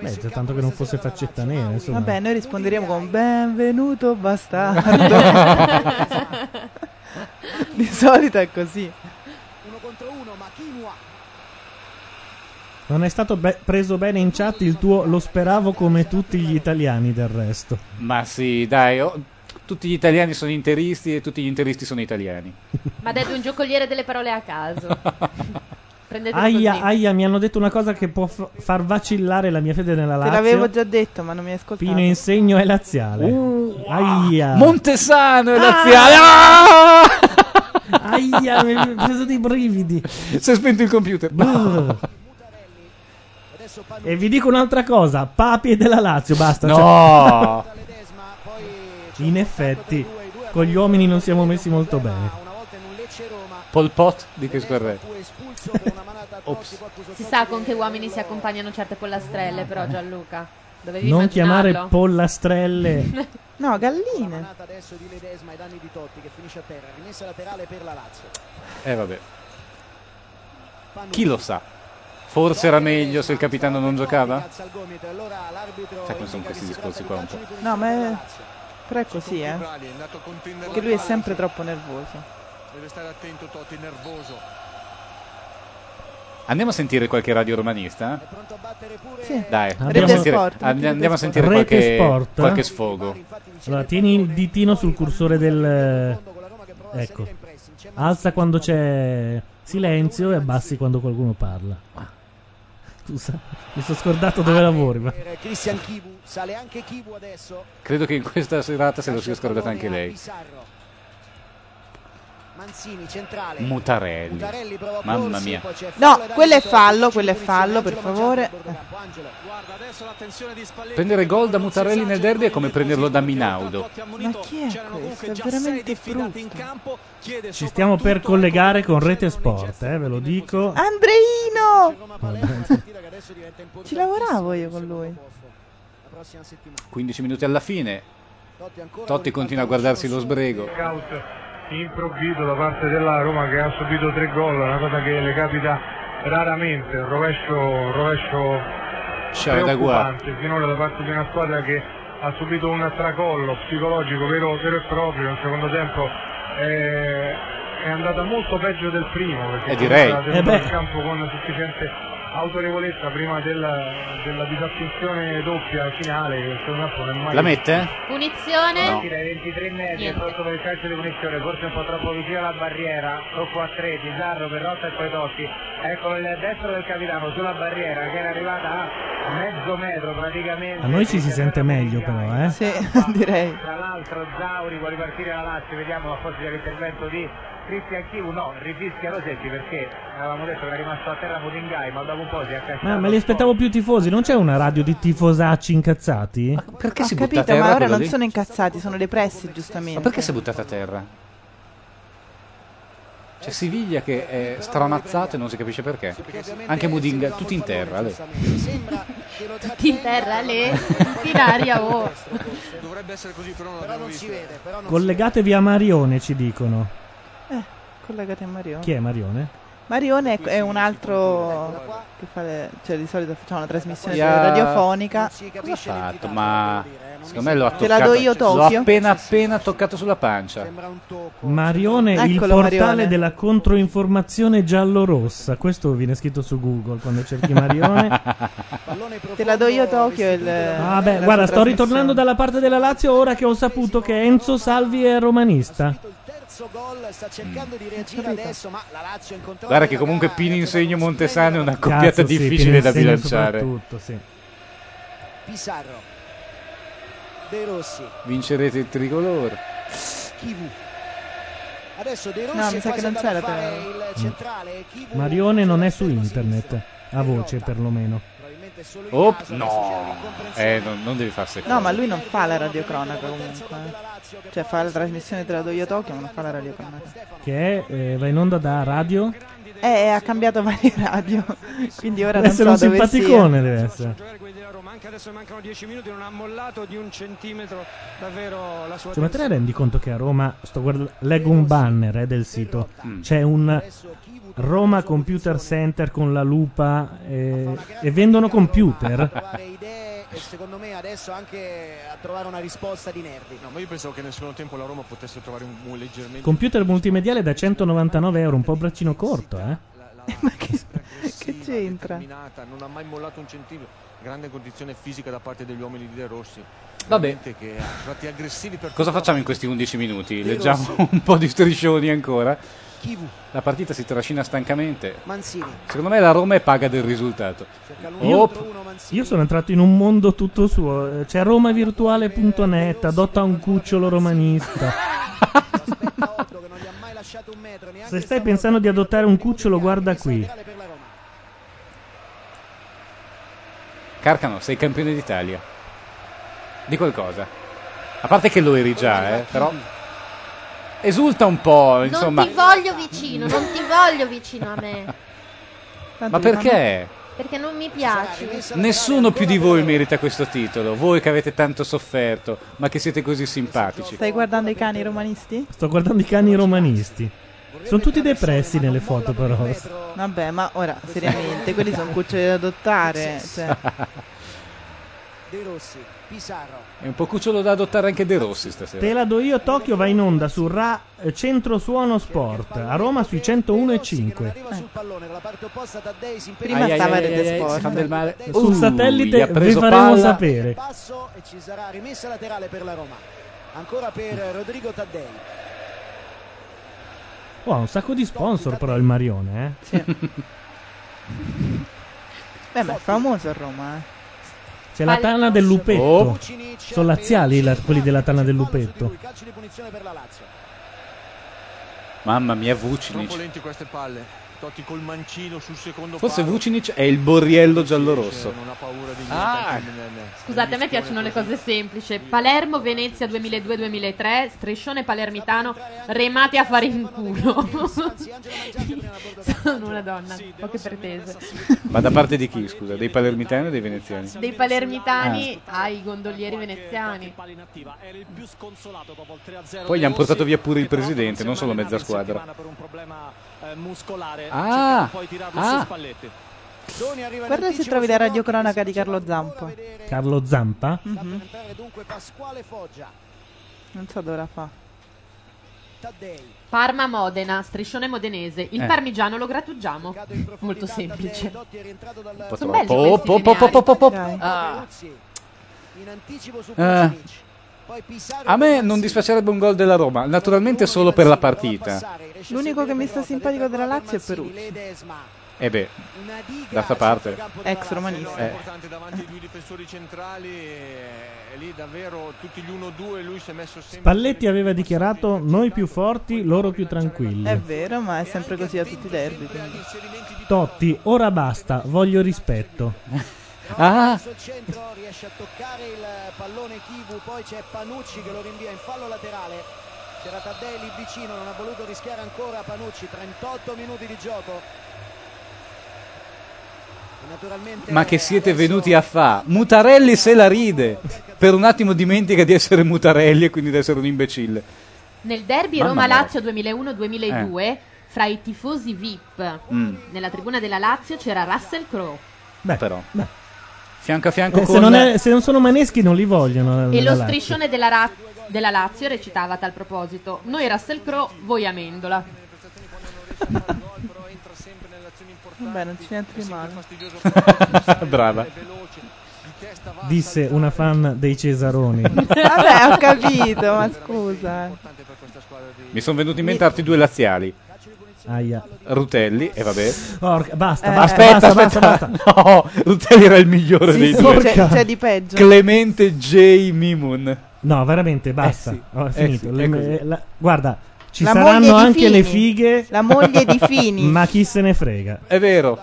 Beh, già tanto che non fosse faccetta nera, insomma.
Vabbè, noi risponderemo con benvenuto bastardo. Di solito è così.
Non è stato be- preso bene in chat il tuo lo speravo come tutti gli italiani del resto.
Ma sì, dai. oh, tutti gli italiani sono interisti e tutti gli interisti sono italiani.
Ma detto un giocoliere delle parole a caso. Prendetelo
Aia,
così.
aia, mi hanno detto una cosa che può f- far vacillare la mia fede nella
Te
Lazio.
l'avevo già detto, Uh, ma non mi hai ascoltato.
Pino Insegno è laziale. aia.
Montesano è
Ah!
laziale.
Aia,
Ah! mi mi ha preso dei brividi.
Si è spento il computer.
e vi dico un'altra cosa, Papi è della Lazio, basta.
No.
cioè. In effetti, con gli uomini non siamo messi molto bene.
Pol Pot di che squadra è?
Ops. Si sa con che uomini si accompagnano certe pollastrelle, però, Gianluca. Dovevi
Non
immaginarlo.
chiamare pollastrelle.
No, galline.
Adesso di Ledesma e danni di Totti che finisce a terra. Rimessa laterale per la Lazio.
Eh vabbè. Chi lo sa? Forse era meglio se il capitano non giocava? Sai come sono questi discorsi qua un po'.
No, ma è... Però è così, eh. Che lui è sempre troppo nervoso.
Deve stare attento Totti, nervoso.
Andiamo a sentire qualche radio romanista? eh?
Sì.
Dai,
Abbiamo-
andiamo a sentire,
Rete Sport,
and- andiamo a sentire
Rete
qualche,
Sport. eh?
qualche sfogo.
Allora, tieni il ditino sul cursore del. Ecco. Alza quando c'è silenzio e abbassi quando qualcuno parla. Ah, Scusa, mi sono scordato dove lavori. Ma...
Per Christian Kivu, sale anche Kivu adesso.
Credo che in questa serata se lo sia scordata anche lei.
Pizarro. Manzini centrale.
Mutarelli. Mamma mia.
No, quello è fallo, quello è fallo, per favore.
Prendere gol da Mutarelli nel derby è come prenderlo da Minaudo.
Ma chi è questo? È veramente brutto.
Ci stiamo per collegare con Rete Sport, eh, ve lo dico.
Andreino!
Vabbè.
Ci lavoravo io con lui.
15 minuti alla fine. Totti continua a guardarsi lo sbrego.
Out improvviso da parte della Roma che ha subito tre gol, una cosa che le capita raramente, un rovescio, un rovescio
Ciao Cioè, da qua.
preoccupante finora da parte di una squadra che ha subito un tracollo psicologico vero, vero e proprio nel secondo tempo eh, è andata molto peggio del primo perché
Eh, direi.
ha
Eh,
tenuto
beh.
il campo con sufficiente autorevolezza prima della, della disattenzione doppia finale che secondo me non è mai
La mette?
Punizione.
No.
Dai 23 metri,
Niente.
pronto per il calcio di punizione, forse un po' troppo vicino alla barriera, troppo a 3, Pizarro, Perrotta e poi Totti. Ecco il destro del capitano sulla barriera che era arrivata a mezzo metro praticamente.
A noi ci si sente meglio, però, eh?
Sì, direi.
Tra l'altro Zauri vuole ripartire la Lazio, vediamo a forza dell'intervento di Cristian Chivu, no, rifischia Rosetti perché avevamo detto che era rimasto a terra Mutingai, ma dopo un po' si è accasciato.
Ma me li aspettavo più tifosi, non c'è una radio di tifosacci incazzati?
Ah, Perché si
Ho
butta a
capito,
terra
ma ora
quello
non
lì?
sono incazzati, sono depressi, giustamente.
Ma perché si è buttata a terra? C'è Siviglia che è stramazzato e non si capisce perché. Anche Mudinga, tutti in terra. Ale.
Tutti in terra, le. Tutti in aria, oh.
Dovrebbe essere così, però non l'abbiamo visto.
Collegatevi a Marione, ci dicono.
Collegate Eh, a Mario.
Chi è Marione?
Marione è, è un altro che fa le- cioè di solito facciamo una trasmissione
Ya-
radiofonica.
Cosa ha fatto? Ma secondo me lo ha
Te
toccato.
la do io,
L'ho
Tokyo.
appena appena toccato sulla pancia.
Marione, il
Eccolo,
portale
Marione.
della controinformazione giallorossa. Questo viene scritto su Google quando cerchi Marione.
Te la do io Tokyo e il
Ah, beh, guarda, sto ritornando dalla parte della Lazio ora che ho saputo che Enzo Salvi è romanista.
Terzo gol, sta cercando di reagire adesso, ma la Lazio è in controllo.
Guarda che comunque Pini Insegno Montesano è una
Cazzo,
coppiata
sì,
difficile da
Pini Insegno
bilanciare.
soprattutto, sì.
Pissarro. De Rossi.
Vincerete il tricolore.
Kivu. Adesso De Rossi
No,
è
mi sa che
quasi
non c'era
andato a fare
te.
il centrale. Kivu
Marione non è su internet, a voce perlomeno.
probabilmente solo in
Oh,
caso, adesso
no.
c'è
Eh, non, non devi farse
No, ma lui non fa la radiocronaca comunque. eh. Cioè fa la trasmissione Te la do io Tokyo, ma non fa la radiocronaca.
Che eh, va in onda da radio.
Eh, ha cambiato varie radio. Quindi ora
Deve
non so
essere un
dove sia.
simpaticone, deve essere. Cioè, ma te ne rendi conto che a Roma, sto guarda- leggo un banner eh, del sito, c'è un Roma Computer Center con la lupa eh, e vendono computer.
eh, e secondo me adesso anche a trovare una risposta di Nervi.
No, ma io pensavo che nel secondo tempo la Roma potesse trovare un, un leggermente
Computer multimediale da 199 euro, un po' braccino corto, eh.
Che c'entra?
camminata, non ha mai mollato un centimetro. Grande condizione fisica da parte degli uomini di De Rossi.
Vabbè.
Veramente Che ha tratti aggressivi per
Cosa facciamo in questi 11 minuti? Leggiamo un po' di striscioni ancora. La partita si trascina stancamente.
Mancini.
Secondo me la Roma è paga del risultato. Oh,
Io,
Op.
io sono entrato in un mondo tutto suo. eh, C'è romavirtuale.net, adotta un cucciolo romanista. Se stai pensando di adottare un cucciolo, guarda qui.
Carcano, sei campione d'Italia. Di qualcosa. A parte che lo eri già, eh, però... Esulta un po', insomma.
Non ti voglio vicino, non ti voglio vicino a me.
Ma perché?
Perché non mi piaci.
Nessuno più di voi merita questo titolo, voi che avete tanto sofferto, ma che siete così simpatici.
Stai guardando i cani romanisti?
Sto guardando i cani romanisti. Sono tutti depressi nelle foto, però.
Vabbè, ma ora seriamente, quelli sono cuccioli da adottare, cioè.
De Rossi, Pissarro.
È un po' cucciolo da adottare anche De Rossi stasera.
Te la do io, Tokyo va in onda su Ra eh, Centro Suono Sport a Roma sui 101 e 5.
Prima
Ai, ai,
stava
ai,
Rete
ai, ai,
Sport.
si fa del male.
Sul
Uh, gli
satellite
ha
vi
preso
faremo
palla.
sapere.
Passo e ci sarà rimessa laterale per la Roma. Ancora per Rodrigo Taddei.
Oh, ha un sacco di sponsor, però, il Marione, eh.
Beh, Eh, ma è famoso a Roma, eh.
C'è la tana del lupetto.
Oh.
Sono laziali la- quelli della tana del lupetto.
Calcio di punizione per la Lazio.
Mamma mia,
Troppo
Vucinic.
lenti queste palle. Totti col mancino sul secondo
Forse
palo.
Vucinic è il borriello giallorosso.
Non ha paura di niente.
Ah.
anche nel- nel-
Scusate, a me piacciono le cose semplici. Palermo, Venezia 2002-2003, striscione palermitano, remate a fare in culo. Sono una donna, poche pretese.
Ma da parte di chi, scusa? Dei palermitani o dei veneziani? Ah,
Dei palermitani ai gondolieri veneziani.
Poi gli hanno portato via pure il presidente, non solo mezza squadra.
eh,
Ah, ah.
Guarda se trovi la radiocronaca di Carlo Zampa.
Carlo Zampa?
Mhm.
Entrare dunque Pasquale Foggia.
Non so dove la fa.
Taddei.
Parma Modena, striscione modenese. Il
Eh.
parmigiano lo grattugiamo. Molto semplice.
po'
Sono
troppo.
belli questi
Oh, oh,
lineari.
oh, oh, oh, oh. Dai.
Ah. In anticipo su
Eh,
Pucinic. Poi Pissarro.
a me non dispiacerebbe un gol della Roma, naturalmente solo per la partita.
L'unico che mi sta simpatico della Lazio è Peruzzi.
E Eh beh, d'altra parte.
Ex romanista.
Eh.
È importante davanti ai due difensori centrali. eh, E lì davvero tutti gli 1-2. Lui si è messo sempre.
Palletti aveva dichiarato noi più forti, loro più
È
tranquilli.
vero, ma è sempre così a tutti i derby. quindi.
Totti, ora basta, voglio rispetto.
Ah,
Sul centro riesce a toccare il pallone Kivu, poi c'è Panucci che lo rinvia in fallo laterale. C'era Taddei lì vicino, non ha voluto rischiare ancora Panucci, 38 minuti di gioco. E naturalmente
ma che siete venuti a fa? Mutarelli se la ride. Per un attimo dimentica di essere Mutarelli e quindi di essere un imbecille.
Nel derby
Mamma
Roma-Lazio
mia.
Eh.
2001-2002,
fra i tifosi VIP
Mm.
nella tribuna della Lazio c'era Russell Crowe.
Beh, però. Fianco a fianco
Eh,
con...
se, non è- se non sono maneschi non li vogliono. eh,
E
la
lo
Lazio.
striscione della, Ra- della Lazio recitava a tal proposito: Noi Russell Crowe, voi Amendola.
Vabbè, non c'è niente di male.
Brava.
Disse una fan dei Cesaroni.
Vabbè, ho capito, ma scusa. eh.
Mi sono venuti in mente altri due laziali.
Aia.
Rutelli, e vabbè.
Porca- basta,
Eh,
basta,
aspetta,
basta,
aspetta.
basta,
No, Rutelli era il migliore
Sì,
dei
sì,
due.
c'è-
c'è di peggio.
Clemente J. Mimun.
No, veramente, basta.
Eh sì,
Ho
eh
finito.
sì,
Le-
è così.
la- guarda, ci
La moglie
saranno
di
anche le
Fini.
fighe.
La moglie di Fini.
Ma chi se ne frega?
È vero.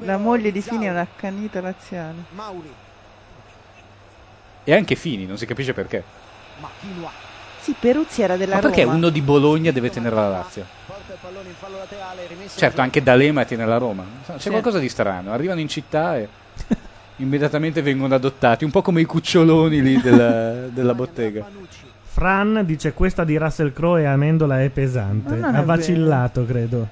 La moglie di Fini è una accanita razziale.
E anche Fini, non si capisce perché.
Sì, Peruzzi era della
Ma perché
Roma.
uno di Bologna deve tenere la Lazio? Certo, anche D'Alema tiene la Roma. C'è
Sì.
qualcosa di strano. Arrivano in città e immediatamente vengono adottati, un po' come i cuccioloni lì della, della bottega.
Fran dice questa di Russell Crowe e Amendola è pesante.
Ma non è
ha vacillato, credo.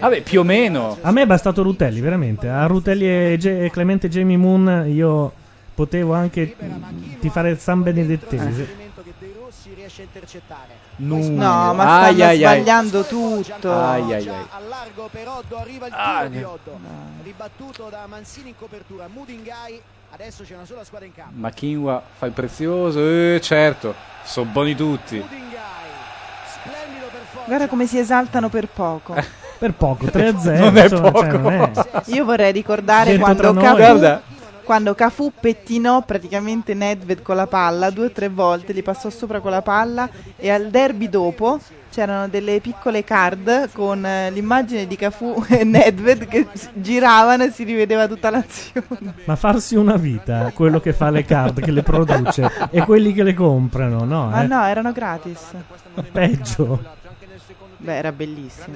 Vabbè, più o meno.
A me è bastato Rutelli, veramente. A Rutelli e, Ge- e Clemente Jamie Moon io potevo anche ti fare il San Benedettese.
No,
No, ma stanno
Ai, ai, ai.
sbagliando tutto.
Ai, ai, ai.
Ah,
Ribattuto da Mansini in copertura, Mudingai, adesso c'è una sola squadra in campo.
Ma Kingwa fa il prezioso? Eh, certo, sono buoni tutti.
Guarda come si esaltano per poco.
Per poco, 3-0.
Non è
insomma, cioè,
poco.
non è-
Io vorrei ricordare
Detto tra
quando
noi.
Cafu,
Guarda.
quando Cafu pettinò praticamente Nedved con la palla due o tre volte, gli passò sopra con la palla e al derby dopo c'erano delle piccole card con eh, l'immagine di Cafu e Nedved che s- giravano e si rivedeva tutta l'azione.
Ma farsi una vita, quello che fa le card, che le produce e quelli che le comprano, no?
Ma
eh.
no, erano gratis.
Peggio.
Beh, era bellissimo.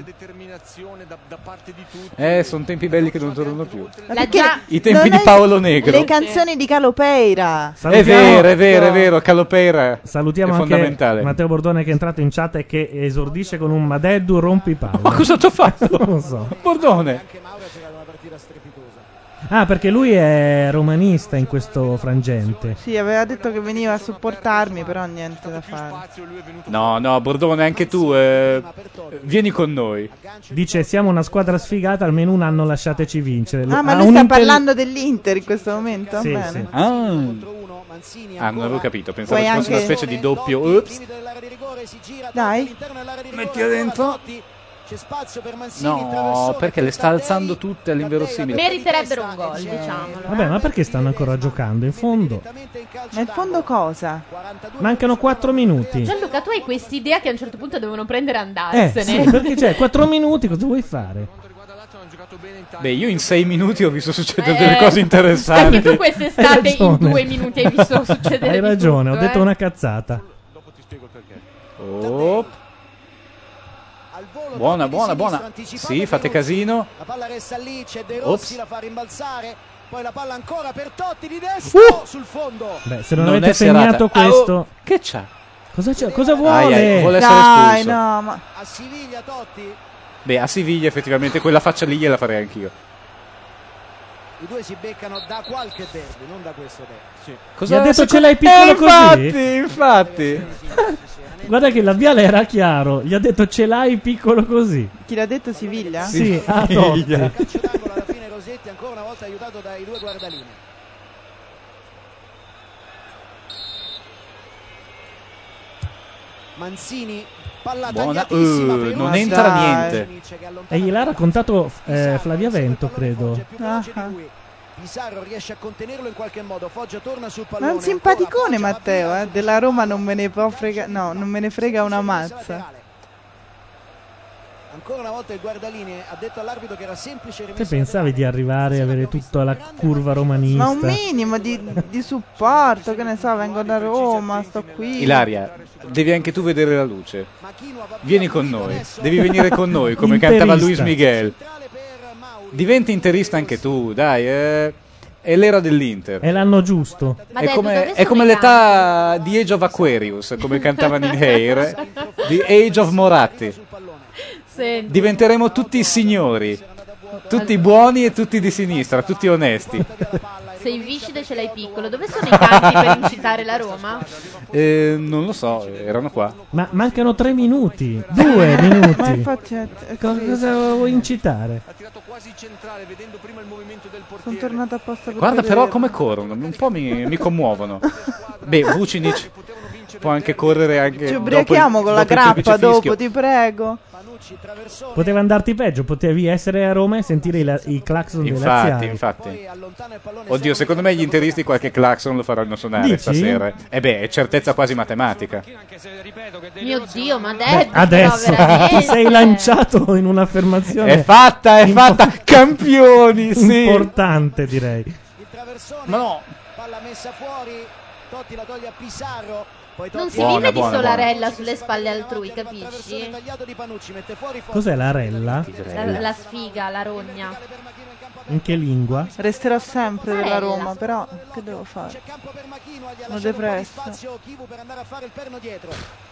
Eh, sono tempi belli che non tornano più.
Ma perché
I tempi
non
di
hai-
Paolo Negro.
Le canzoni di Calopeira.
È vero, è vero, è vero. Calopeira
Salutiamo
è
anche
fondamentale.
Matteo Bordone che è entrato in chat e che esordisce con un Madeddu rompipalle. Ma
cosa ti ho fatto?
non lo so.
Bordone.
Ah, perché lui è romanista in questo frangente.
Sì, aveva detto che veniva a supportarmi, però niente da fare.
No, no, Bordone, anche tu. eh, vieni con noi.
Dice: Siamo una squadra sfigata, almeno un anno lasciateci vincere.
Ah, ma
Ha
lui
un
sta
intel-
parlando dell'Inter in questo momento?
Sì,
Bene.
sì.
Ah, non avevo capito. Pensavo
Puoi
ci fosse una
anche-
specie di doppio. Ups.
Dai.
Mettila dentro. No, perché le sta alzando tutte all'inverosimile.
Meriterebbero un gol, diciamolo.
Vabbè, ma perché stanno ancora giocando? In fondo,
Ma in fondo cosa?
mancano 4 minuti.
Gianluca, tu hai quest'idea che a un certo punto devono prendere e
Eh,
andarsene.
sì, perché c'è 4 minuti, cosa vuoi fare?
Beh, io in sei minuti ho visto succedere
Eh,
delle cose
Perché tu
interessanti.
Hai
quest'estate in
ragione.
due minuti hai visto succedere
Hai
di
ragione,
tutto,
ho detto
eh.
una cazzata.
Oh. Buona, buona, buona. Sì, fate casino.
La palla resta lì, c'è De
Ops.
Rossi, la fa rimbalzare, poi la palla ancora per Totti di
Uh!
destro sul fondo.
Beh, se non,
Non è
avete
serata.
segnato
Ah, oh,
questo.
che c'è?
Cosa, c'è? cosa
Ai,
vuole?
ai, vuole essere
Dai,
espulso.
no, ma...
Beh, a Siviglia effettivamente quella faccia lì gliela farei anch'io.
I due si beccano da qualche derby, non da questo derby.
Cosa
Mi ha detto
secondo-
ce l'hai piccolo
Eh, infatti,
così?
Infatti,
Guarda che la viale era chiaro. Gli ha detto ce l'hai piccolo così.
Chi l'ha detto Siviglia?
Sì, Ah, a Totti.
Rosetti ancora una volta aiutato dai due guardaline. Mancini, palla
Buona.
tagliatissima
Eh,
per
non
Rossi.
entra
Dai.
niente.
E gliel'ha raccontato eh, Flavia Vento, credo.
più veloce di lui. Pizarro riesce a contenerlo in qualche modo. Foggia torna sul
Ma è
pallone.
un simpaticone Matteo, eh. Della Roma non me ne può frega... No, non me ne frega una mazza.
Ancora una volta il guardaline ha detto all'arbitro che era semplice
Te
rimessa.
pensavi di arrivare e avere tutta la curva romanista?
Ma un minimo di, di supporto, che ne so, vengo da Roma, sto qui.
Ilaria, devi anche tu vedere la luce. Vieni con noi, devi venire con noi, come
Interista.
cantava Luis Miguel. Diventi interista anche tu, dai. eh. È l'era dell'Inter.
È l'anno giusto.
Ma
è
dai,
come,
dove
è
sono
come
i
l'età eh. di Age of Aquarius, come cantavano in Hair, di Age of Moratti.
Senti.
Diventeremo tutti signori, tutti buoni e tutti di sinistra, tutti onesti.
Se il viscide ce l'hai piccolo, dove sono i tanti per incitare la Roma?
Eh, non lo so, erano qua.
Ma mancano tre minuti, due minuti.
Ma infatti è- è
Co-
così.
cosa vuoi incitare?
Sono tornata apposta per
Guarda però
vederlo.
come corrono, un po' mi, mi commuovono. Beh, Vucinic può anche correre anche
Ci
dopo il-
ubriachiamo con la
dopo il semplice
grappa dopo,
fischio.
ti prego.
Poteva andarti peggio, potevi essere a Roma e sentire i, la- i clacson dei
Infatti,
laziali.
infatti. Oddio, secondo me gli interisti qualche clacson lo faranno suonare
Dici?
stasera. E beh, è certezza quasi matematica.
Mio Dio, ma
Beh,
Dad,
Eh, adesso
veramente.
ti sei lanciato in un'affermazione.
È fatta, è fatta, campioni, sì.
Importante, direi.
Ma no.
Palla messa fuori, Totti la toglie a Pissarro. Poi Totti
Non si
Buona,
vive di
buona,
Solarella sulle spalle altrui, capisci?
Cos'è la rella?
La, la sfiga, la rogna.
In che lingua?
Resterò sempre della
Bella.
Roma, però che devo fare? Sono depressa.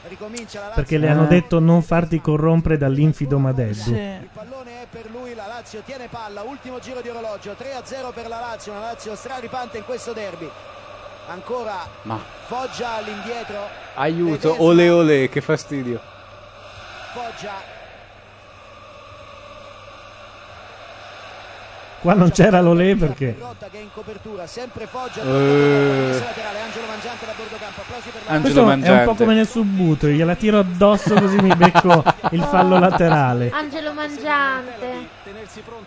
ricomincia la Lazio.
Perché le
Eh.
hanno detto non farti corrompere dall'infido Madeddu.
Il pallone è per lui, la Lazio tiene palla, ultimo giro di orologio, 3-0 per la Lazio, una Lazio straripante in questo derby. Ancora
Ma
Foggia all'indietro,
aiuto, ole ole, che fastidio.
Foggia
Qua non c'era l'Olé perché
Eh, Angelo
Questo è un po'
Mangiante.
come nel subbuto, gliela tiro addosso così mi becco il fallo laterale.
Angelo Mangiante.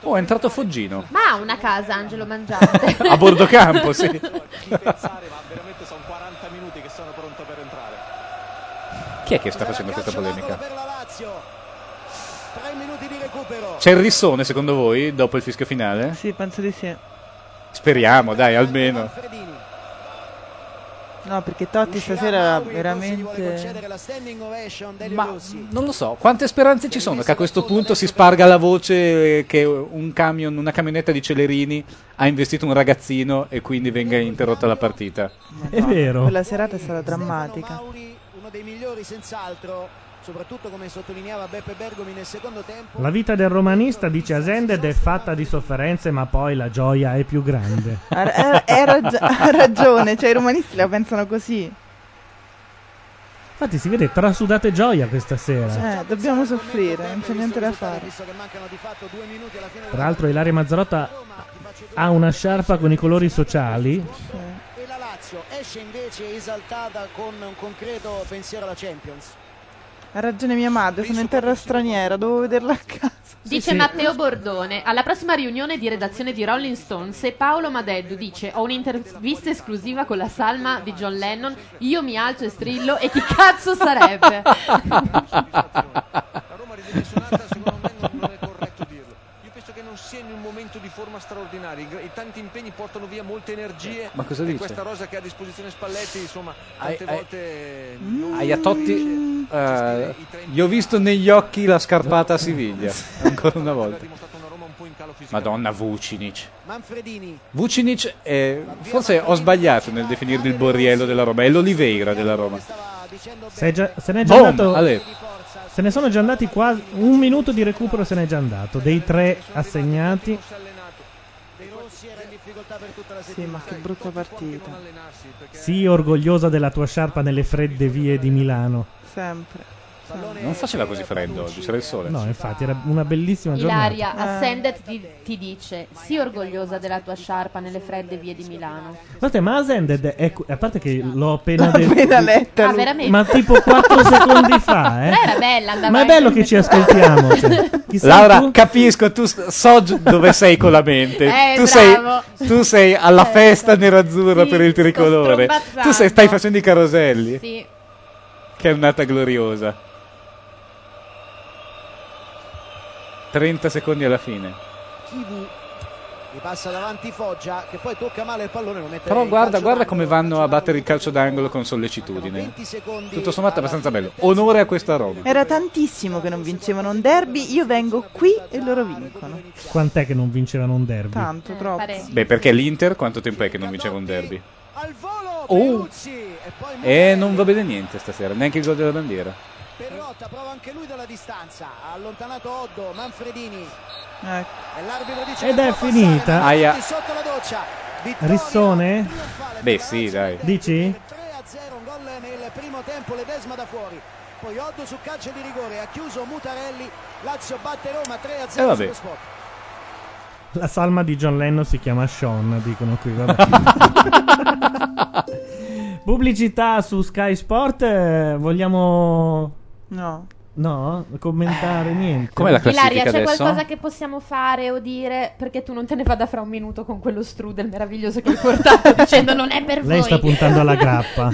Oh, è entrato Foggino.
Ma ha una casa Angelo Mangiante.
A bordo campo, sì. Chi è che sta facendo questa polemica? C'è il rissone secondo voi dopo il fischio finale?
Sì, penso di sì.
Speriamo, dai, almeno.
No, perché Totti stasera veramente...
Ma non lo so, quante speranze ci sono che a questo punto si sparga la voce eh, che un camion, una camionetta di Celerini ha investito un ragazzino e quindi venga interrotta la partita?
È vero.
Quella serata è stata drammatica.
uno dei migliori senz'altro, soprattutto come sottolineava Beppe Bergomi nel secondo tempo.
La vita del romanista, dice Asended, è fatta di sofferenze, ma poi la gioia è più grande.
Ha, ha- ha rag- ha ragione, cioè i romanisti la pensano così.
Infatti si vede trasudate gioia questa sera.
Eh, dobbiamo soffrire, non c'è niente da fare.
Tra l'altro Ilaria Mazzarotta ha una sciarpa con i colori sociali.
E la Lazio esce invece esaltata con un concreto pensiero alla Champions.
Ha ragione mia madre, sono in terra straniera, dovevo vederla a casa.
Dice Matteo Bordone, alla prossima riunione di redazione di Rolling Stone, se Paolo Madeddu dice ho un'intervista esclusiva con la salma di John Lennon, io mi alzo e strillo e chi cazzo sarebbe?
La Roma ridimensionata secondo me non, non è corretto dirlo. Io penso che non sia in un momento di forma straordinaria. I, gra- i tanti impegni portano via molte energie.
Ma cosa
e
dice?
questa rosa che ha a disposizione Spalletti, insomma,
Ai-
tante
ai- Mm.
volte
Aia Totti, eh, gli ho visto negli occhi la scarpata a Siviglia, ancora una volta. Madonna Vucinic.
Manfredini,
Vucinic è, forse ho sbagliato nel definirlo il Borriello della Roma, è l'Oliveira della Roma.
Se, è già- se n'è già
Boom,
andato.
Ale.
Se ne sono già andati quasi. Un minuto di recupero se n'è già andato. Dei tre assegnati.
Sì, ma che brutta partita.
Sii orgogliosa della tua sciarpa nelle fredde vie di Milano.
Sempre. sempre.
Non faceva così freddo oggi, c'era il sole.
No, infatti, era una bellissima giornata.
Ilaria, Ascended ti, ti dice, sii orgogliosa della tua sciarpa nelle fredde vie di Milano.
Guardate, ma Asended è. cu- A parte che l'ho appena
L'ho
detto.
appena letta, Ah, lui. veramente?
Ma tipo 4 secondi fa, eh.
Però era bella, andava
Ma è
in-
bello che ci ascoltiamo. cioè. Chi sei
Laura,
tu?
capisco, tu s- so gi- dove sei con la mente.
Eh,
tu,
bravo. Eh,
sei, tu sei alla festa nerazzurra
Sì,
per il tricolore.
sto strombazzando.
Tu sei- stai facendo i caroselli,
Sì.
che è un'ata gloriosa. 30 secondi alla fine.
Kivu gli passa davanti Foggia che poi tocca male il pallone lo mette
Però
in
guarda,
calcio
guarda come vanno a battere il calcio d'angolo con sollecitudine. Tutto sommato abbastanza bello. Onore a questa Roma.
Era tantissimo che non vincevano un derby, io vengo qui e loro vincono.
Quant'è che non vincevano un derby?
Tanto, troppo.
Beh, perché l'Inter quanto tempo è che non vinceva un derby? Eh, Oh! E non va bene niente stasera, neanche il gol della bandiera.
Perrotta prova anche lui dalla distanza. Ha allontanato Oddo, Manfredini.
Ecco.
E l'arbitro dice
Ed
che
è
può
finita.
passare,
Aia.
Manotti sotto la doccia. Vittoria
Rissone?
Beh, sì, dai.
Dici?
3 a 0, un gol nel primo tempo, Ledesma da fuori. Poi Oddo su calcio di rigore, ha chiuso Mutarelli. Lazio batte Roma 3 a 0
Eh, vabbè.
sullo spot.
La salma di John Lennon si chiama Sean, dicono qui. vabbè. Pubblicità su Sky Sport, eh, vogliamo...
No.
No? Commentare niente.
com'è la
Eh. Ilaria, c'è qualcosa che possiamo fare o dire perché tu non te ne vada fra un minuto con quello strudel meraviglioso che hai portato dicendo non è per
Lei
voi.
sta puntando alla grappa.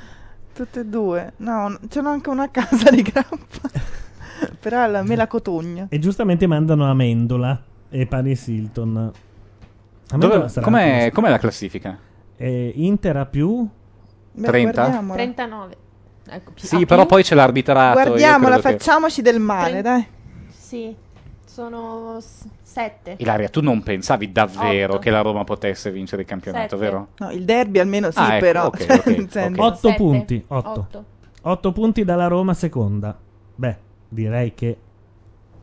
Tutte e due. No, n- c'è anche una casa di grappa. Però la mela cotogna.
E giustamente mandano Amendola e Paris Hilton. Amendola
Dove-
sarà
com'è,
anche-
com'è la classifica?
Eh, Inter ha più?
30?
39. Ecco, più-
Sì,
ah,
però
più?
poi c'è l'arbitrato. io
Guardiamola,
credo che-
facciamoci del male, dai.
Sì, sono 7.
Ilaria, tu non pensavi davvero
Otto.
che la Roma potesse vincere il campionato,
Sette.
vero?
No, il derby almeno sì,
Ah, ecco,
però.
ok,
Cioè,
ok,
nel
ok.
senso-
8
Sette.
punti. 8.
Otto.
8 punti dalla Roma seconda. Beh, direi che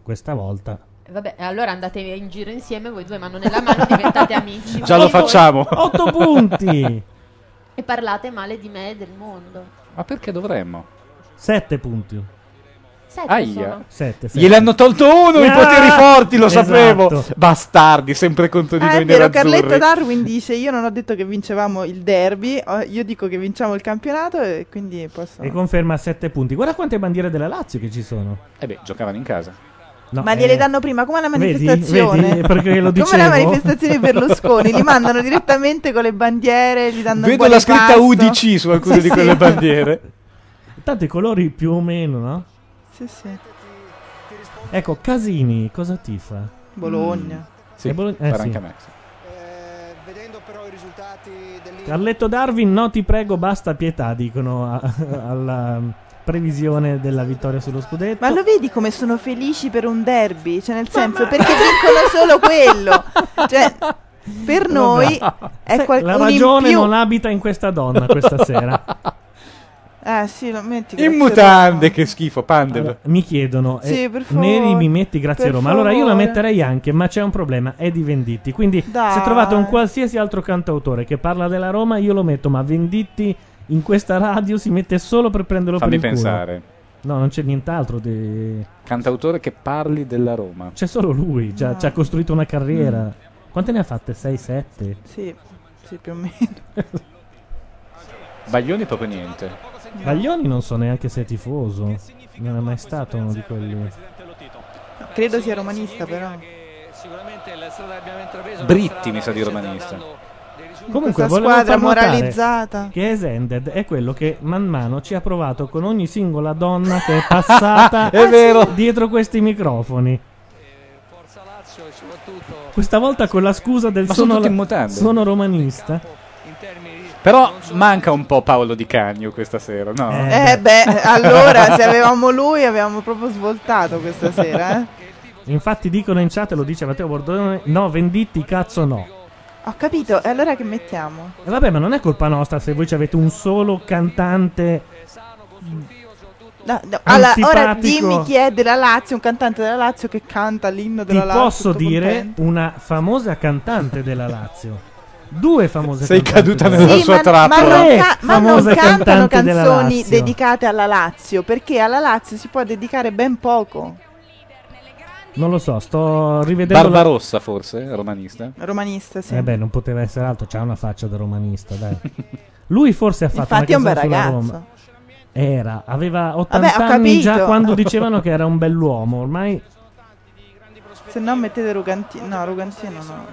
questa volta...
Eh, Vabbè, allora andate in giro insieme voi due, mano nella mano, diventate amici.
Già lo
Voi-
facciamo. Otto punti.
E parlate male di me e del mondo.
Ma perché dovremmo?
7 punti.
Sette
Aia.
sono.
Sette, sette.
Gliel'hanno tolto uno, i
Ah,
poteri forti, lo
esatto.
sapevo. Bastardi, sempre
Eh,
contro di
Ah,
noi
è vero,
nerazzurri.
Carletta Darwin dice: Io non ho detto che vincevamo il derby, ho- io dico che vinciamo il campionato, e quindi posso.
E conferma 7 punti. Guarda quante bandiere della Lazio che ci sono.
Eh beh, giocavano in casa.
No,
Ma
eh,
gliele danno prima, come la
vedi,
manifestazione.
vedi, perché lo
Come
dicevo.
la manifestazione di Berlusconi, li mandano direttamente con le bandiere, gli danno
Vedo
buone
la scritta
pasto.
UDC su alcune
Sì,
di
sì.
quelle bandiere.
Tanto i colori più o meno, no?
Sì, sì.
Ecco, Casini, cosa tifa?
Bologna.
Mm. Sì,
È Bologna- eh,
guarda
sì.
anche a me.
Carletto Darwin, no ti prego, basta pietà, dicono a- alla previsione della vittoria sullo scudetto.
Ma lo vedi come sono felici per un derby? Cioè, nel senso, perché vincono solo quello. Cioè, per noi è
Sai,
qualcosa.
La ragione non abita in questa donna questa sera.
Eh, sì, lo metti.
In
grazie
mutande, che schifo, pandelo.
Mi chiedono,
Sì,
eh,
per favore.
Neri mi metti grazie
Per
Roma. Allora io la
favore.
metterei anche, ma c'è un problema, è di Venditti. Quindi se
Dai.
trovate un qualsiasi altro cantautore che parla della Roma, io lo metto, ma Venditti in questa radio si mette solo per prenderlo
Fammi
per il culo.
pensare.
No, non c'è nient'altro di...
Cantautore che parli della Roma.
C'è solo lui, già,
No. Mm.
ci ha costruito una carriera. Quante ne ha fatte? 6-7?
Sì, sì, più o meno.
Baglioni proprio niente.
Baglioni non so neanche se è tifoso. Non è mai stato uno di quelli.
Credo sia romanista, però.
Eh,
Britti mi sa di romanista.
Comunque,
Questa
volevo
squadra
far notare
moralizzata.
Che Esended è quello che man mano ci ha provato con ogni singola donna che è passata
È vero.
dietro questi microfoni. Questa volta con la scusa del
Ma sono
sono,
tutti in mutande.
sono romanista.
Però manca un po' Paolo Di Cagno questa sera, no?
Eh, beh, allora se avevamo lui, avevamo proprio svoltato questa sera, eh.
Infatti dicono in chat, lo dice Matteo Bordone, no, venditti, cazzo no.
Ho capito, e allora che mettiamo?
E vabbè, ma non è colpa nostra se voi ci avete un solo cantante.
No, no, alla- ora
Antipatico.
dimmi chi è della Lazio, un cantante della Lazio che canta l'inno
Ti
della Lazio.
posso
tutto
dire
contento.
una famosa cantante della Lazio. Due famose
Sei
cantanti
caduta
della
nella
Lazio.
sua Sì, ma- ma trappola.
non
Tre
ca- ma non
famose
cantano
cantanti Eh, della
canzoni
Lazio.
dedicate alla Lazio, perché alla Lazio si può dedicare ben poco.
Non lo so, sto
Eh,
rivedendo. la-
Barbarossa forse, romanista?
Romanista, sì.
Eh beh, non poteva essere altro, c'ha una faccia da romanista, dai. Lui forse ha fatto
Infatti è un
una
bel
canzone sulla
ragazzo.
Roma. Era, aveva 80
Vabbè, ho
anni già
capito.
quando dicevano che era un bell'uomo, ormai
Se no mettete Rugantino, no, Rugantino no.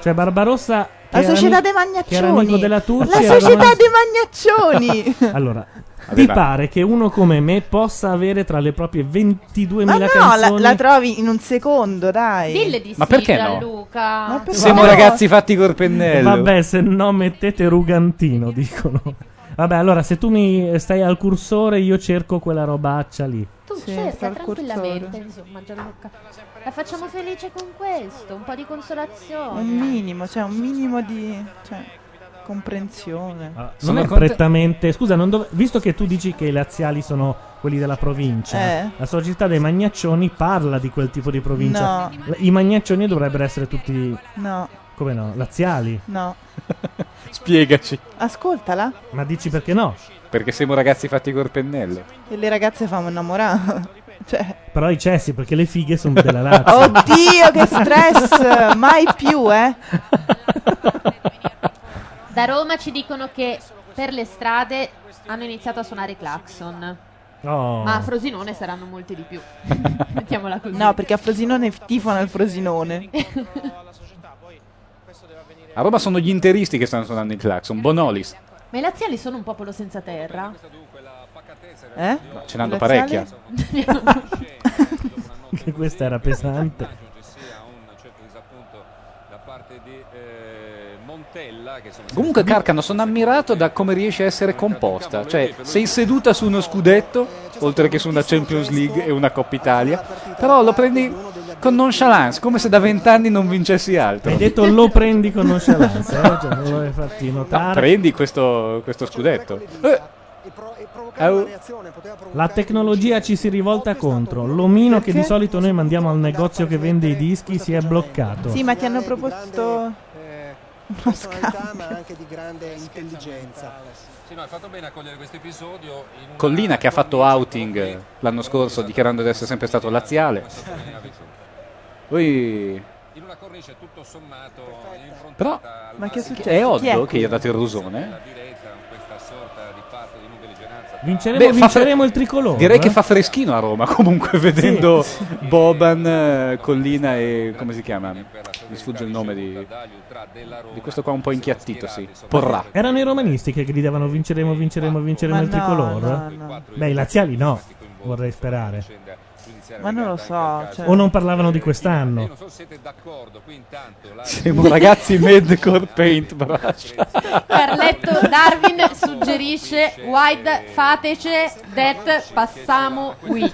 cioè Barbarossa
La
che era
società
ami-
dei
che era amico
Magnaccioni.
della Turcia.
La
era
società
romanista.
dei Magnaccioni.
Allora, ti pare che uno come me possa avere tra le proprie 22.000
Ma no, la,
canzoni?
la trovi in un secondo, dai.
Dille di
Ma
sì,
perché no?
Gianluca.
Ma per-
Siamo
Vabbè.
ragazzi fatti col pennello.
Vabbè, se no mettete Rugantino, dicono. Vabbè, allora se tu mi stai al cursore io cerco quella robaccia lì.
Tu
Sì, sta
cerca
al
tranquillamente,
cursore.
insomma, Gianluca. La facciamo
Mm,
felice con questo, un po' di consolazione.
Un minimo, cioè un minimo di... Cioè. Comprensione.
Sono prettamente. Scusa, non dov- visto che tu dici che i laziali sono quelli della provincia,
Eh.
la società dei magnaccioni parla di quel tipo di provincia.
No.
L- I magnaccioni dovrebbero essere tutti.
No,
Come no? Laziali.
no.
Spiegaci.
Ascoltala.
Ma dici perché no?
Perché siamo ragazzi fatti col pennello.
E le ragazze fanno innamorare. cioè,
Però i cessi, perché le fighe sono della Lazio.
oddio, che stress! Mai più, eh.
Da Roma ci dicono che per le strade hanno iniziato a suonare i clacson.
Oh.
Ma a Frosinone saranno molti di più. Mettiamola così.
No, perché a Frosinone tifano al Frosinone.
A Roma sono gli interisti che stanno suonando il clacson. Bonolis.
Ma i laziali sono un popolo senza terra?
Eh?
No, ce n'hanno parecchia.
Che questa era pesante.
certo eh,
Comunque, Carcano, sono ammirato da come riesce a essere composta. Cioè, sei seduta su uno scudetto, oltre che su una Champions League e una Coppa Italia, però lo prendi con nonchalance, come se da vent'anni non vincessi altro.
Hai detto lo prendi con nonchalance, eh? Cioè, non volevo farti notare.
No, prendi questo, questo scudetto. Eh. Au.
La tecnologia ci si rivolta contro. L'omino che di solito noi mandiamo al negozio che vende i dischi si è bloccato.
Sì, ma ti hanno proposto
Eh,
uno scambio.
anche di grande intelligenza.
Sì, no, hai fatto bene a cogliere questo episodio in un
Collina che ha fatto outing eh, l'anno scorso dichiarando di essere sempre stato laziale. Poi Però
Ma che è successo?
è
Chi è?
Oddo che gli ha dato il rusone.
Vinceremo,
Beh, fa
vinceremo
fre-
il tricolore.
Direi
eh?
che fa freschino a Roma comunque vedendo Boban, eh, Collina e come si chiama? Mi sfugge il nome di, di questo qua un po' inchiattito, sì. Porrà.
Erano i romanisti che gridavano vinceremo, vinceremo, vinceremo
Ma
il
no,
tricolore.
no, no.
Beh, i laziali no, vorrei sperare.
Ma non lo so. Cioè...
O non parlavano di quest'anno.
Siamo ragazzi Medcore Paintbrush.
Carletto Darwin suggerisce Wide fatece det passamo qui.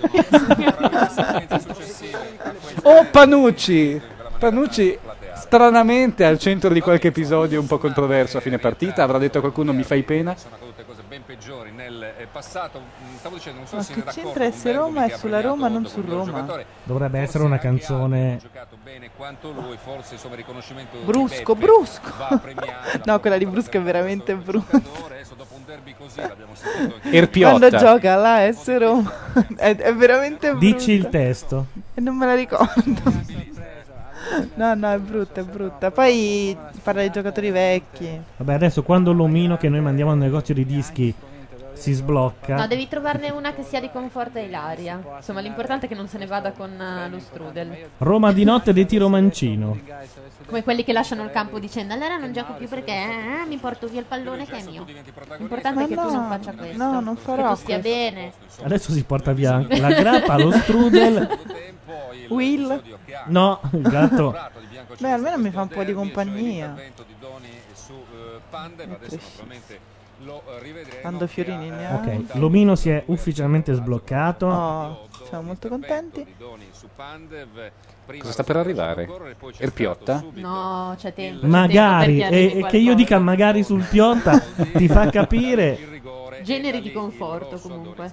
Oh Panucci! Panucci stranamente al centro di qualche episodio un po' controverso a fine partita avrà detto a qualcuno mi fai pena.
eh, Mm,
Ma che c'entra e se Roma è sulla Roma, non su Roma?
Dovrebbe essere una canzone.
Brusco, brusco. No, quella di Brusco è veramente brutta. Quando gioca alla S Roma è, è veramente brutta.
Dici il testo.
E non me la ricordo. No, no, è brutta, è brutta. Poi parla di giocatori vecchi.
Vabbè, adesso quando l'omino che noi mandiamo al negozio di dischi si
No,
sblocca.
devi trovarne una che sia di conforto a Ilaria. Insomma, l'importante è che non se ne vada con eh, lo strudel.
Roma di notte dei tiro mancino.
Come quelli che lasciano il campo dicendo allora non gioco più perché eh, mi porto via il pallone che è mio. L'importante
Ma
è che tu
no,
non faccia questo.
no, non farò
Che tu stia
questo.
bene.
Adesso si porta via la grappa, lo strudel.
Will?
No, il gatto.
Beh, almeno mi fa un po' di compagnia. Quando Fiorini ne ha.
Ok, l'omino si è ufficialmente sbloccato.
Oh, siamo molto contenti.
Cosa sta per arrivare? Erpiotta?
No, c'è tempo.
Magari,
c'è tempo perché
e,
arrivi
e che io
qualcosa.
dica magari sul Piotta ti fa capire.
Generi di conforto comunque.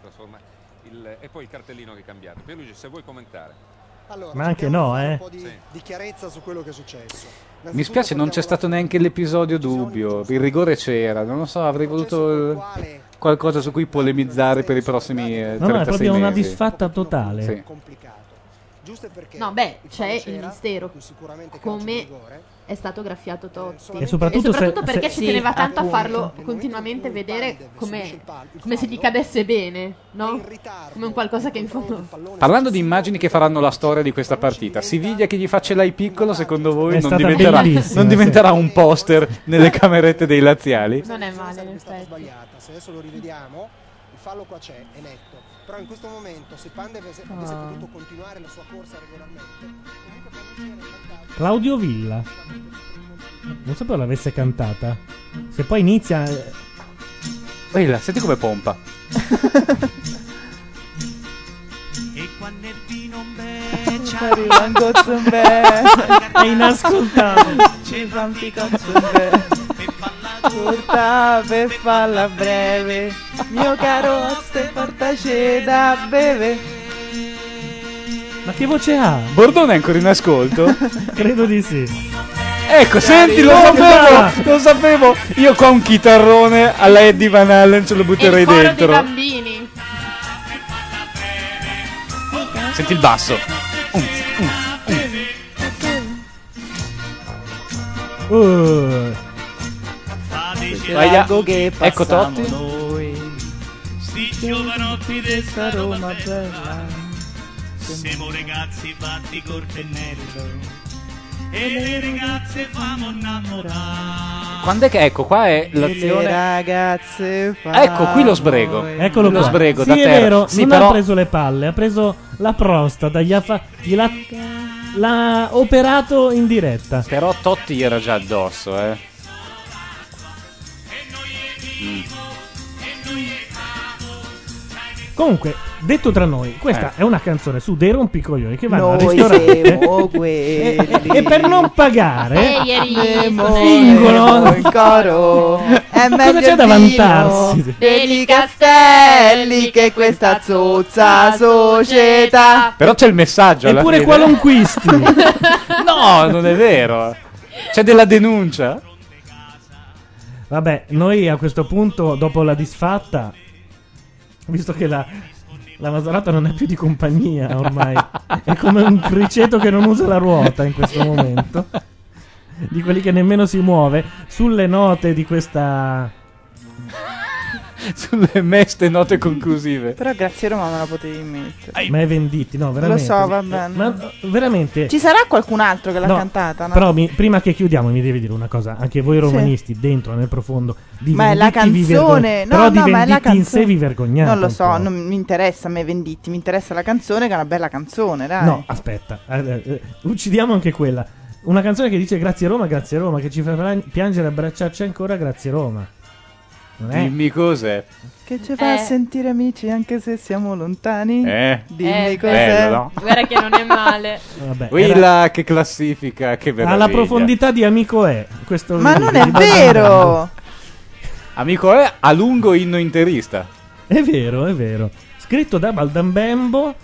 e poi il cartellino che è cambiato. Pierluigi, se vuoi commentare.
Allora,
Ma anche
dobbiamo
no,
fare
eh.
Un po' di, di chiarezza su quello che è successo.
Mi spiace non c'è stato neanche l'episodio dubbio, il rigore c'era, non lo so, avrei voluto eh, qualcosa su cui polemizzare per i prossimi eh, 36
No, no, è proprio una
mesi.
disfatta totale.
Sì.
No, beh, c'è il mistero. Come è stato graffiato Totti.
E soprattutto se-
perché
se-
ci
Eh, sì,
teneva tanto
appunto.
a farlo continuamente vedere come, come se gli cadesse bene, no? Come un qualcosa che in fondo...
Parlando di immagini che faranno la storia di questa partita, Siviglia che gli fa ce l'hai piccolo, secondo
È
voi non
stata
diventerà,
bellissima, Eh.
non diventerà un poster nelle camerette dei laziali?
Non è male, in effetti.
sbagliata. Se adesso lo rivediamo, il fallo qua c'è, è netto. Però in questo momento, se Pande avesse, avesse
Ah.
potuto continuare la sua corsa regolarmente, comunque Panucci era in vantaggio.
Claudio Villa. Non sapevo l'avesse cantata. Se poi inizia. eh,
Quella, senti come pompa.
Eh,
Sta arrivando Zumbè.
È inascoltabile.
Ci fa un picco Zumbè. Corta per farla breve, mio caro oste portaci da beve.
Ma che voce ha?
Bordone è ancora in ascolto?
Credo di sì.
Ecco, senti, lo sapevo, lo sapevo. Io qua un chitarrone alla Eddie Van Allen ce lo butterei
Coro di
dentro.
bambini.
Senti il basso. Mm, mm.
Uh.
Vai là. Ecco
passiamo
Totti.
noi. Sti giovanotti desta Roma bella. Siamo ragazzi fatti col pennello.
E le ragazze famo innamorare.
Quando è che ecco qua è
Le
l'azione
ragazze
Ah, ecco, qui lo sbrego.
Eccolo
Lo
qua.
sbrego
sì,
da
è
terra.
vero,
Sì,
non
però-
ha preso le palle, ha preso la prostata, gli ha fa- gliel'ha- l'ha operato in diretta.
Però Totti gli era già addosso, eh. Mm.
Comunque, detto tra noi, questa è una canzone su dei rompicoglioni che vanno al
Eh. Noi
ristorante
siamo
e, e per non pagare
Fingono
fingono
il coro. È
Ma
meglio
cosa c'è da
il vino
vantarsi?
Dei castelli che questa zozza società.
Però c'è il messaggio alla
Eppure
fine.
qualunquisti.
No, non è vero. C'è della denuncia.
Vabbè, noi a questo punto, dopo la disfatta, visto che la, la Maserata non è più di compagnia ormai, è come un criceto che non usa la ruota in questo momento, di quelli che nemmeno si muove, sulle note di questa...
Sulle meste note conclusive.
Però grazie Roma me la potevi mettere.
Ma è venditi, no,
Lo
veramente.
so, va bene.
Ma veramente...
Ci sarà qualcun altro che l'ha
No,
cantata? No?
Però mi- prima che chiudiamo mi devi dire una cosa, anche voi romanisti dentro nel profondo di
ma è la
Venditti vi
canzone,
vergogn-
no,
però
no,
di
ma è la
Venditti
canzone.
in sé vi vergognate.
Non lo
un
so,
po'.
non mi interessa a me Venditti, mi interessa la canzone che è una bella canzone, dai.
No, aspetta, eh, eh, uccidiamo anche quella. Una canzone che dice grazie Roma, grazie Roma, che ci fa pla- piangere e abbracciarci ancora, grazie Roma. Non è?
Dimmi cos'è.
Che ci fa
Eh.
sentire amici anche se siamo lontani.
Eh.
Dimmi
Eh,
cos'è.
bello, no?
Guarda che non è male.
Eh, Vabbè,
Quella
era-
che classifica, che meraviglia.
alla profondità di Amico E. Questo
Ma non è
di-
vero!
Amico è a lungo inno interista.
È vero, è vero. Scritto da Baldambembo,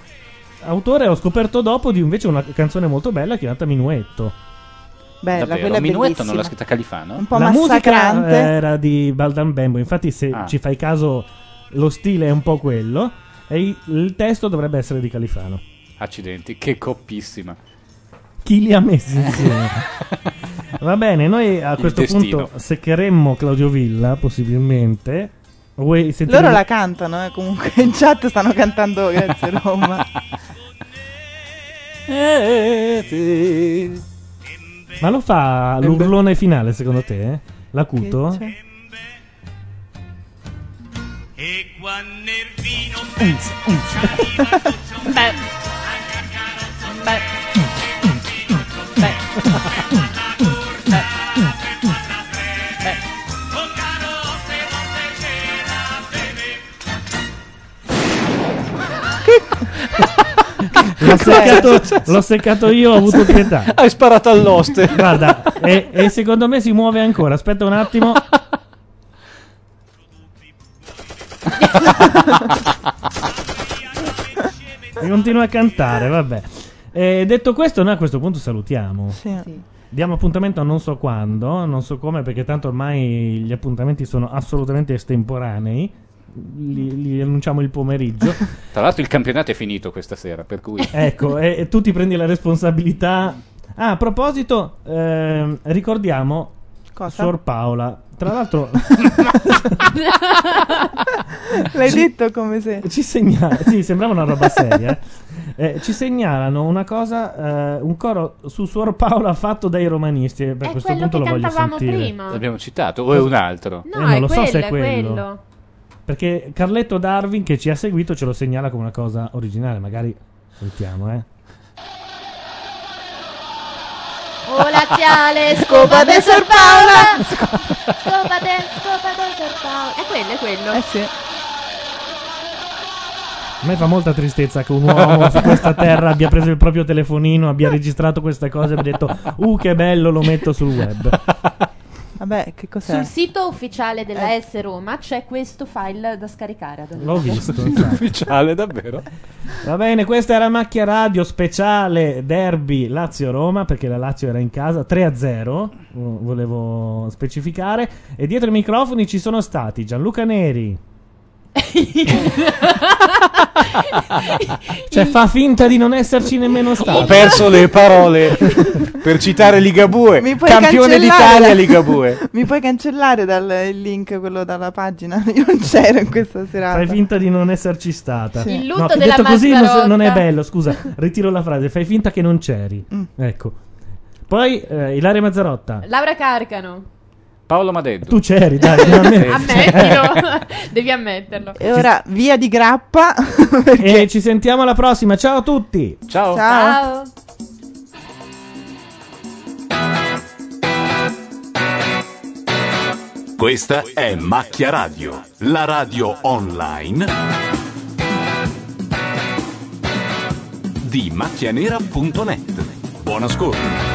autore ho scoperto dopo di invece una canzone molto bella chiamata Minuetto.
Bella,
Davvero,
quella è
Minuetto
bellissima.
non l'ha scritta Califano?
Un po'
La musica eh,
massacrante.
era di Baldambembo, infatti se
Ah.
ci fai caso lo stile è un po' quello e il- il testo dovrebbe essere di Califano.
Accidenti, che coppissima.
Chi li ha messi insieme? Va bene, noi a
Eh. Il
questo
destino.
punto seccheremmo Claudio Villa, possibilmente. Vuoi sentire-
Loro la cantano, eh, comunque in chat stanno cantando Grazie Roma.
Eh, Ma lo fa l'urlone finale, secondo te? eh? L'acuto?
Beh. Beh. Beh. Beh. Beh.
L'ho
Cosa è
seccato,
successo?
l'ho seccato io, ho avuto pietà.
Hai sparato all'oste.
Guarda, e, e secondo me si muove ancora. Aspetta un attimo. E continua a cantare, vabbè. E detto questo, noi a questo punto salutiamo. Diamo appuntamento a non so quando, non so come, perché tanto ormai gli appuntamenti sono assolutamente estemporanei. Li, li annunciamo il pomeriggio.
Tra l'altro il campionato è finito questa sera, per cui...
Ecco, e, e tu ti prendi la responsabilità. Ah, a proposito, ehm, ricordiamo Sor Paola. Tra l'altro,
L'hai detto come se...
ci segnala. Sì, sembrava una roba seria. eh. Eh, ci segnalano una cosa, eh, un coro su Suor Paola fatto dai romanisti. e Per questo
quello
punto
che
lo voglio
cantavamo
sentire.
prima.
L'abbiamo citato, o è un altro?
Io
No,
non
è
Eh, lo so
quello,
se è
è
quello.
quello.
Perché Carletto Darwin, che ci ha seguito, ce lo segnala come una cosa originale. Magari sentiamo, eh.
Oh,
O laziale, scopa de Sor Paola! Scopa de, scopa de Sor Paola! È quello, è quello. Eh
sì.
A me fa molta tristezza che un uomo su questa terra abbia preso il proprio telefonino, abbia registrato queste cose e abbia detto Uh che bello, lo metto sul web.
Vabbè, che cos'è?
Sul sito ufficiale della S Roma c'è questo file da scaricare. adesso.
L'ho visto.
ufficiale, davvero.
Va bene, questa era Macchia Radio speciale derby Lazio-Roma perché la Lazio era in casa 3-0, vo- volevo specificare. E dietro i microfoni ci sono stati Gianluca Neri. cioè fa finta di non esserci nemmeno stato.
Ho perso le parole per citare Ligabue,
Mi puoi
campione
cancellare
d'Italia
da-
Ligabue.
Mi puoi cancellare dal il link quello dalla pagina? Io non c'ero in questa serata.
Fai finta di non esserci stata.
Sì. Il lutto
no, che
della
detto così non, so- non è
Mazzarotta.
bello, scusa, ritiro la frase, fai finta che non c'eri.
Mm.
Ecco. Poi eh, Ilaria Mazzarotta.
Laura Carcano.
Paolo Madeddu.
Tu c'eri, dai, finalmente.
Ammettilo. Devi ammetterlo.
E ora
via di grappa.
e ci sentiamo alla prossima. Ciao a tutti.
Ciao.
Ciao.
Questa è Macchia Radio, la radio online di macchianera.net. Buon ascolto.